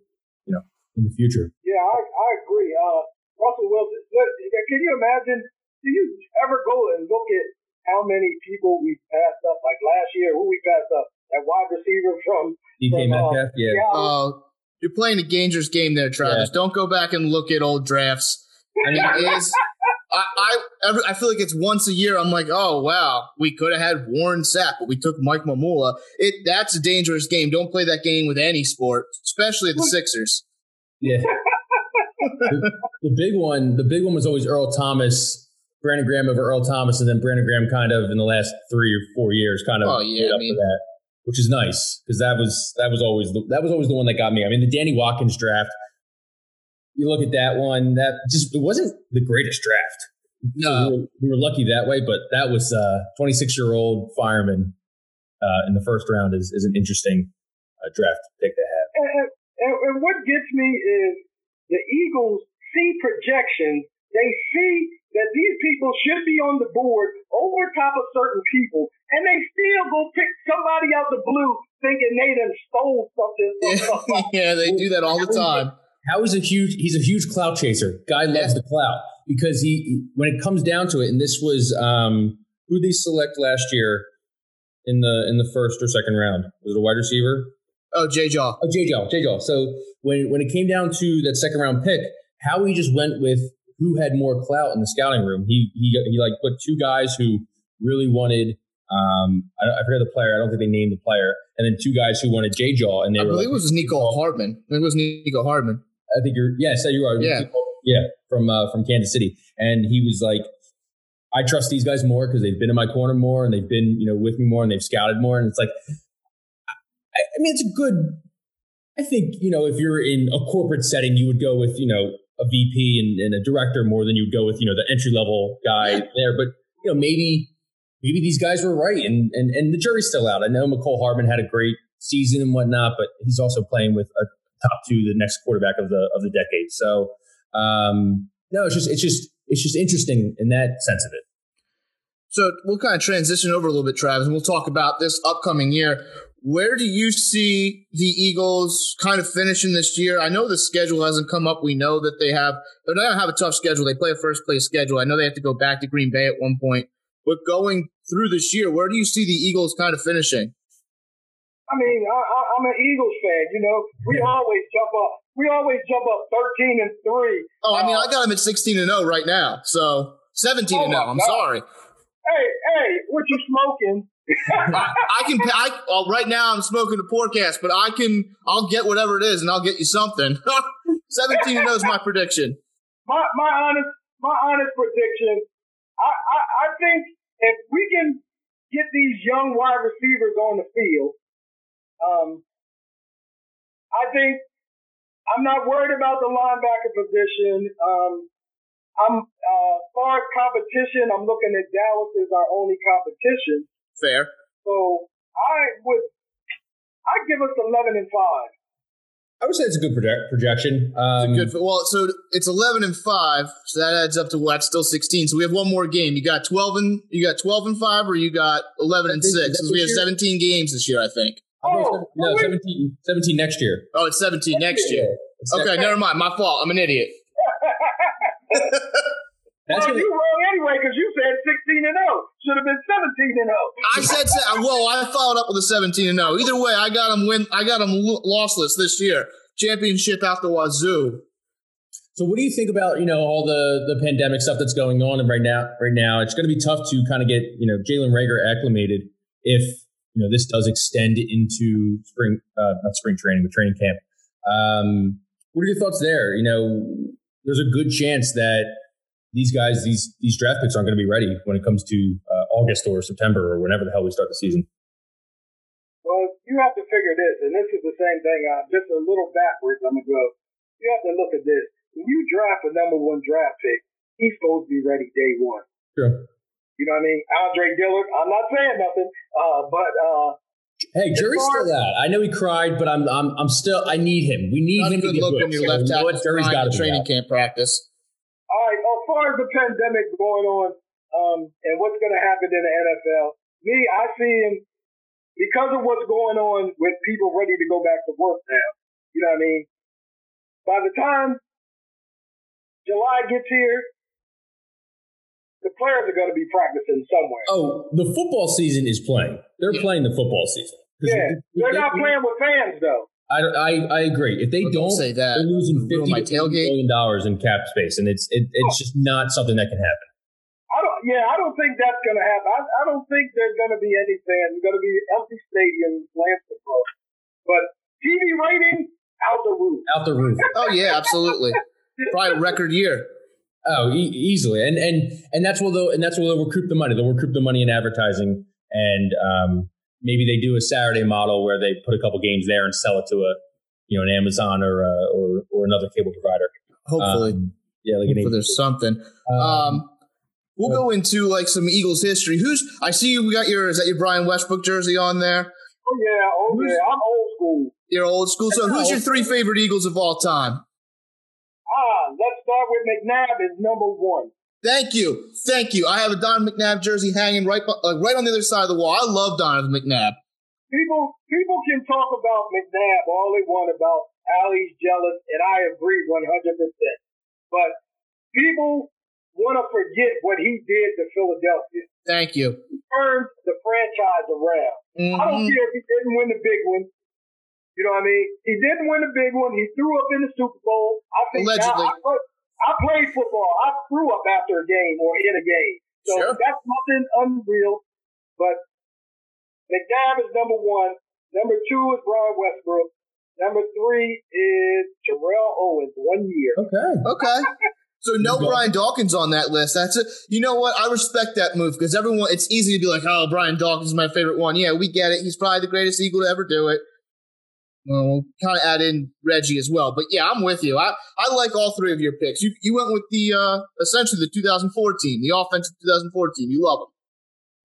Speaker 3: you know in the future.
Speaker 2: Yeah, I, I agree. Uh, Russell Wilson, look, can you imagine? Do you ever go and look at how many people we passed up? Like last year, who we passed up? That wide receiver from
Speaker 3: DK
Speaker 2: From, uh,
Speaker 3: Metcalf, yeah.
Speaker 2: Seattle.
Speaker 8: Uh, you're playing a dangerous game there, Travis. Don't go back and look at old drafts.
Speaker 3: I mean,
Speaker 8: It is I, I every- I feel like it's once a year. I'm like, oh wow, we could have had Warren Sapp, but we took Mike Mamula. It that's a dangerous game. Don't play that game with any sport, especially the Sixers.
Speaker 3: Yeah. the, the big one, the big one was always Earl Thomas, Brandon Graham over Earl Thomas, and then Brandon Graham kind of in the last three or four years kind of
Speaker 8: Oh, yeah,
Speaker 3: made
Speaker 8: I
Speaker 3: up
Speaker 8: mean-
Speaker 3: for that, which is nice because that was that was always the, that was always the one that got me. I mean, the Danny Watkins draft. You look at that one, that just it wasn't the greatest draft.
Speaker 8: No, [LAUGHS]
Speaker 3: we, were, we were lucky that way, but that was uh, 26 year old fireman uh, in the first round is, is an interesting uh, draft pick to have.
Speaker 9: and, and- and, and what gets me is the Eagles see projections. They see that these people should be on the board over top of certain people, and they still go pick somebody out the blue thinking they done stole something from somebody.
Speaker 8: yeah, they do that all the time.
Speaker 3: How is a huge? He's a huge clout chaser. Guy loves the clout because he, when it comes down to it, and this was um, who they select last year in the in the first or second round. Was it a wide receiver?
Speaker 8: Oh, J Jaw.
Speaker 3: Oh, J. Jell, J. Jell. So when when it came down to that second round pick, how he just went with who had more clout in the scouting room. He he he like put two guys who really wanted. Um, I, I forget the player. I don't think they named the player, and then two guys who wanted J. Jaw, and they
Speaker 8: I
Speaker 3: were.
Speaker 8: believe
Speaker 3: like-
Speaker 8: it was Nico Hardman. I think it was Nico Hardman.
Speaker 3: I think you're. Yeah, so you are.
Speaker 8: Yeah.
Speaker 3: yeah, from uh, from Kansas City, and he was like, I trust these guys more because they've been in my corner more, and they've been you know with me more, and they've scouted more, and it's like, I, I mean, it's a good. I think you know if you're in a corporate setting, you would go with you know a VP and, and a director more than you'd go with you know the entry level guy there, but you know maybe maybe these guys were right, and and and the jury's still out. I know McCole Harbin had a great season and whatnot, but he's also playing with a top two, the next quarterback of the of the decade. So um, no, it's just it's just it's just interesting in that sense of it.
Speaker 8: So we'll kind of transition over a little bit, Travis, and we'll talk about this upcoming year. Where do you see the Eagles kind of finishing this year? I know the schedule hasn't come up. We know that they have they're not gonna have a tough schedule. They play a first place schedule. I know they have to go back to Green Bay at one point. But going through this year, where do you see the Eagles kind of finishing?
Speaker 9: I mean, I, I, I'm an Eagles fan. You know, we always jump up. We always jump up 13 and three.
Speaker 8: Oh, I mean,
Speaker 9: Uh,
Speaker 8: I got them at sixteen and zero right now. So seventeen and
Speaker 9: Oh
Speaker 8: zero.
Speaker 9: my
Speaker 8: I'm
Speaker 9: God.
Speaker 8: sorry.
Speaker 9: Hey, hey, what you smoking?
Speaker 8: I, I can. I well, right now I'm smoking a forecast, but I can. I'll get whatever it is, and I'll get you something. [LAUGHS] Seventeen and zero is my prediction.
Speaker 9: my my honest my honest prediction, I, I, I think if we can get these young wide receivers on the field, um, I think I'm not worried about the linebacker position. Um, I'm uh, as far as competition, I'm looking at Dallas as our only competition.
Speaker 8: Fair.
Speaker 9: So I would I give us 11 and five.
Speaker 3: I would say it's a good project, projection.
Speaker 8: It's
Speaker 3: Um,
Speaker 8: a good. Well, so it's eleven and five, so that adds up to what? Still sixteen. So we have one more game. You got twelve and you got twelve and five, or you got eleven and
Speaker 3: That's it.
Speaker 8: six.
Speaker 3: That's
Speaker 8: 'Cause we have
Speaker 3: this year?
Speaker 8: seventeen games this year, I think.
Speaker 3: I'll go
Speaker 9: Oh,
Speaker 3: seven- no,
Speaker 9: wait.
Speaker 3: 17, 17 next year.
Speaker 8: Oh, it's seventeen next year.
Speaker 3: It's next-
Speaker 8: Okay, never mind. My fault. I'm an idiot.
Speaker 3: that's
Speaker 9: well,
Speaker 3: gonna,
Speaker 9: you wrong anyway because you said 16 and 0. Should have been 17 and oh. 0.
Speaker 8: I said, se- uh, whoa! I followed up with a seventeen and zero. Either way, I got them win. I got them lossless this year. Championship out the wazoo.
Speaker 3: so, what do you think about you know all the the pandemic stuff that's going on right now? Right now, it's going to be tough to kind of get you know Jalen Rager acclimated if you know this does extend into spring, uh, not spring training, but training camp. Um, what are your thoughts there? You know, there's a good chance that these guys, these these draft picks, aren't going to be ready when it comes to uh, August or September or whenever the hell we start the season.
Speaker 9: Well, you have to figure this, and this is the same thing. Uh, just a little backwards, I'm gonna go. You have to look at this. When you draft a number one draft pick, he's supposed to be ready day one.
Speaker 3: Sure.
Speaker 9: You know what I mean? Andre Dillard. I'm not saying nothing, uh, but uh,
Speaker 3: Hey, jury's
Speaker 9: far-
Speaker 3: still out. I know he cried, but I'm I'm I'm still. I need him. We need
Speaker 8: Not a
Speaker 3: him
Speaker 8: good
Speaker 3: to get
Speaker 8: look
Speaker 3: good.
Speaker 8: when your
Speaker 3: So you
Speaker 8: left
Speaker 3: know
Speaker 8: tackle
Speaker 3: what? Jury's got to be
Speaker 8: training
Speaker 3: out.
Speaker 8: camp practice.
Speaker 9: all right. As far as the pandemic going on, um, and what's gonna happen in the NFL, me, I see him because of what's going on with people ready to go back to work now. You know what I mean? By the time July gets here, the players are going to be practicing somewhere.
Speaker 3: Oh, the football season is playing. They're
Speaker 8: Yeah.
Speaker 3: playing the football season. 'Cause
Speaker 9: yeah,
Speaker 3: we- we-
Speaker 9: they're not
Speaker 3: we-
Speaker 9: playing with fans though.
Speaker 3: I, I, I agree. If they
Speaker 8: Don't
Speaker 3: don't,
Speaker 8: say that.
Speaker 3: they're
Speaker 8: It'll
Speaker 3: losing
Speaker 8: ruin
Speaker 3: fifty
Speaker 8: my
Speaker 3: to $80
Speaker 8: tailgate.
Speaker 3: million dollars in cap space, and it's it,
Speaker 9: Oh.
Speaker 3: it's just not something that can happen.
Speaker 9: I don't. Yeah, I don't think that's going to happen. I, I don't think there's going to be any fans. There's going to be empty stadiums, Lansing Pro. But TV ratings out the roof.
Speaker 3: Out the roof.
Speaker 8: Oh yeah, absolutely. Probably record year.
Speaker 3: Oh, e- easily, and and and that's where they'll and that's where they'll recoup the money. They'll recoup the money in advertising, and um, maybe they do a Saturday model where they put a couple games there and sell it to a you know an Amazon or a, or or another cable provider.
Speaker 8: Hopefully,
Speaker 3: Um, yeah, like an
Speaker 8: hopefully
Speaker 3: ABC.
Speaker 8: there's something.
Speaker 3: Um, uh,
Speaker 8: Um, we'll go into like some Eagles history. Who's I see you we got your is that your Brian Westbrook jersey on there?
Speaker 9: Oh yeah, oh yeah. I'm old school.
Speaker 8: Your old school. So who's your three favorite Eagles of all time?
Speaker 9: Ah, let's start with McNabb is number one.
Speaker 8: Thank you, thank you. I have a Don McNabb jersey hanging right bu- like right on the other side of the wall. I love Donovan McNabb.
Speaker 9: People people can talk about McNabb all they want about how he's jealous, and I agree 100%. But people want to forget what he did to Philadelphia.
Speaker 8: Thank you.
Speaker 9: Turned the franchise around. I don't
Speaker 8: Mhm.
Speaker 9: care if he didn't win the big one. You know what I mean? He didn't win the big one. He threw up in the Super Bowl. I think
Speaker 8: Allegedly.
Speaker 9: Now, I, play, I played football. I threw up after a game or in a game. So
Speaker 8: Sure.
Speaker 9: that's nothing unreal. But McNabb is number one. Number two is Brian Westbrook. Number three is Terrell Owens, one year.
Speaker 8: Um,
Speaker 3: okay,
Speaker 8: Okay. So no Brian Dawkins on that list. That's it. You know what? I respect that move because everyone. It's easy to be like, "Oh, Brian Dawkins is my favorite one." Yeah, we get it. He's probably the greatest Eagle to ever do it. Well, we'll kind of add in Reggie as well, but yeah, I'm with you. I, I like all three of your picks. You you went with the uh, essentially the 2014, the offensive 2014. You love them.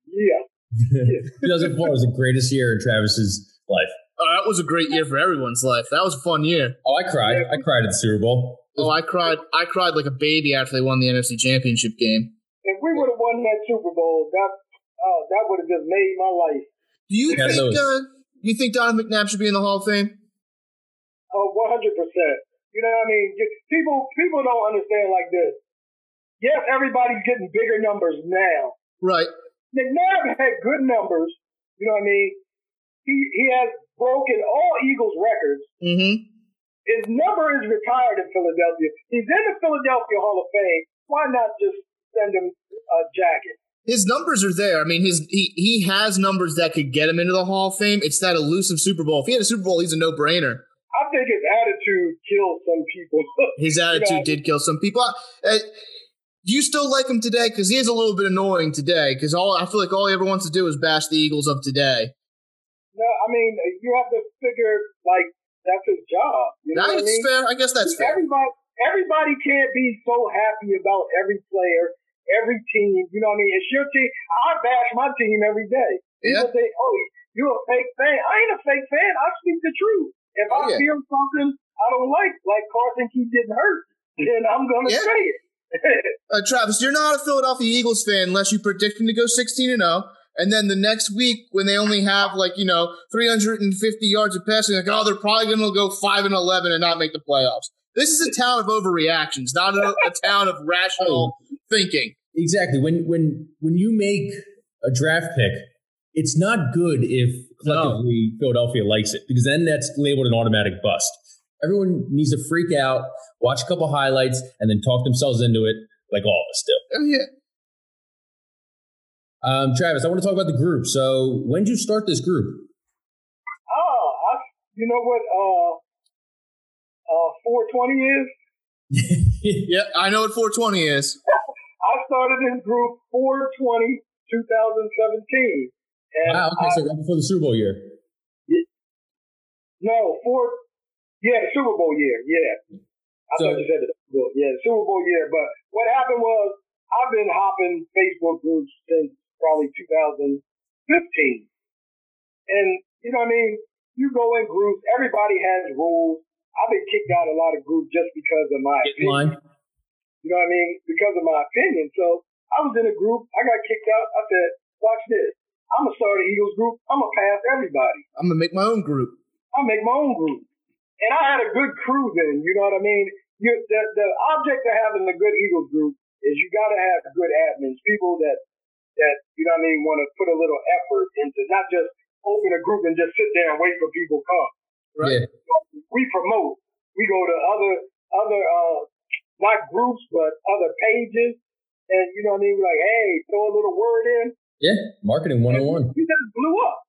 Speaker 9: Yeah.
Speaker 3: 2004 was the greatest year in Travis's life.
Speaker 8: Oh, that was a great year for everyone's life. That was a fun year.
Speaker 3: Oh, I cried. I cried at the Super Bowl.
Speaker 8: Oh, I cried. I cried like a baby after they won the NFC Championship game.
Speaker 9: If we would have won that Super Bowl, that uh, that would have just made my life.
Speaker 8: Do you
Speaker 3: Yeah, those-
Speaker 8: think uh, you think Donovan McNabb should be in the Hall of Fame?
Speaker 9: Oh, 100%. You know what I mean? Just- People, people don't understand like this. Yes, everybody's getting bigger numbers now.
Speaker 8: Right.
Speaker 9: McNabb had good numbers. You know what I mean? He, he has broken all Eagles records.
Speaker 8: Mm-hmm.
Speaker 9: His number is retired in Philadelphia. He's in the Philadelphia Hall of Fame. Why not just send him a jacket?
Speaker 8: his numbers are there. I mean, his he he has numbers that could get him into the Hall of Fame. It's that elusive Super Bowl. If he had a Super Bowl, he's a no brainer.
Speaker 9: I think his attitude kills some people. [LAUGHS]
Speaker 8: His attitude
Speaker 9: Yeah.
Speaker 8: did kill some people. I- Uh, do you still like him today? Because he is a little bit annoying today. Because all I feel like all he ever wants to do is bash the Eagles of today.
Speaker 9: no, I mean, you have to figure, like, that's his job. You know
Speaker 8: Now
Speaker 9: what I
Speaker 8: it's
Speaker 9: mean?
Speaker 8: fair. I guess that's fair.
Speaker 9: everybody everybody can't be so happy about every player, every team. You know what I mean? It's your team. I bash my team every day.
Speaker 8: Yeah.
Speaker 9: People say, "Oh, you're a fake fan." I ain't a fake fan. I speak the truth. If
Speaker 8: Oh,
Speaker 9: I
Speaker 8: yeah.
Speaker 9: feel something I don't like, like Carson Key didn't hurt, then I'm gonna
Speaker 8: Yeah.
Speaker 9: say it.
Speaker 8: Uh, Travis, you're not a Philadelphia Eagles fan unless you predict them to go 16 and 0. And then the next week, when they only have like you know 350 yards of passing, like oh, they're probably going to go five and 11 and not make the playoffs. This is a town of overreactions, not a, a town of rational thinking.
Speaker 3: Exactly. When when when you make a draft pick, it's not good if collectively Philadelphia likes it because then that's labeled an automatic bust. Everyone needs to freak out, watch a couple highlights, and then talk themselves into it, like all of us do.
Speaker 8: Oh yeah,
Speaker 3: Um, Travis, I want to talk about the group. So when did you start this group?
Speaker 9: Oh, I, you know what? Uh, uh, 420 is.
Speaker 8: yeah, I know what 420 is.
Speaker 9: I started this group 420 2017. And
Speaker 3: Wow,
Speaker 9: I-
Speaker 3: okay, so right before the Super Bowl year.
Speaker 9: No, four. Yeah, the Super Bowl year. Yeah, I
Speaker 3: So-
Speaker 9: thought you said the Super Bowl. Yeah, the Super Bowl year. But what happened was I've been hopping Facebook groups since probably 2015, and you know what I mean. You go in groups. Everybody has rules. I've been kicked out of a lot of groups just because of my
Speaker 3: Get in
Speaker 9: opinion.
Speaker 3: line.
Speaker 9: You know what I mean? Because of my opinion. So I was in a group. I got kicked out. I said, "Watch this. I'm gonna start an Eagles group. I'm gonna pass everybody."
Speaker 8: I'm gonna make my own group.
Speaker 9: I make my own group. And I had a good crew then, you know what I mean? You, the, the object of having a good Eagles group is you got to have good admins, people that, that, you know what I mean, want to put a little effort into not just open a group and just sit there and wait for people to come.
Speaker 8: Right.
Speaker 3: Yeah.
Speaker 9: promote. We go to other other uh not groups but other pages and you know what I mean? We're like, hey, throw a little word in.
Speaker 3: Yeah, marketing 101.
Speaker 9: We just blew up.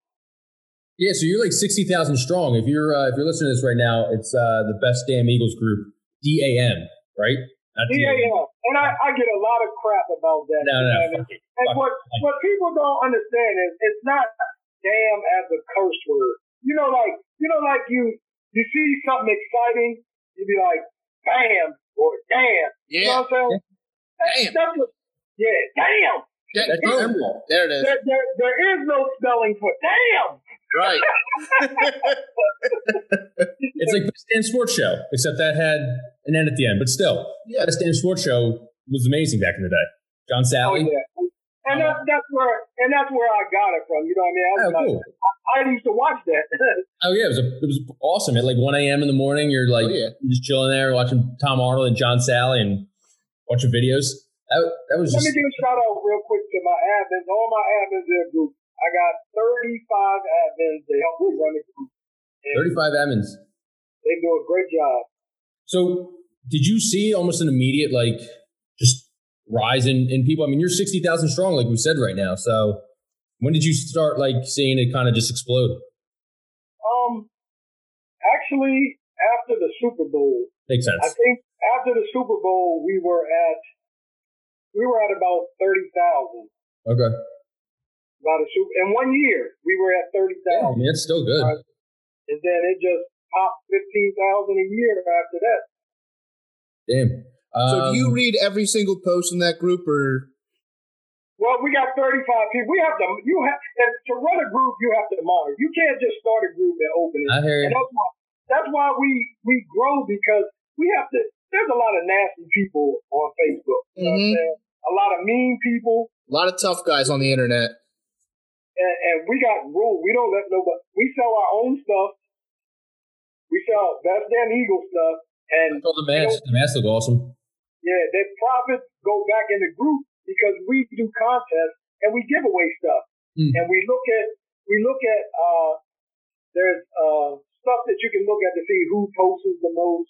Speaker 3: Yeah, so you're like 60,000 strong. If you're uh, if you're listening to this right now, it's uh, the best damn Eagles group, DAM, right? Not
Speaker 9: Yeah,
Speaker 3: DAM.
Speaker 9: yeah. And I, I get a lot of crap about that.
Speaker 3: No,
Speaker 9: you know
Speaker 3: no,
Speaker 9: what I mean? And
Speaker 3: fuck,
Speaker 9: what what people don't understand is it's not damn as a curse word. You know, like you know, like you you see something exciting, you be like, bam or damn. You know
Speaker 8: Yeah.
Speaker 9: what I'm saying? That's-
Speaker 8: Damn.
Speaker 9: That's what, yeah, damn.
Speaker 8: That-
Speaker 3: That's
Speaker 8: boom.
Speaker 3: memorable.
Speaker 8: There it is.
Speaker 9: There, there, there is no spelling for damn.
Speaker 8: Right.
Speaker 3: It's like Best Damn Sports Show, except that had an N at the end. But still,
Speaker 8: Yeah.
Speaker 3: Best Damn Sports Show was amazing back in the day. John
Speaker 9: Oh
Speaker 3: Sally.
Speaker 9: yeah. And that's that's where and that's where I got it from. You know what I mean? I was
Speaker 3: Oh,
Speaker 9: like,
Speaker 3: cool.
Speaker 9: I used to watch that. [LAUGHS]
Speaker 3: Oh yeah, it was a, it was awesome. At like 1 a.m. in the morning, you're like
Speaker 8: Oh, yeah.
Speaker 3: you're just chilling there, watching Tom Arnold and John Sally, and watching videos. That, that was
Speaker 9: Let
Speaker 3: just
Speaker 9: me give a shout out real quick to my admins. All my admins in the group. I got 35 admins. They help me run the group. And
Speaker 3: 35 Emmons.
Speaker 9: They do a great job.
Speaker 3: So did you see almost an immediate like just rise in, in people? I mean, you're sixty thousand strong, like we said right now. So when did you start like seeing it kind of just explode?
Speaker 9: Um, actually, after the Super Bowl,
Speaker 3: Makes
Speaker 9: I
Speaker 3: sense.
Speaker 9: think after the Super Bowl, we were at we were at about 30,000
Speaker 3: Okay.
Speaker 9: by the Super. In one year, we were at 30,000,
Speaker 3: Yeah, I mean, it's still good.
Speaker 8: Uh,
Speaker 9: Alright. and then it just popped 15,000 a year after that.
Speaker 3: Damn.
Speaker 8: So do you
Speaker 3: Um,
Speaker 8: read every single post in that group or
Speaker 9: Well, we got 35 people. We have to, you have, and to run a group, you have to monitor. You can't just start a group and open it.
Speaker 3: I hear
Speaker 8: [LAUGHS]
Speaker 9: And
Speaker 3: you.
Speaker 9: that's why, that's why we, we grow because we have to, there's a lot of nasty people on Facebook. You know what I'm
Speaker 8: Mhm.
Speaker 9: saying? A lot of mean people.
Speaker 8: a lot of tough guys on the internet?
Speaker 9: And, and we got rules. We don't let nobody, we sell our own stuff. We sell Best Damn Eagle stuff. And
Speaker 3: I told the mask. The mask looked awesome.
Speaker 9: yeah, their profits go back in the group because we do contests and we give away stuff.
Speaker 3: Mm.
Speaker 9: And we look at we look at uh there's uh stuff that you can look at to see who posts the most,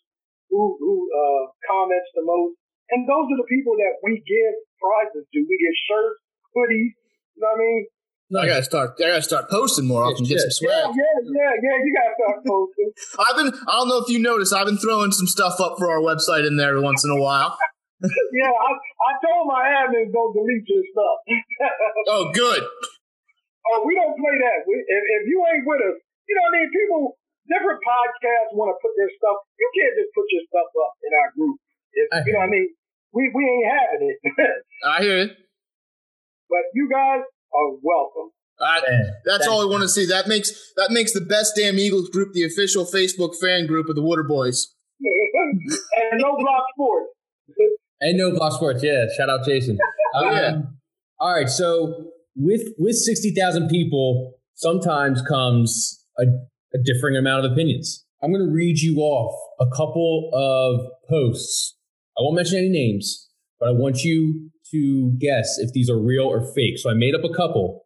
Speaker 9: who who uh comments the most. And those are the people that we give prizes to. We give shirts, hoodies, you know what I mean?
Speaker 8: I gotta start. I gotta start posting more often. Get some swag.
Speaker 9: Yeah, yeah, yeah, yeah. You gotta start posting.
Speaker 8: I've been. I don't know if you noticed. I've been throwing some stuff up for our website in there every once in a while.
Speaker 9: yeah, I I told my admins don't delete your stuff.
Speaker 8: Oh, good.
Speaker 9: Oh, we don't play that. We, if, if you ain't with us, you know what I mean? People, different podcasts want to put their stuff. You can't just put your stuff up in our group. If,
Speaker 3: I
Speaker 9: you know what I mean? We, we ain't having it. [LAUGHS]
Speaker 8: I hear it.
Speaker 9: but you guys are welcome. [LAUGHS]
Speaker 8: I,
Speaker 3: Yeah.
Speaker 8: that's all I want to see. That makes that makes the best damn Eagles group the official Facebook fan group of the Water Boys.
Speaker 9: and no block sports.
Speaker 3: And no block sports. Yeah. Shout out Jason. Um,
Speaker 8: Yeah.
Speaker 3: All right. So with with sixty thousand people, sometimes comes a, a differing amount of opinions. I'm going to read you off a couple of posts. I won't mention any names, but I want you to guess if these are real or fake. So I made up a couple,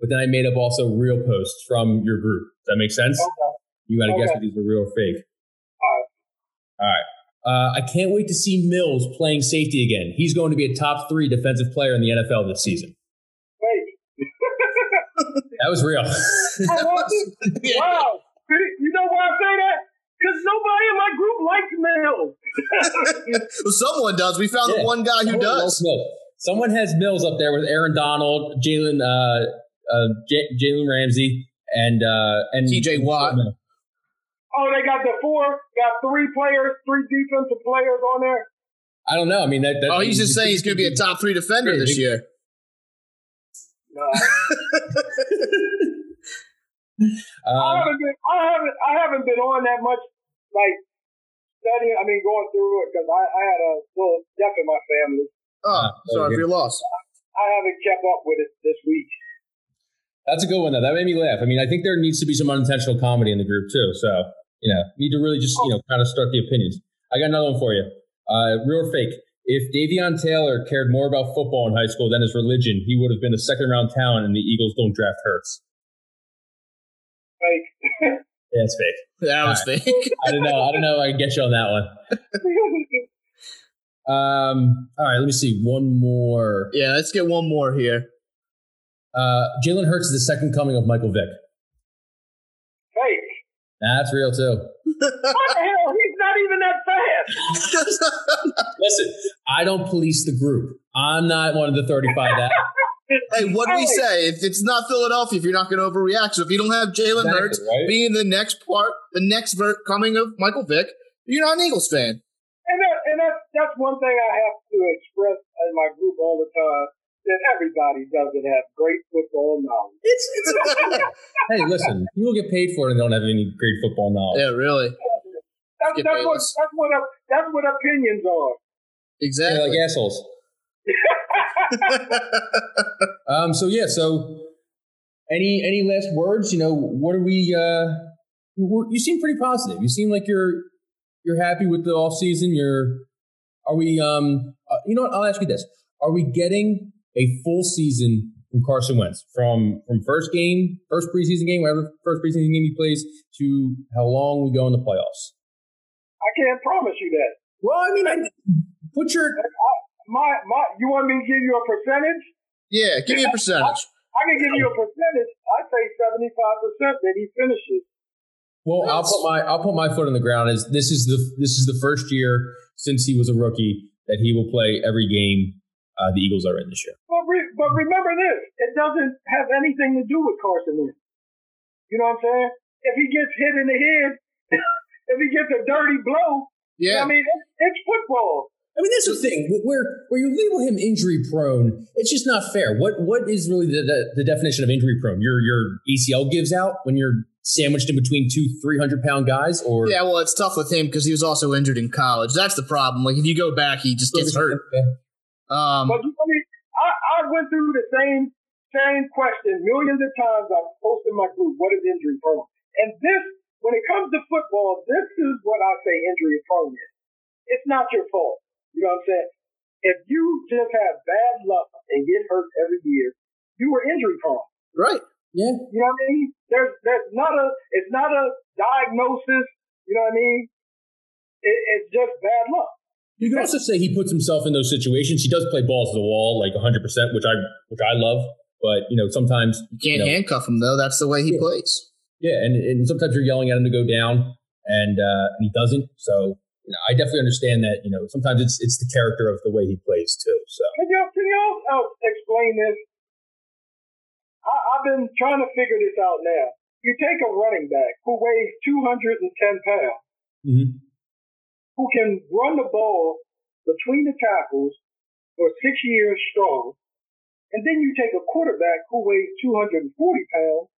Speaker 3: but then I made up also real posts from your group. Does that make sense?
Speaker 9: Okay.
Speaker 3: You got to guess
Speaker 9: Okay.
Speaker 3: if these are real or fake.
Speaker 9: All
Speaker 3: All right. Uh, I can't wait to see Mills playing safety again. He's going to be a top three defensive player in the NFL this season.
Speaker 9: Wait.
Speaker 3: That was real.
Speaker 9: [LAUGHS]
Speaker 3: [LAUGHS]
Speaker 9: I want this. Wow. You know why I say that? Because nobody in my group likes Mills.
Speaker 8: Well, someone does. We found
Speaker 3: Yeah.
Speaker 8: the one guy who
Speaker 3: Someone
Speaker 8: does.
Speaker 3: else- no. Someone has Mills up there with Aaron Donald, Jalen, uh, uh, J- Jalen Ramsey, and uh, and
Speaker 8: T.J. Watt.
Speaker 9: Oh, they got the four, got three players, three defensive players on there.
Speaker 3: I don't know. I mean, that, that
Speaker 8: Oh, he's just saying he's going to be a top three defender this year.
Speaker 9: No. I
Speaker 3: Um,
Speaker 9: haven't been, I haven't, I haven't been on that much, like studying. I mean, going through it because I, I had a little death in my family.
Speaker 8: Oh,
Speaker 3: Ah, there
Speaker 8: sorry
Speaker 3: you
Speaker 8: for your loss.
Speaker 9: I haven't kept up with it this week. [LAUGHS]
Speaker 3: that's a good one though. That made me laugh. I mean, I think there needs to be some unintentional comedy in the group too. So you know, need to really just you know kind of start the opinions. I got another one for you. Uh, real or fake? If Davion Taylor cared more about football in high school than his religion, he would have been a second round talent, and the Eagles don't draft Hurts. [LAUGHS]
Speaker 9: Like,
Speaker 3: Yeah, it's fake.
Speaker 8: That was fake.
Speaker 3: I don't know. I don't know. if I can get you on that one. Um, all right, let me see. One more.
Speaker 8: yeah, let's get one more here. [LAUGHS]
Speaker 3: Uh, Jalen Hurts is the second coming of Michael Vick.
Speaker 9: Fake.
Speaker 3: That's real too.
Speaker 9: What the hell? He's not even that fast.
Speaker 3: Listen, I don't police the group. I'm not one of the 35 that.
Speaker 8: hey, what do we say? If it's not Philadelphia, if you're not going to overreact, so if you don't have
Speaker 3: Exactly,
Speaker 8: Jalen Hurts
Speaker 3: right?
Speaker 8: [LAUGHS] being the next part, the next vert coming of Michael Vick, you're not an Eagles fan.
Speaker 9: And that, and that's that's one thing I have to express in my group all the time that everybody doesn't have great football knowledge.
Speaker 8: [LAUGHS]
Speaker 3: Hey, listen, you will get paid for it and don't have any great football knowledge.
Speaker 8: yeah, really,
Speaker 9: That's,
Speaker 8: Skip
Speaker 9: that's what
Speaker 8: Bayless.
Speaker 9: that's what op- that's what opinions are.
Speaker 8: exactly.
Speaker 3: They're like assholes. um. So yeah. So any any last words? You know, what are we? Uh, you were- you seem pretty positive. You seem like you're you're happy with the off season. You're are we? Um. uh, you know what? I'll ask you this: Are we getting a full season from Carson Wentz from from first game, first preseason game, whatever first preseason game he plays, to how long we go in the playoffs?
Speaker 9: I can't promise you that.
Speaker 3: Well, I mean, I put your
Speaker 9: My my, you want me to give you a percentage?
Speaker 8: yeah, give me a percentage.
Speaker 9: I can give you a percentage. I say seventy five percent that he finishes.
Speaker 3: Well, I'll put my I'll put my foot on the ground. Is this is the this is the first year since he was a rookie that he will play every game uh, the Eagles are in this year.
Speaker 9: But re- but remember this: it doesn't have anything to do with Carson Wentz. You know what I'm saying? If he gets hit in the head, [LAUGHS] if he gets a dirty blow,
Speaker 8: Yeah,
Speaker 9: I mean, it's, it's football.
Speaker 3: I mean, that's the thing. Where where you label him injury prone, it's just not fair. What what is really the, the, the definition of injury prone? Your your ACL gives out when you're sandwiched in between two three hundred pound guys, or
Speaker 8: yeah. Well, it's tough with him because he was also injured in college. That's the problem. Like if you go back, he just
Speaker 3: [LAUGHS]
Speaker 8: gets hurt. Um,
Speaker 9: But you I mean, I, I went through the same same question millions of times. I posted in my group, "What is injury prone?" And this, when it comes to football, this is what I say injury prone is. It's not your fault. You know what I'm saying? If you just have bad luck and get hurt every year, you were injury prone.
Speaker 8: right.
Speaker 9: You know what I mean? There's there's not a it's not a diagnosis. You know what I mean? It, it's just bad luck.
Speaker 3: You can also say he puts himself in those situations. He does play balls to the wall like 100%, which I which I love, but you know, sometimes
Speaker 8: You can't
Speaker 3: No.
Speaker 8: handcuff him though. That's the way he
Speaker 3: Yeah.
Speaker 8: plays.
Speaker 3: Yeah, and, and sometimes you're yelling at him to go down, and uh, and he doesn't. So you know, I definitely understand that. You know, sometimes it's it's the character of the way he plays too. So
Speaker 9: Can y'all can y'all uh, explain this? I, I've been trying to figure this out now. You take a running back who weighs 210 pounds,
Speaker 3: Mhm.
Speaker 9: who can run the ball between the tackles for six years strong, and then you take a quarterback who weighs 240 pounds,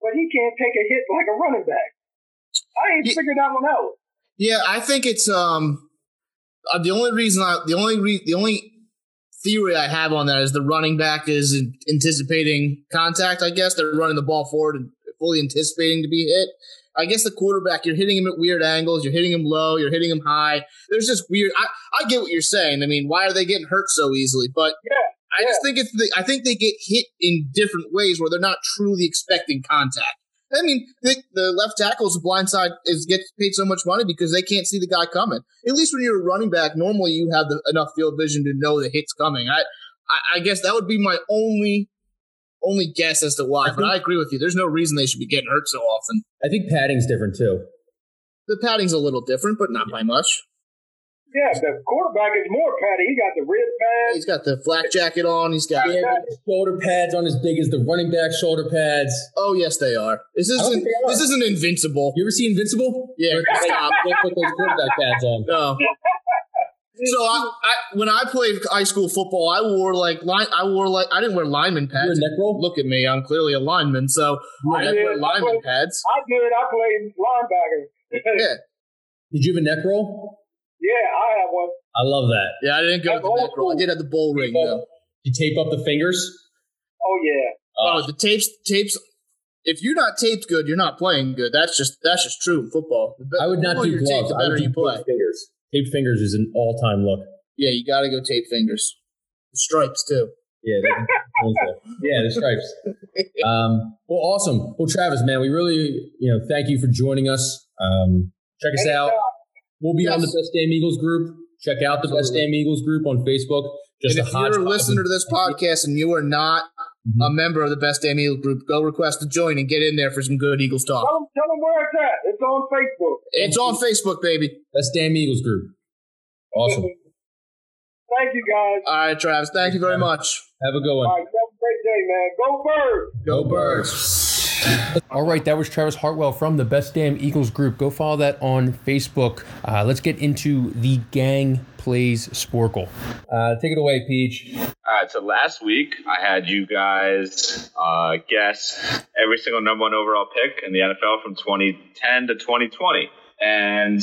Speaker 9: but he can't take a hit like a running back. I ain't
Speaker 8: Ye-
Speaker 9: figured that one out.
Speaker 8: Yeah, I think it's um uh, the only reason I the only re- the only theory I have on that is the running back is an- anticipating contact. I guess they're running the ball forward and fully anticipating to be hit. I guess the quarterback, you're hitting him at weird angles. You're hitting him low. You're hitting him high. There's just weird. I, I get what you're saying. I mean, why are they getting hurt so easily? But
Speaker 9: Yeah,
Speaker 8: I just think it's the, I think they get hit in different ways where they're not truly expecting contact. I mean, the, the left tackle's a blind side is gets paid so much money because they can't see the guy coming. At least when you're a running back, normally you have the, enough field vision to know the hit's coming. I, I, I guess that would be my only only guess as to why. but I agree with you. There's no reason they should be getting hurt so often.
Speaker 3: I think padding's different too.
Speaker 8: The padding's a little different, but not by much.
Speaker 9: yeah. The quarterback is more patty. He got the rib pads.
Speaker 8: He's got the flak jacket on. He's got.
Speaker 3: Yeah, but his shoulder pads aren't as big as the running back shoulder pads.
Speaker 8: Oh yes, they are. This
Speaker 3: don't
Speaker 8: isn't.
Speaker 3: think they are.
Speaker 8: This isn't invincible.
Speaker 3: You ever see Invincible?
Speaker 8: Yeah,
Speaker 3: Where they- uh,
Speaker 8: stop.
Speaker 3: They put those quarterback pads on. [LAUGHS]
Speaker 8: No. So I, I, when I played high school football, I wore like line. I wore like I didn't wear lineman
Speaker 3: You're a
Speaker 8: pads.
Speaker 3: neck roll.
Speaker 8: [LAUGHS] Look at me, I'm clearly a lineman, so I didn't wear
Speaker 9: Yeah.
Speaker 8: lineman pads.
Speaker 9: I did. I played linebacker.
Speaker 8: Yeah,
Speaker 3: Did you have a neck roll?
Speaker 9: Yeah, I have one.
Speaker 3: I love that.
Speaker 8: yeah, I didn't go with
Speaker 9: That's
Speaker 8: the neck roll. I
Speaker 9: old
Speaker 8: did have the bowl ring though.
Speaker 3: You tape up the fingers.
Speaker 9: Oh yeah.
Speaker 8: Oh, the tapes, tapes. If you're not taped good, you're not playing good. That's just that's just true in football. The be-
Speaker 3: I would
Speaker 8: the
Speaker 3: not
Speaker 8: more
Speaker 3: do
Speaker 8: you're
Speaker 3: gloves.
Speaker 8: taped, the
Speaker 3: I
Speaker 8: better
Speaker 3: would do
Speaker 8: Oh, you play.
Speaker 3: taped fingers. Taped fingers is an all-time look.
Speaker 8: Yeah, you got to go tape fingers, stripes too. [LAUGHS]
Speaker 3: Yeah, that-
Speaker 10: yeah, the stripes. Um, well, awesome. Well, Travis, man, we really, you know, thank you for joining us. Um, check us
Speaker 9: uh,
Speaker 10: out. We'll be on the
Speaker 8: Yes.
Speaker 10: Best Damn Eagles group. Check out the Best
Speaker 8: Absolutely.
Speaker 10: Damn Eagles group on Facebook. Just
Speaker 8: and
Speaker 10: a
Speaker 8: if you're
Speaker 10: hodgepodge
Speaker 8: a
Speaker 10: of- Mm-hmm.
Speaker 8: listener to this podcast and you are not a member of the Best Damn Eagle group, go request to join and get in there for some good Eagles talk.
Speaker 9: Tell them, tell them where it's at. It's on Facebook.
Speaker 8: It's on Facebook, baby.
Speaker 10: Best Damn Eagles group. Awesome.
Speaker 9: Thank you, guys.
Speaker 8: All right, Travis. Thank you very much.
Speaker 10: Have a good one.
Speaker 9: All right, have a great day, man.
Speaker 8: Go
Speaker 9: Go Birds!
Speaker 8: Birds.
Speaker 3: All right, that was Travis Hartwell from the Best Damn Eagles group. Go follow that on Facebook. Uh, let's get into the gang plays Sporkle.
Speaker 11: Uh, take it away, Peach.
Speaker 5: All right, Uh, so last week I had you guys uh, guess every single number one overall pick in the NFL from 2010 to 2020. And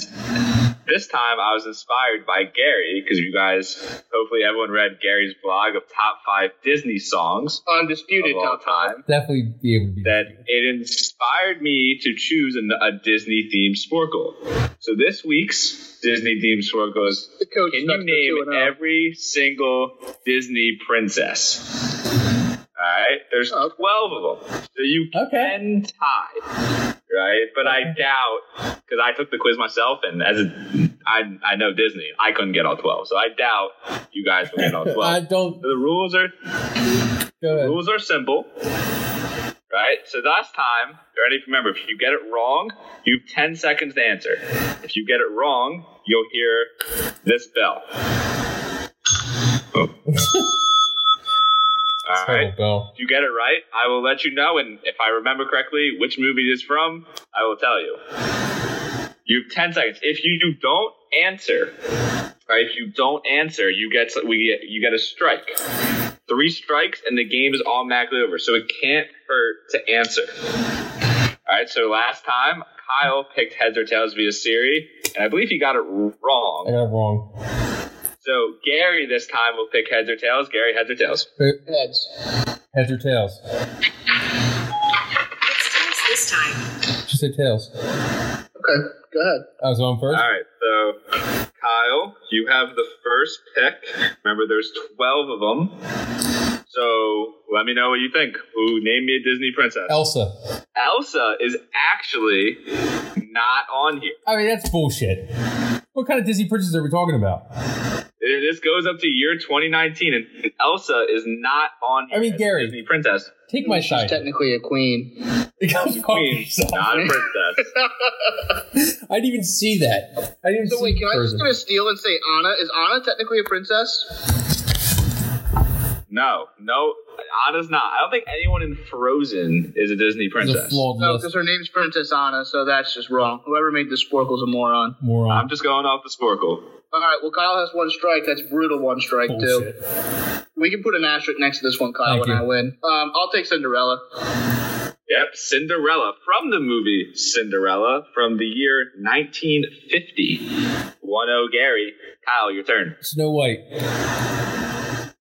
Speaker 5: this time I was inspired by Gary because you guys, hopefully everyone read Gary's blog of top five Disney songs of
Speaker 1: Undisputed
Speaker 5: all
Speaker 1: top
Speaker 5: time.
Speaker 11: Definitely be able to be
Speaker 5: That it inspired me to choose an, a Disney themed sporkle. So this week's Disney themed sporkle is
Speaker 1: The oh. coach
Speaker 5: can
Speaker 1: sucks
Speaker 5: you
Speaker 1: for
Speaker 5: name
Speaker 1: 2-0.
Speaker 5: every single Disney princess? All right, there's
Speaker 1: Oh, okay.
Speaker 5: 12 of them. So you
Speaker 11: Okay.
Speaker 5: can tie, right? But I doubt, because I took the quiz myself, and as a, I, I know Disney, I couldn't get all 12. So I doubt you guys will
Speaker 11: [LAUGHS]
Speaker 5: get all 12.
Speaker 10: Uh,
Speaker 11: I don't
Speaker 5: So the rules are
Speaker 11: go ahead.
Speaker 5: rules are simple. Right? So last time, ready? Remember, if you get it wrong, you have 10 seconds to answer. If you get it wrong, you'll hear this bell. Oh. All right.
Speaker 11: Terrible bell.
Speaker 5: If you get it right, I will let you know. And if I remember correctly which movie it is from, I will tell you. You have 10 seconds. If you don't answer, right, if you don't answer, you get we get, you get a strike. Three strikes, and the game is automatically over. So it can't hurt to answer. All right, so last time, Kyle picked heads or tails via Siri, and I believe he got it
Speaker 11: I
Speaker 5: wrong.
Speaker 11: got it wrong.
Speaker 5: So Gary this time will pick heads or tails. Gary, heads or tails?
Speaker 1: heads.
Speaker 11: Heads or tails?
Speaker 12: It's tails this time.
Speaker 11: She said tails.
Speaker 1: Okay, go ahead.
Speaker 11: I was on first.
Speaker 5: All right, so Kyle, you have the first pick. Remember, there's 12 of them. So let me know what you think. Who named me a Disney princess?
Speaker 11: Elsa.
Speaker 5: Elsa is actually not on here.
Speaker 11: I mean, that's bullshit. What kind of Disney princess are we talking about?
Speaker 5: This goes up to year 2019, and Elsa is not on here.
Speaker 11: I mean,
Speaker 5: as a
Speaker 11: Gary.
Speaker 5: Disney princess,
Speaker 11: Take my
Speaker 1: She's
Speaker 11: side. [LAUGHS]
Speaker 1: technically a queen.
Speaker 11: Go fuck
Speaker 5: queen,
Speaker 11: yourself.
Speaker 5: not a
Speaker 11: [LAUGHS]
Speaker 5: princess.
Speaker 11: I didn't even see that. I didn't
Speaker 1: So
Speaker 11: see
Speaker 1: wait, can I just
Speaker 11: person.
Speaker 1: gonna steal and say Anna? Is Anna technically a princess?
Speaker 5: No, no, Anna's not. I don't think anyone in Frozen is a Disney
Speaker 11: It's a
Speaker 5: princess.
Speaker 11: flawed
Speaker 1: No,
Speaker 11: list.
Speaker 1: because her name's Princess Anna, so that's just wrong. Whoever made the Sporkle's a moron.
Speaker 5: I'm
Speaker 11: Moron.
Speaker 5: just going off the Sporkle.
Speaker 1: All right, well Kyle has one strike. That's brutal one strike too.
Speaker 11: Bullshit.
Speaker 1: We can put an asterisk next to this one, Kyle,
Speaker 11: Thank
Speaker 1: when
Speaker 11: you.
Speaker 1: I win. Um, I'll take Cinderella.
Speaker 5: Yep, Cinderella from the movie Cinderella from the year 1950. 1-0 Gary. Kyle, your turn.
Speaker 11: Snow White.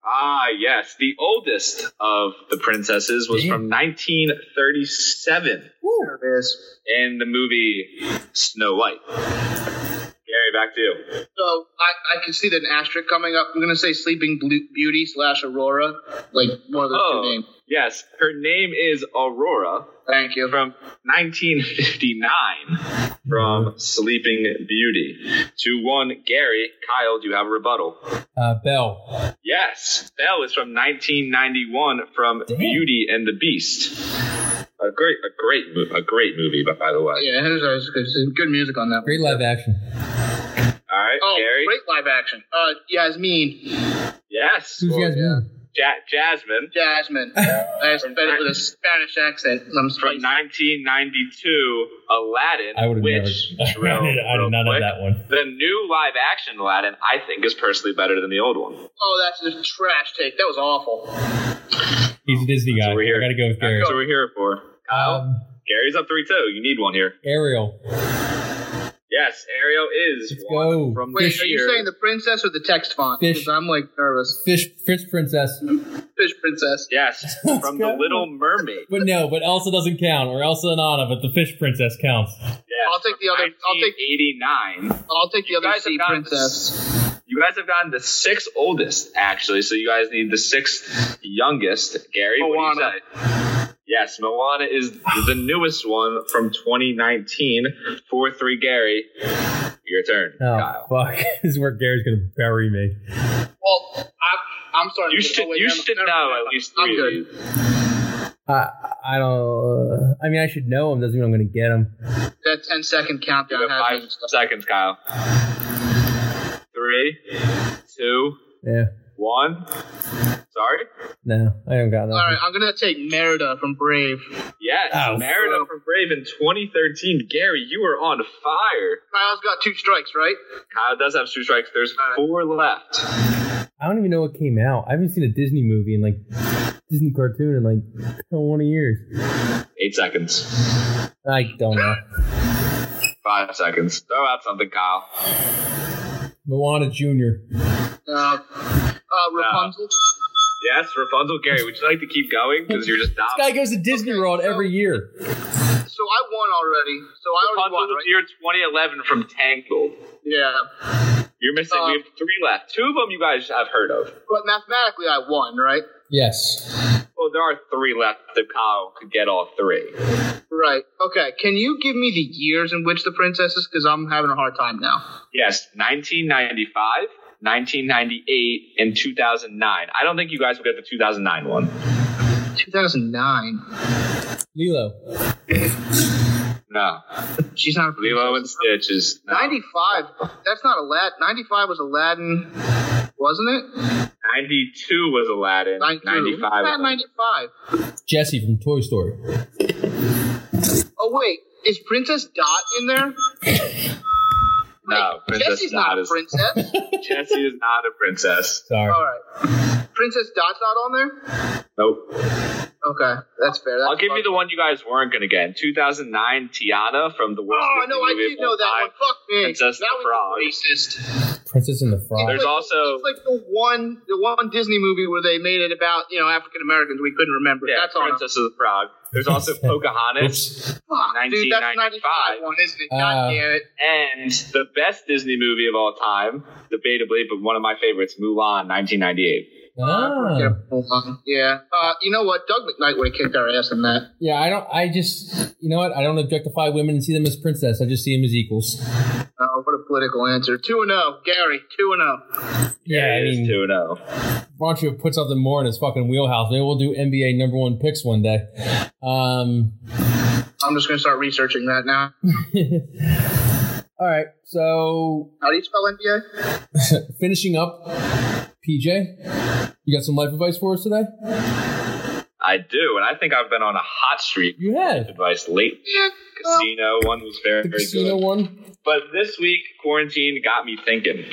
Speaker 5: Ah, yes. The oldest of the princesses was from 1937
Speaker 1: There it is.
Speaker 5: in the movie Snow White. Gary, back to you.
Speaker 1: So I, I can see that an asterisk coming up. I'm gonna say Sleeping Blu- Beauty slash Aurora, like one of those
Speaker 5: Oh.
Speaker 1: two names.
Speaker 5: Yes, her name is Aurora
Speaker 1: Thank you.
Speaker 5: from 1959 from Sleeping Beauty. 2-1 Gary. Kyle, do you have a rebuttal?
Speaker 11: Uh, Belle.
Speaker 5: Yes, Belle is from 1991 from Beauty and the Beast. A great, a great, mo- a great movie, by, by the way.
Speaker 1: Yeah, there's, there's good, there's good music on that. one.
Speaker 11: Great live action.
Speaker 5: All right,
Speaker 1: Oh,
Speaker 5: Gary.
Speaker 1: great live action. Uh, Yasmin,
Speaker 5: Yes,
Speaker 11: Who's
Speaker 5: Or
Speaker 11: Jasmine?
Speaker 5: Ja- Jasmine
Speaker 1: Jasmine.
Speaker 11: [LAUGHS]
Speaker 1: I said it with a Spanish accent. I'm
Speaker 5: from
Speaker 1: spicy.
Speaker 5: 1992. Aladdin.
Speaker 11: I would have never. [LAUGHS]
Speaker 5: which,
Speaker 11: I
Speaker 5: real-
Speaker 11: did, I did
Speaker 5: real
Speaker 11: not have
Speaker 5: quick,
Speaker 11: that one.
Speaker 5: The new live-action Aladdin, I think, is personally better than the old one.
Speaker 1: Oh, that's a trash take. That was awful.
Speaker 11: He's a Disney guy.
Speaker 5: what we're
Speaker 11: I
Speaker 5: here.
Speaker 11: gotta go with Gary.
Speaker 5: That's what we're here for. Kyle,
Speaker 11: Um,
Speaker 5: Gary's up three-two. You need one here.
Speaker 11: Ariel.
Speaker 5: Yes, Ariel is
Speaker 11: Let's
Speaker 5: one
Speaker 11: go.
Speaker 5: from
Speaker 1: Wait,
Speaker 5: this
Speaker 1: are you
Speaker 5: year.
Speaker 1: saying the princess or the text font?
Speaker 11: Fish.
Speaker 1: Because I'm like nervous.
Speaker 11: Fish. Fish princess.
Speaker 1: Fish princess.
Speaker 11: [LAUGHS]
Speaker 5: Yes, from the
Speaker 11: go.
Speaker 5: Little Mermaid.
Speaker 11: But no, but Elsa doesn't count, or Elsa and Anna, but the fish princess counts.
Speaker 5: Yes,
Speaker 1: I'll take the other- I'll take-
Speaker 5: 1989.
Speaker 1: I'll take the
Speaker 5: You
Speaker 1: other
Speaker 5: guys
Speaker 1: sea
Speaker 5: have gotten
Speaker 1: princess.
Speaker 5: You You guys have gotten the sixth oldest, actually. So you guys need the sixth youngest. Gary, what do you say? Yes, Moana is the newest one from 2019. 4 3 Gary. Your turn,
Speaker 13: Oh,
Speaker 5: Kyle.
Speaker 11: [LAUGHS]
Speaker 13: fuck. this is where Gary's going to bury me.
Speaker 1: Well, I, I'm sorry.
Speaker 5: You should, you should know at least
Speaker 1: I'm
Speaker 5: three.
Speaker 1: good.
Speaker 5: of these.
Speaker 13: I, I don't. Uh, I mean, I should know him. Doesn't mean I'm going to get him.
Speaker 1: That 10 second
Speaker 5: You
Speaker 1: countdown
Speaker 5: have
Speaker 1: has
Speaker 5: five seconds, Kyle. Three, two,
Speaker 13: Yeah.
Speaker 5: one. Sorry?
Speaker 13: No, I don't got
Speaker 1: All
Speaker 13: nothing.
Speaker 1: right, I'm gonna take Merida from Brave.
Speaker 5: Yes,
Speaker 13: Oh,
Speaker 5: Merida from Brave in 2013. Gary, you were on fire.
Speaker 1: Kyle's got two strikes, right?
Speaker 5: Kyle does have two strikes. There's four left.
Speaker 13: I don't even know what came out. I haven't seen a Disney movie in like Disney cartoon in like 20 years.
Speaker 5: Eight seconds.
Speaker 13: I don't know.
Speaker 5: Five seconds. Throw out something, Kyle.
Speaker 3: Moana Junior.
Speaker 1: Uh, uh, Rapunzel.
Speaker 5: Yes, Rapunzel. Gary, would you like to keep going? Because you're just not.
Speaker 13: Guy goes to Disney
Speaker 1: Okay,
Speaker 13: World
Speaker 1: so-
Speaker 13: every year.
Speaker 1: So I won already. So I already
Speaker 5: Rapunzel
Speaker 1: won,
Speaker 5: was
Speaker 1: right?
Speaker 5: year 2011 from Tangled.
Speaker 1: Yeah.
Speaker 5: You're missing.
Speaker 1: Uh,
Speaker 5: we have three left. Two of them you guys have heard of.
Speaker 1: But mathematically, I won, right?
Speaker 3: Yes.
Speaker 5: Well, there are three left if Kyle could get all three.
Speaker 1: Right. Okay. Can you give me the years in which the princesses? Because I'm having a hard time now.
Speaker 5: Yes, 1995, 1998, and 2009. I don't think you guys will get the 2009 one.
Speaker 1: 2009.
Speaker 3: Lilo.
Speaker 5: No.
Speaker 1: She's not a princess.
Speaker 5: Lilo and Stitch is. no.
Speaker 1: 95. That's not Aladdin. 95 was Aladdin, wasn't it?
Speaker 5: 92 was Aladdin.
Speaker 1: 92.
Speaker 5: 95.
Speaker 1: Aladdin 95.
Speaker 3: Jesse from Toy Story.
Speaker 1: Oh wait, is Princess Dot in there?
Speaker 5: [COUGHS] No,
Speaker 1: Wait,
Speaker 5: Princess
Speaker 1: Jessie's
Speaker 5: Dot
Speaker 1: not a
Speaker 5: is.
Speaker 1: princess.
Speaker 5: [LAUGHS] Jessie is not a princess.
Speaker 3: Sorry.
Speaker 1: All right. Princess Dot's not on there.
Speaker 5: Nope.
Speaker 1: Okay, that's fair. That's
Speaker 5: I'll give you the one you guys weren't going to get. In 2009, Tiana from the worst.
Speaker 1: Oh
Speaker 5: Disney
Speaker 1: no, I
Speaker 5: movie
Speaker 1: did
Speaker 5: of
Speaker 1: know
Speaker 5: all
Speaker 1: that
Speaker 5: time.
Speaker 1: one. Fuck me.
Speaker 5: Princess
Speaker 1: that
Speaker 5: the Frog.
Speaker 1: was racist.
Speaker 3: Princess and the Frog.
Speaker 5: There's
Speaker 1: Like,
Speaker 5: also-
Speaker 1: it's like the one, the one Disney movie where they made it about you know African Americans. We couldn't remember.
Speaker 5: Yeah,
Speaker 1: that's on. us.
Speaker 5: Princess of the Frog.
Speaker 3: [LAUGHS]
Speaker 5: There's also Pocahontas.
Speaker 1: Fuck, dude, that's
Speaker 5: 1995.
Speaker 1: 95 one, isn't it? God
Speaker 3: Uh,
Speaker 1: damn it.
Speaker 5: And the best Disney movie of all time, debatably, but one of my favorites, Mulan, 1998.
Speaker 3: Ah.
Speaker 1: Yeah, hold on. Yeah. Uh, you know what? Doug McKnight would have kicked our ass in that.
Speaker 3: Yeah, I don't. I just, you know what? I don't objectify women and see them as princess. I just see them as equals.
Speaker 1: Oh, what a political answer. 2 and 0. Gary, 2 and oh. 0.
Speaker 3: Yeah, I
Speaker 5: It is oh.
Speaker 3: mean,
Speaker 5: 2 0.
Speaker 3: why don't you put something more in his fucking wheelhouse? Maybe we'll do NBA number one picks one day. Um,
Speaker 1: I'm just going to start researching that now.
Speaker 3: all right, so
Speaker 1: How do you spell NBA?
Speaker 3: finishing up, PJ, you got some life advice for us today?
Speaker 5: I do, and I think I've been on a hot streak.
Speaker 3: You
Speaker 5: with
Speaker 3: have
Speaker 5: Advice late
Speaker 1: Yeah.
Speaker 5: casino one was very,
Speaker 3: the
Speaker 5: very
Speaker 3: casino
Speaker 5: good.
Speaker 3: one.
Speaker 5: But this week, quarantine got me thinking.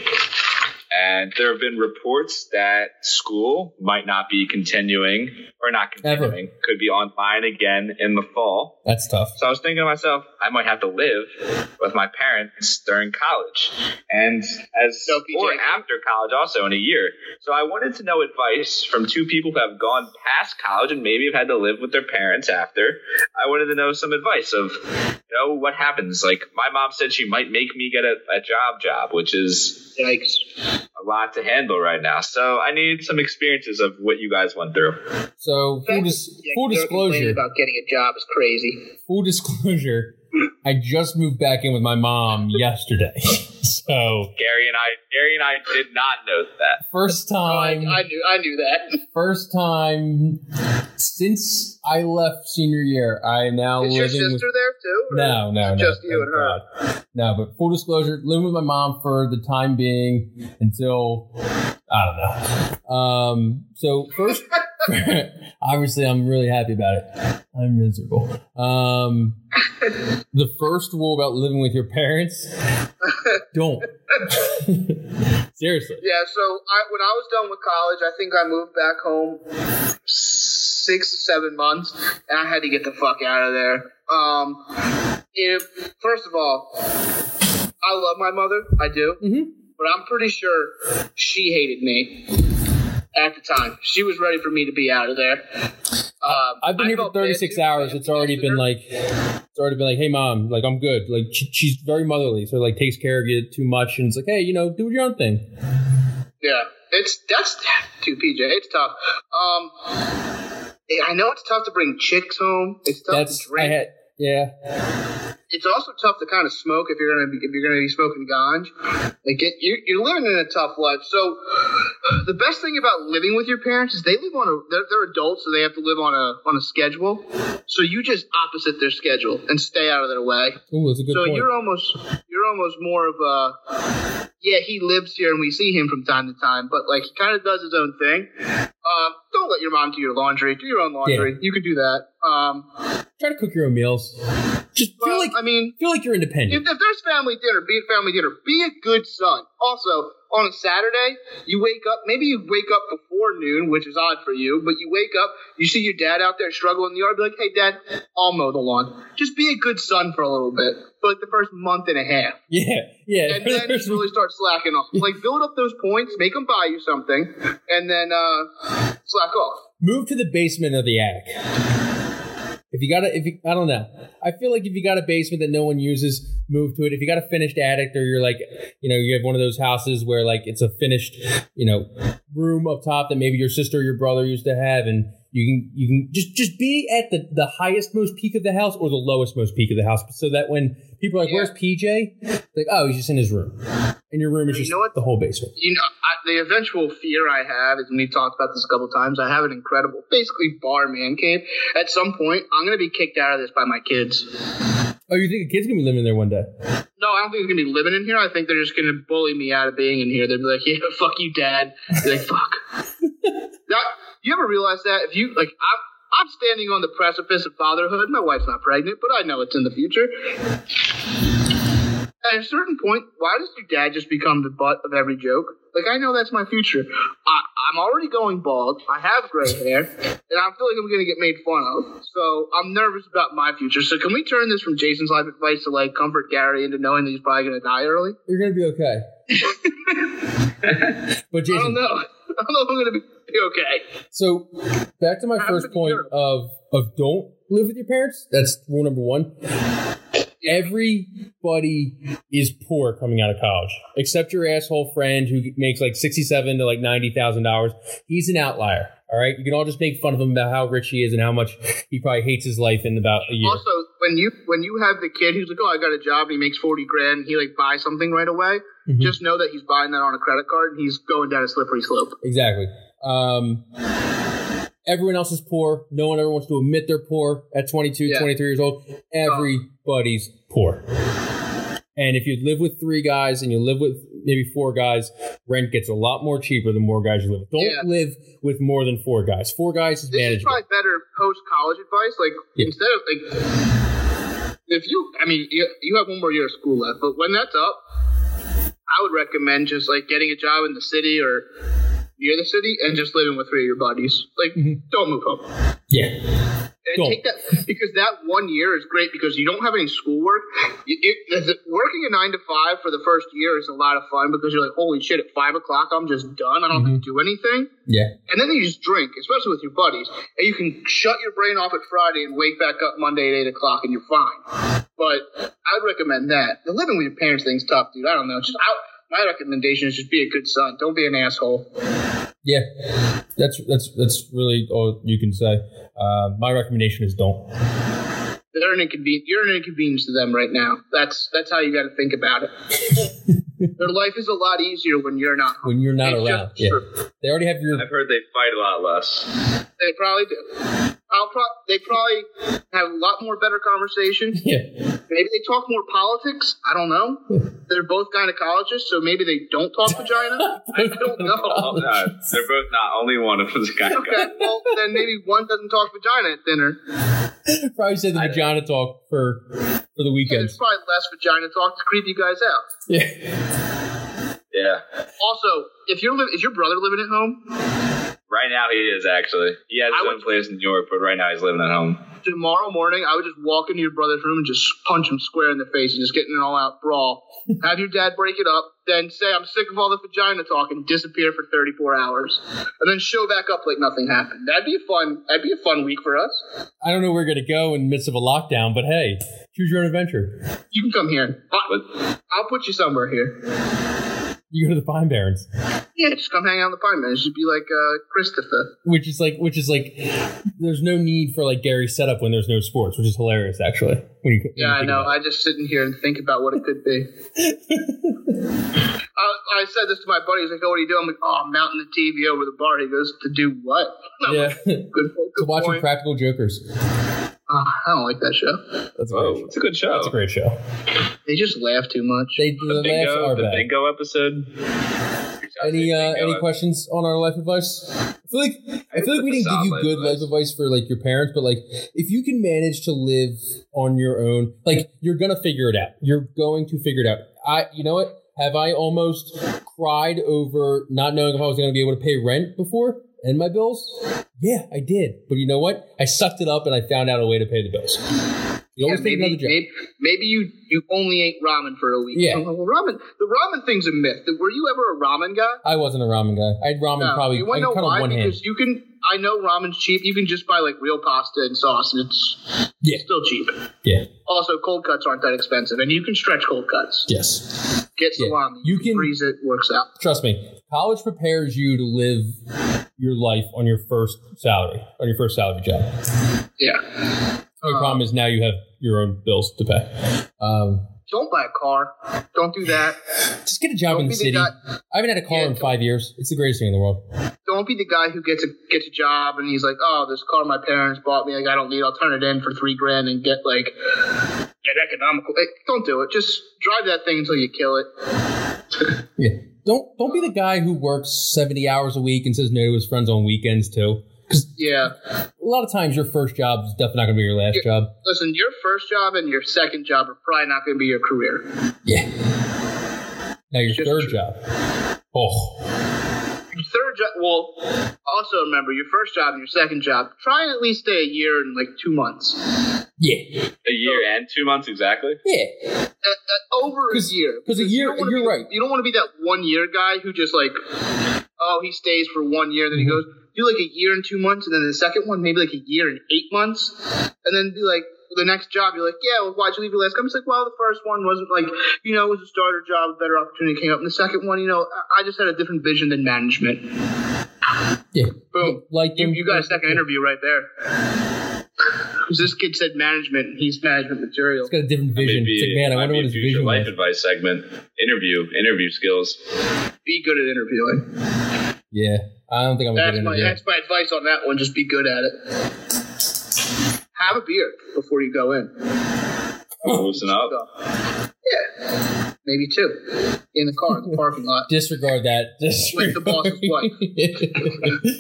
Speaker 5: And there have been reports that school might not be continuing, or not
Speaker 3: Ever.
Speaker 5: continuing, could be online again in the fall.
Speaker 3: That's tough.
Speaker 5: So I was thinking to myself, I might have to live with my parents during college and as
Speaker 1: So, PJ.
Speaker 5: or after college also in a year. So I wanted to know advice from two people who have gone past college and maybe have had to live with their parents after. I wanted to know some advice of you know what happens. Like my mom said she might make me get a, a job job, which is
Speaker 1: Yikes.
Speaker 5: a lot to handle right now. So I need some experiences of what you guys went through.
Speaker 3: So full, dis-
Speaker 1: Yeah,
Speaker 3: full
Speaker 1: you're complaining
Speaker 3: disclosure,
Speaker 1: about getting a job is crazy.
Speaker 3: full disclosure. I just moved back in with my mom [LAUGHS] yesterday, so
Speaker 5: Gary and I Gary and I did not know that.
Speaker 3: first
Speaker 1: Oh, I,
Speaker 3: time.
Speaker 1: I knew I knew that.
Speaker 3: first time since I left senior year. I am now
Speaker 1: Is your
Speaker 3: living
Speaker 1: sister
Speaker 3: with
Speaker 1: there too? or-
Speaker 3: no, no, no.
Speaker 1: Just you
Speaker 3: thank
Speaker 1: and her.
Speaker 3: God. No, but full disclosure, living with my mom for the time being until I don't know. Um, so
Speaker 1: [LAUGHS]
Speaker 3: first, [LAUGHS] obviously, I'm really happy about it. I'm miserable. Um, the first rule about living with your
Speaker 1: [LAUGHS]
Speaker 3: parents: don't. [LAUGHS] Seriously.
Speaker 1: Yeah, so I, when I was done with college, I think I moved back home six or seven months, and I had to get the fuck out of there. Um, if first of all, I love my mother, I do,
Speaker 3: Mm-hmm.
Speaker 1: but I'm pretty sure she hated me at the time. She was ready for me to be out of there. Um,
Speaker 3: I've been
Speaker 1: I
Speaker 3: here for
Speaker 1: felt bad
Speaker 3: 36
Speaker 1: too,
Speaker 3: hours.
Speaker 1: because I
Speaker 3: It's already
Speaker 1: texted her.
Speaker 3: been like, it's already been like, hey mom, like I'm good. Like she, she's very motherly, so like takes care of you too much, and it's like, hey, you know, do your own thing.
Speaker 1: Yeah, it's that's dude, PJ. It's tough. Um, I know it's tough to bring chicks home. It's tough
Speaker 3: That's
Speaker 1: to drink.
Speaker 3: I had, yeah.
Speaker 1: it's also tough to kind of smoke if you're gonna be, if you're gonna be smoking ganj. Like it, you're, you're living in a tough life. So the best thing about living with your parents is they live on a they're, they're adults, so they have to live on a on a schedule. So you just opposite their schedule and stay out of their way.
Speaker 3: Ooh, that's a good
Speaker 1: so
Speaker 3: point.
Speaker 1: you're almost you're almost more of a yeah he lives here and we see him from time to time, but like he kind of does his own thing. Uh, don't let your mom do your laundry. Do your own laundry. You can do that. Um,
Speaker 3: Try to cook your own meals. Just feel
Speaker 1: well,
Speaker 3: like
Speaker 1: I mean,
Speaker 3: feel like you're
Speaker 1: if,
Speaker 3: independent.
Speaker 1: if there's family dinner, be at family dinner. Be a good son. Also, on a Saturday, you wake up. Maybe you wake up before noon, which is odd for you, but you wake up, you see your dad out there struggling in the yard. Be like, "Hey, dad, I'll mow the lawn." Just be a good son for a little bit, for like the first month and a half,
Speaker 3: [LAUGHS] Yeah, yeah.
Speaker 1: and
Speaker 3: [LAUGHS]
Speaker 1: then you really start slacking off. Like build up those points, make them buy you something, and then uh, slack off.
Speaker 3: Move to the basement or the attic. If you got to if you, I don't know. I feel like if you got a basement that no one uses, move to it. If you got a finished attic, or you're like, you know, you have one of those houses where like it's a finished, you know, room up top that maybe your sister or your brother used to have, and you can you can just just be at the the highest most peak of the house or the lowest most peak of the house, so that when people are like,
Speaker 1: Yeah.
Speaker 3: "Where's PJ?" Like, oh, he's just in his room, and your room is
Speaker 1: You
Speaker 3: just
Speaker 1: know what?
Speaker 3: the whole basement.
Speaker 1: you know, I, the eventual fear I have is, and we talked about this a couple times. I have an incredible, basically bar man cave. At some point, I'm gonna be kicked out of this by my kids.
Speaker 3: Oh, you think a kid's gonna be living there one day?
Speaker 1: No, I don't think they're gonna be living in here. I think they're just gonna bully me out of being in here. They'll be like, "Yeah, [LAUGHS] fuck you, dad." Be like, "Fuck." now, you ever realize that if you like, I'm I'm standing on the precipice of fatherhood. My wife's not pregnant, but I know it's in the future. At a certain point, why does your dad just become the butt of every joke? Like, I know that's my future. I, I'm already going bald. I have gray hair, and I feel like I'm going to get made fun of. So I'm nervous about my future. So can we turn this from Jason's life advice to like comfort Gary into knowing that he's probably going to die early?
Speaker 3: You're gonna be okay.
Speaker 1: [LAUGHS]
Speaker 3: but
Speaker 1: I don't
Speaker 3: Jason,
Speaker 1: know. [LAUGHS] I don't know if I'm going to be okay.
Speaker 3: so back to my
Speaker 1: Happens
Speaker 3: first
Speaker 1: in
Speaker 3: point
Speaker 1: Europe.
Speaker 3: of of don't live with your parents. That's rule number one. Everybody is poor coming out of college, except your asshole friend who makes like sixty-seven to like ninety thousand dollars. He's an outlier. All right, you can all just make fun of him about how rich he is and how much he probably hates his life in about a year.
Speaker 1: Also, when you when you have the kid who's like, "Oh, I got a job," and he makes forty grand, and he like buys something right away.
Speaker 3: Mhm.
Speaker 1: Just know that he's buying that on a credit card, and he's going down a slippery slope.
Speaker 3: Exactly. Um, everyone else is poor. No one ever wants to admit they're poor at 22,
Speaker 1: Yeah. Oh.
Speaker 3: 23 years old. Everybody's poor. And if you live with three guys and you live with maybe four guys, rent gets a lot more cheaper the more guys you live with. Don't
Speaker 1: Yeah.
Speaker 3: live with more than four guys. Four guys is
Speaker 1: this is
Speaker 3: manageable.
Speaker 1: probably better post college advice. Like
Speaker 3: Yeah.
Speaker 1: instead of like, if you, I mean, you, you have one more year of school left, but when that's up, I would recommend just like getting a job in the city or near the city and just living with three of your buddies. Like, don't move home.
Speaker 3: Yeah.
Speaker 1: And
Speaker 3: Mm-hmm. Don't.
Speaker 1: take that because that one year is great because you don't have any schoolwork. You- it- the- working a nine to five for the first year is a lot of fun because you're like, holy shit, at five o'clock I'm just done. I don't
Speaker 3: Mm-hmm.
Speaker 1: have to do anything.
Speaker 3: Yeah.
Speaker 1: And then you just drink, especially with your buddies, and you can shut your brain off at Friday and wake back up Monday at eight o'clock, and you're fine. But I'd recommend that. The living with your parents thing's tough, dude. I don't know. Just out. My recommendation is just be a good son. Don't be an asshole.
Speaker 3: Yeah. That's that's that's really all you can say. Uh, my recommendation is don't.
Speaker 1: They're an inconven- You're an inconvenience to them right now. That's that's how you got to think about it.
Speaker 3: [LAUGHS]
Speaker 1: Their life is a lot easier when you're not.
Speaker 3: When you're not
Speaker 1: It's
Speaker 3: around.
Speaker 1: just
Speaker 3: Yeah.
Speaker 1: true.
Speaker 3: They already have your
Speaker 5: I've heard they fight a lot less.
Speaker 1: They probably do. I'll pro- they probably have a lot more better conversation.
Speaker 3: Yeah.
Speaker 1: Maybe they talk more politics. I don't know. They're both gynecologists, so maybe they don't talk vagina. I don't
Speaker 5: Oh,
Speaker 1: know.
Speaker 5: no, they're both not. Only one of them's a guy.
Speaker 1: Okay, well, then maybe one doesn't talk vagina at dinner.
Speaker 3: Probably said the vagina talk for for the
Speaker 1: Yeah, there's [LAUGHS]
Speaker 3: weekends.
Speaker 1: probably less vagina talk to creep you guys out.
Speaker 3: Yeah.
Speaker 5: Yeah.
Speaker 1: Also, if you're li- is your brother living at home?
Speaker 5: Right now he is actually. He has
Speaker 1: I
Speaker 5: his
Speaker 1: would-
Speaker 5: own place in New York, but right now he's living at home.
Speaker 1: Tomorrow morning, I would just walk into your brother's room and just punch him square in the face and just get in an all-out brawl. Have your dad break it up, then say I'm sick of all the vagina talk and disappear for 34 hours, and then show back up like nothing happened. That'd be a fun. That'd be a fun week for us.
Speaker 3: I don't know where we're gonna go in the midst of a lockdown, but hey, choose your own adventure.
Speaker 1: You can come here. I-
Speaker 5: But
Speaker 1: I'll put you somewhere here.
Speaker 14: You go to the Pine Barrens,
Speaker 1: Yeah, just come hang out in the pine, man. It should be like uh, Christopher.
Speaker 14: which is like, which is like, there's no need for like Gary's setup when there's no sports, which is hilarious actually. When you, when
Speaker 1: Yeah,
Speaker 14: you
Speaker 1: I
Speaker 14: think
Speaker 1: know.
Speaker 14: about it.
Speaker 1: I just sit in here and think about what it could be. I, I said this to my buddy. He's like, "Oh, what are you doing?" I'm like, "Oh, I'm mounting the TV over the bar." He goes, "To do what?" [LAUGHS] I'm like,
Speaker 14: yeah, [LAUGHS]
Speaker 1: Good, point,
Speaker 14: to
Speaker 1: good
Speaker 14: watching
Speaker 1: point.
Speaker 14: Practical Jokers.
Speaker 1: Ah, I don't like that show.
Speaker 14: That's a great
Speaker 5: Oh,
Speaker 14: show.
Speaker 5: it's a good show.
Speaker 14: That's a great show.
Speaker 1: They just laugh too much.
Speaker 14: They the laughs
Speaker 5: bingo,
Speaker 14: are
Speaker 5: the
Speaker 14: bad.
Speaker 5: bingo episode.
Speaker 3: Any uh,
Speaker 5: Bingo
Speaker 3: any questions on our life advice? I feel like I feel like we didn't give
Speaker 5: Solid
Speaker 3: you good
Speaker 5: advice.
Speaker 3: life advice for like your parents, but like if you can manage to live on your own, like you're gonna figure it out. You're going to figure it out. I you know what? Have I almost cried over not knowing if I was gonna be able to pay rent before and my bills? Yeah, I did. But you know what? I sucked it up and I found out a way to pay the bills. You
Speaker 1: Yeah,
Speaker 3: always take
Speaker 1: maybe,
Speaker 3: another job.
Speaker 1: maybe, maybe you you only ate ramen for a week.
Speaker 3: Yeah.
Speaker 1: I'm like, well, [LAUGHS] ramen. The ramen thing's a myth. Were you ever a ramen guy?
Speaker 3: I wasn't a ramen guy. I had ramen probably
Speaker 1: You
Speaker 3: I
Speaker 1: want to
Speaker 3: cut
Speaker 1: know
Speaker 3: on
Speaker 1: why?
Speaker 3: one hand.
Speaker 1: Because you can. I know ramen's cheap. You can just buy like real pasta and sauce, and it's
Speaker 3: Yeah.
Speaker 1: still cheap.
Speaker 3: Yeah.
Speaker 1: Also, cold cuts aren't that expensive, and you can stretch cold cuts.
Speaker 3: Yes.
Speaker 1: Get
Speaker 3: Yeah.
Speaker 1: salami.
Speaker 3: You can-
Speaker 1: freeze it. Works out.
Speaker 3: trust me, college prepares you to live your life on your first salary, on your first salary job.
Speaker 1: Yeah.
Speaker 3: The only
Speaker 1: Oh.
Speaker 3: problem is now you have your own bills to pay. Um,
Speaker 1: Don't buy a car. Don't do that.
Speaker 3: just get a job
Speaker 1: Don't
Speaker 3: in
Speaker 1: be the
Speaker 3: the city.
Speaker 1: guy-
Speaker 3: I haven't had a car
Speaker 1: Yeah,
Speaker 3: in
Speaker 1: don't-
Speaker 3: five years. It's the greatest thing in the world.
Speaker 1: Don't be the guy who gets a gets a job and he's like, "Oh, this car my parents bought me. Like, I don't need. it. I'll turn it in for three grand and get like an economical." Like, don't do it. Just drive that thing until you kill it.
Speaker 3: Yeah. Don't don't be the guy who works seventy hours a week and says no to his friends on weekends too.
Speaker 1: Yeah.
Speaker 3: A lot of times, your first job is definitely not going to be your last
Speaker 1: Yeah.
Speaker 3: job.
Speaker 1: Listen, your first job and your second job are probably not going to be your career.
Speaker 3: Yeah. Now your
Speaker 1: Just
Speaker 3: third
Speaker 1: true.
Speaker 3: job. Oh,
Speaker 1: Your third job, well, also remember your first job and your second job. Try and at least stay a year and like two months.
Speaker 3: yeah,
Speaker 5: A year and two months exactly.
Speaker 3: yeah.
Speaker 1: Uh, uh, over a
Speaker 3: 'Cause-
Speaker 1: year.
Speaker 3: 'cause a
Speaker 1: you
Speaker 3: year-
Speaker 1: don't wanna
Speaker 3: you're
Speaker 1: be-
Speaker 3: right.
Speaker 1: You don't want to be that one year guy who just like, oh, he stays for one year, then
Speaker 3: Mm-hmm.
Speaker 1: he goes, do like a year and two months, and then the second one, maybe like a year and eight months. And then be like, the next job, you're like, yeah, well, why'd you leave your last company? It's like, well, the first one wasn't like, you know, it was a starter job, a better opportunity came up. And the second one, you know, I- I just had a different vision than management.
Speaker 3: Yeah.
Speaker 1: Boom.
Speaker 3: Like
Speaker 1: You, you got a second interview right there. [SIGHS] 'Cause this kid said management, and he's management material.
Speaker 3: It's got a different vision.
Speaker 5: Maybe
Speaker 3: It's like, man, I wonder
Speaker 5: might be
Speaker 3: what
Speaker 5: a
Speaker 3: his
Speaker 5: future
Speaker 3: vision
Speaker 5: life
Speaker 3: was.
Speaker 5: advice segment. Interview, interview skills.
Speaker 1: Be good at interviewing.
Speaker 3: Yeah, I don't think I'm a
Speaker 1: That's
Speaker 3: good
Speaker 1: my
Speaker 3: interviewer.
Speaker 1: that's my advice on that one. Just be good at it. Have a beer before you go in.
Speaker 5: Loosen up.
Speaker 1: So, yeah, maybe two in the car in the parking lot.
Speaker 3: [LAUGHS] Disregard that.
Speaker 1: With the
Speaker 3: [LAUGHS]
Speaker 1: boss's
Speaker 3: wife.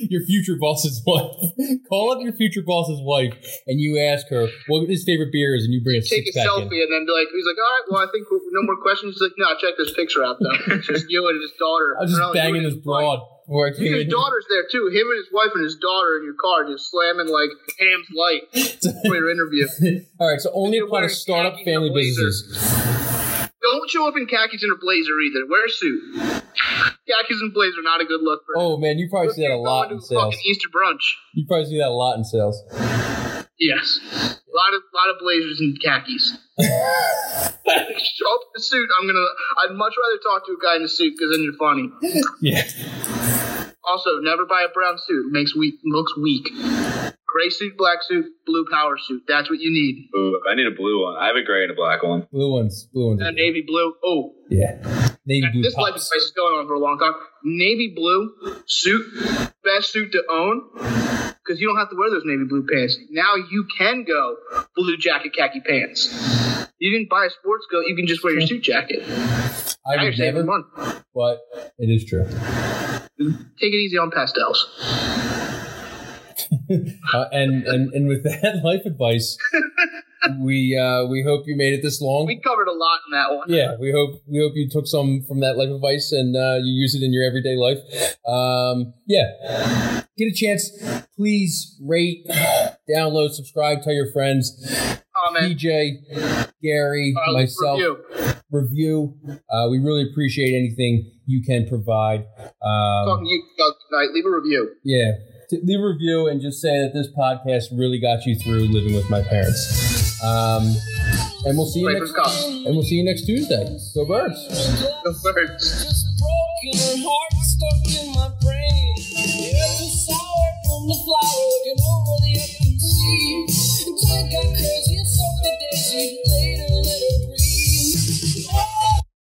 Speaker 3: [LAUGHS] your future boss's wife. [LAUGHS] Call up your future boss's wife and you ask her what his favorite beer is, and you bring a
Speaker 1: Take
Speaker 3: six
Speaker 1: a
Speaker 3: pack
Speaker 1: selfie
Speaker 3: in.
Speaker 1: and then be like, he's like, all right, well, I think we're- no more questions. He's like, no, check this picture out
Speaker 3: [LAUGHS]
Speaker 1: though. It's just you and his daughter.
Speaker 3: I was just
Speaker 1: Or no, you
Speaker 3: banging
Speaker 1: and his
Speaker 3: this broad before I came
Speaker 1: His
Speaker 3: in.
Speaker 1: daughter's there too. Him and his wife and his daughter in your car, just slamming like Ham's
Speaker 3: [LAUGHS]
Speaker 1: light for your interview.
Speaker 3: All right, so only
Speaker 1: You're
Speaker 3: apply to
Speaker 1: wearing
Speaker 3: startup
Speaker 1: khakis and a
Speaker 3: family
Speaker 1: blazer.
Speaker 3: businesses.
Speaker 1: Don't show up in khakis and a blazer either. Wear a suit. Khakis and blazer not a good look for.
Speaker 3: Oh man, you probably
Speaker 1: Look,
Speaker 3: see that
Speaker 1: you're
Speaker 3: a lot
Speaker 1: going
Speaker 3: in
Speaker 1: to
Speaker 3: sales.
Speaker 1: Fucking Easter brunch.
Speaker 3: You probably see that a lot in sales. [LAUGHS]
Speaker 1: Yes, a lot of lot of blazers and
Speaker 3: [LAUGHS]
Speaker 1: khakis. show up in a suit. I'm gonna. I'd much rather talk to a guy in a suit because then you're funny.
Speaker 14: Yeah.
Speaker 1: Also, never buy a brown suit. It makes weak looks weak. Gray suit, black suit, blue power suit. That's what you need.
Speaker 5: Ooh, I need a blue one. I have a gray and a black one.
Speaker 3: Blue ones, blue ones.
Speaker 1: And navy blue. Oh,
Speaker 3: Yeah, navy blue
Speaker 1: this life
Speaker 3: pops.
Speaker 1: advice is going on for a long time. Navy blue suit, best suit to own, because you don't have to wear those navy blue pants. Now you can go blue jacket, khaki pants. You didn't buy a sports coat; you can just wear your suit jacket. Now
Speaker 3: I
Speaker 1: you're
Speaker 3: would
Speaker 1: saving
Speaker 3: never,
Speaker 1: money.
Speaker 3: but it is true.
Speaker 1: Take it easy on pastels.
Speaker 3: Uh, and, and and with [LAUGHS] that life advice, we uh, we hope you made it this long.
Speaker 1: We covered a lot in that one.
Speaker 3: yeah, we hope we hope you took some from that life advice and uh, you use it in your everyday life. Um, yeah, get a chance, please rate, download, subscribe, tell your friends.
Speaker 1: Comment,
Speaker 3: DJ, Gary,
Speaker 1: uh,
Speaker 3: myself,
Speaker 1: review.
Speaker 3: review. Uh, we really appreciate anything you can provide. Um,
Speaker 1: Talking to you guys tonight. Leave a review.
Speaker 3: yeah. T- Leave a review and just say that this podcast really got you through living with my parents. Um, And we'll see you
Speaker 1: Right
Speaker 3: next.
Speaker 1: from [LAUGHS] Cubs.
Speaker 3: And we'll see you next Tuesday. Go Birds.
Speaker 1: The birds.
Speaker 2: just broken, her heart stuck in my brain. The earth is sour from the flower, looking over the open sea. Until I got Oh,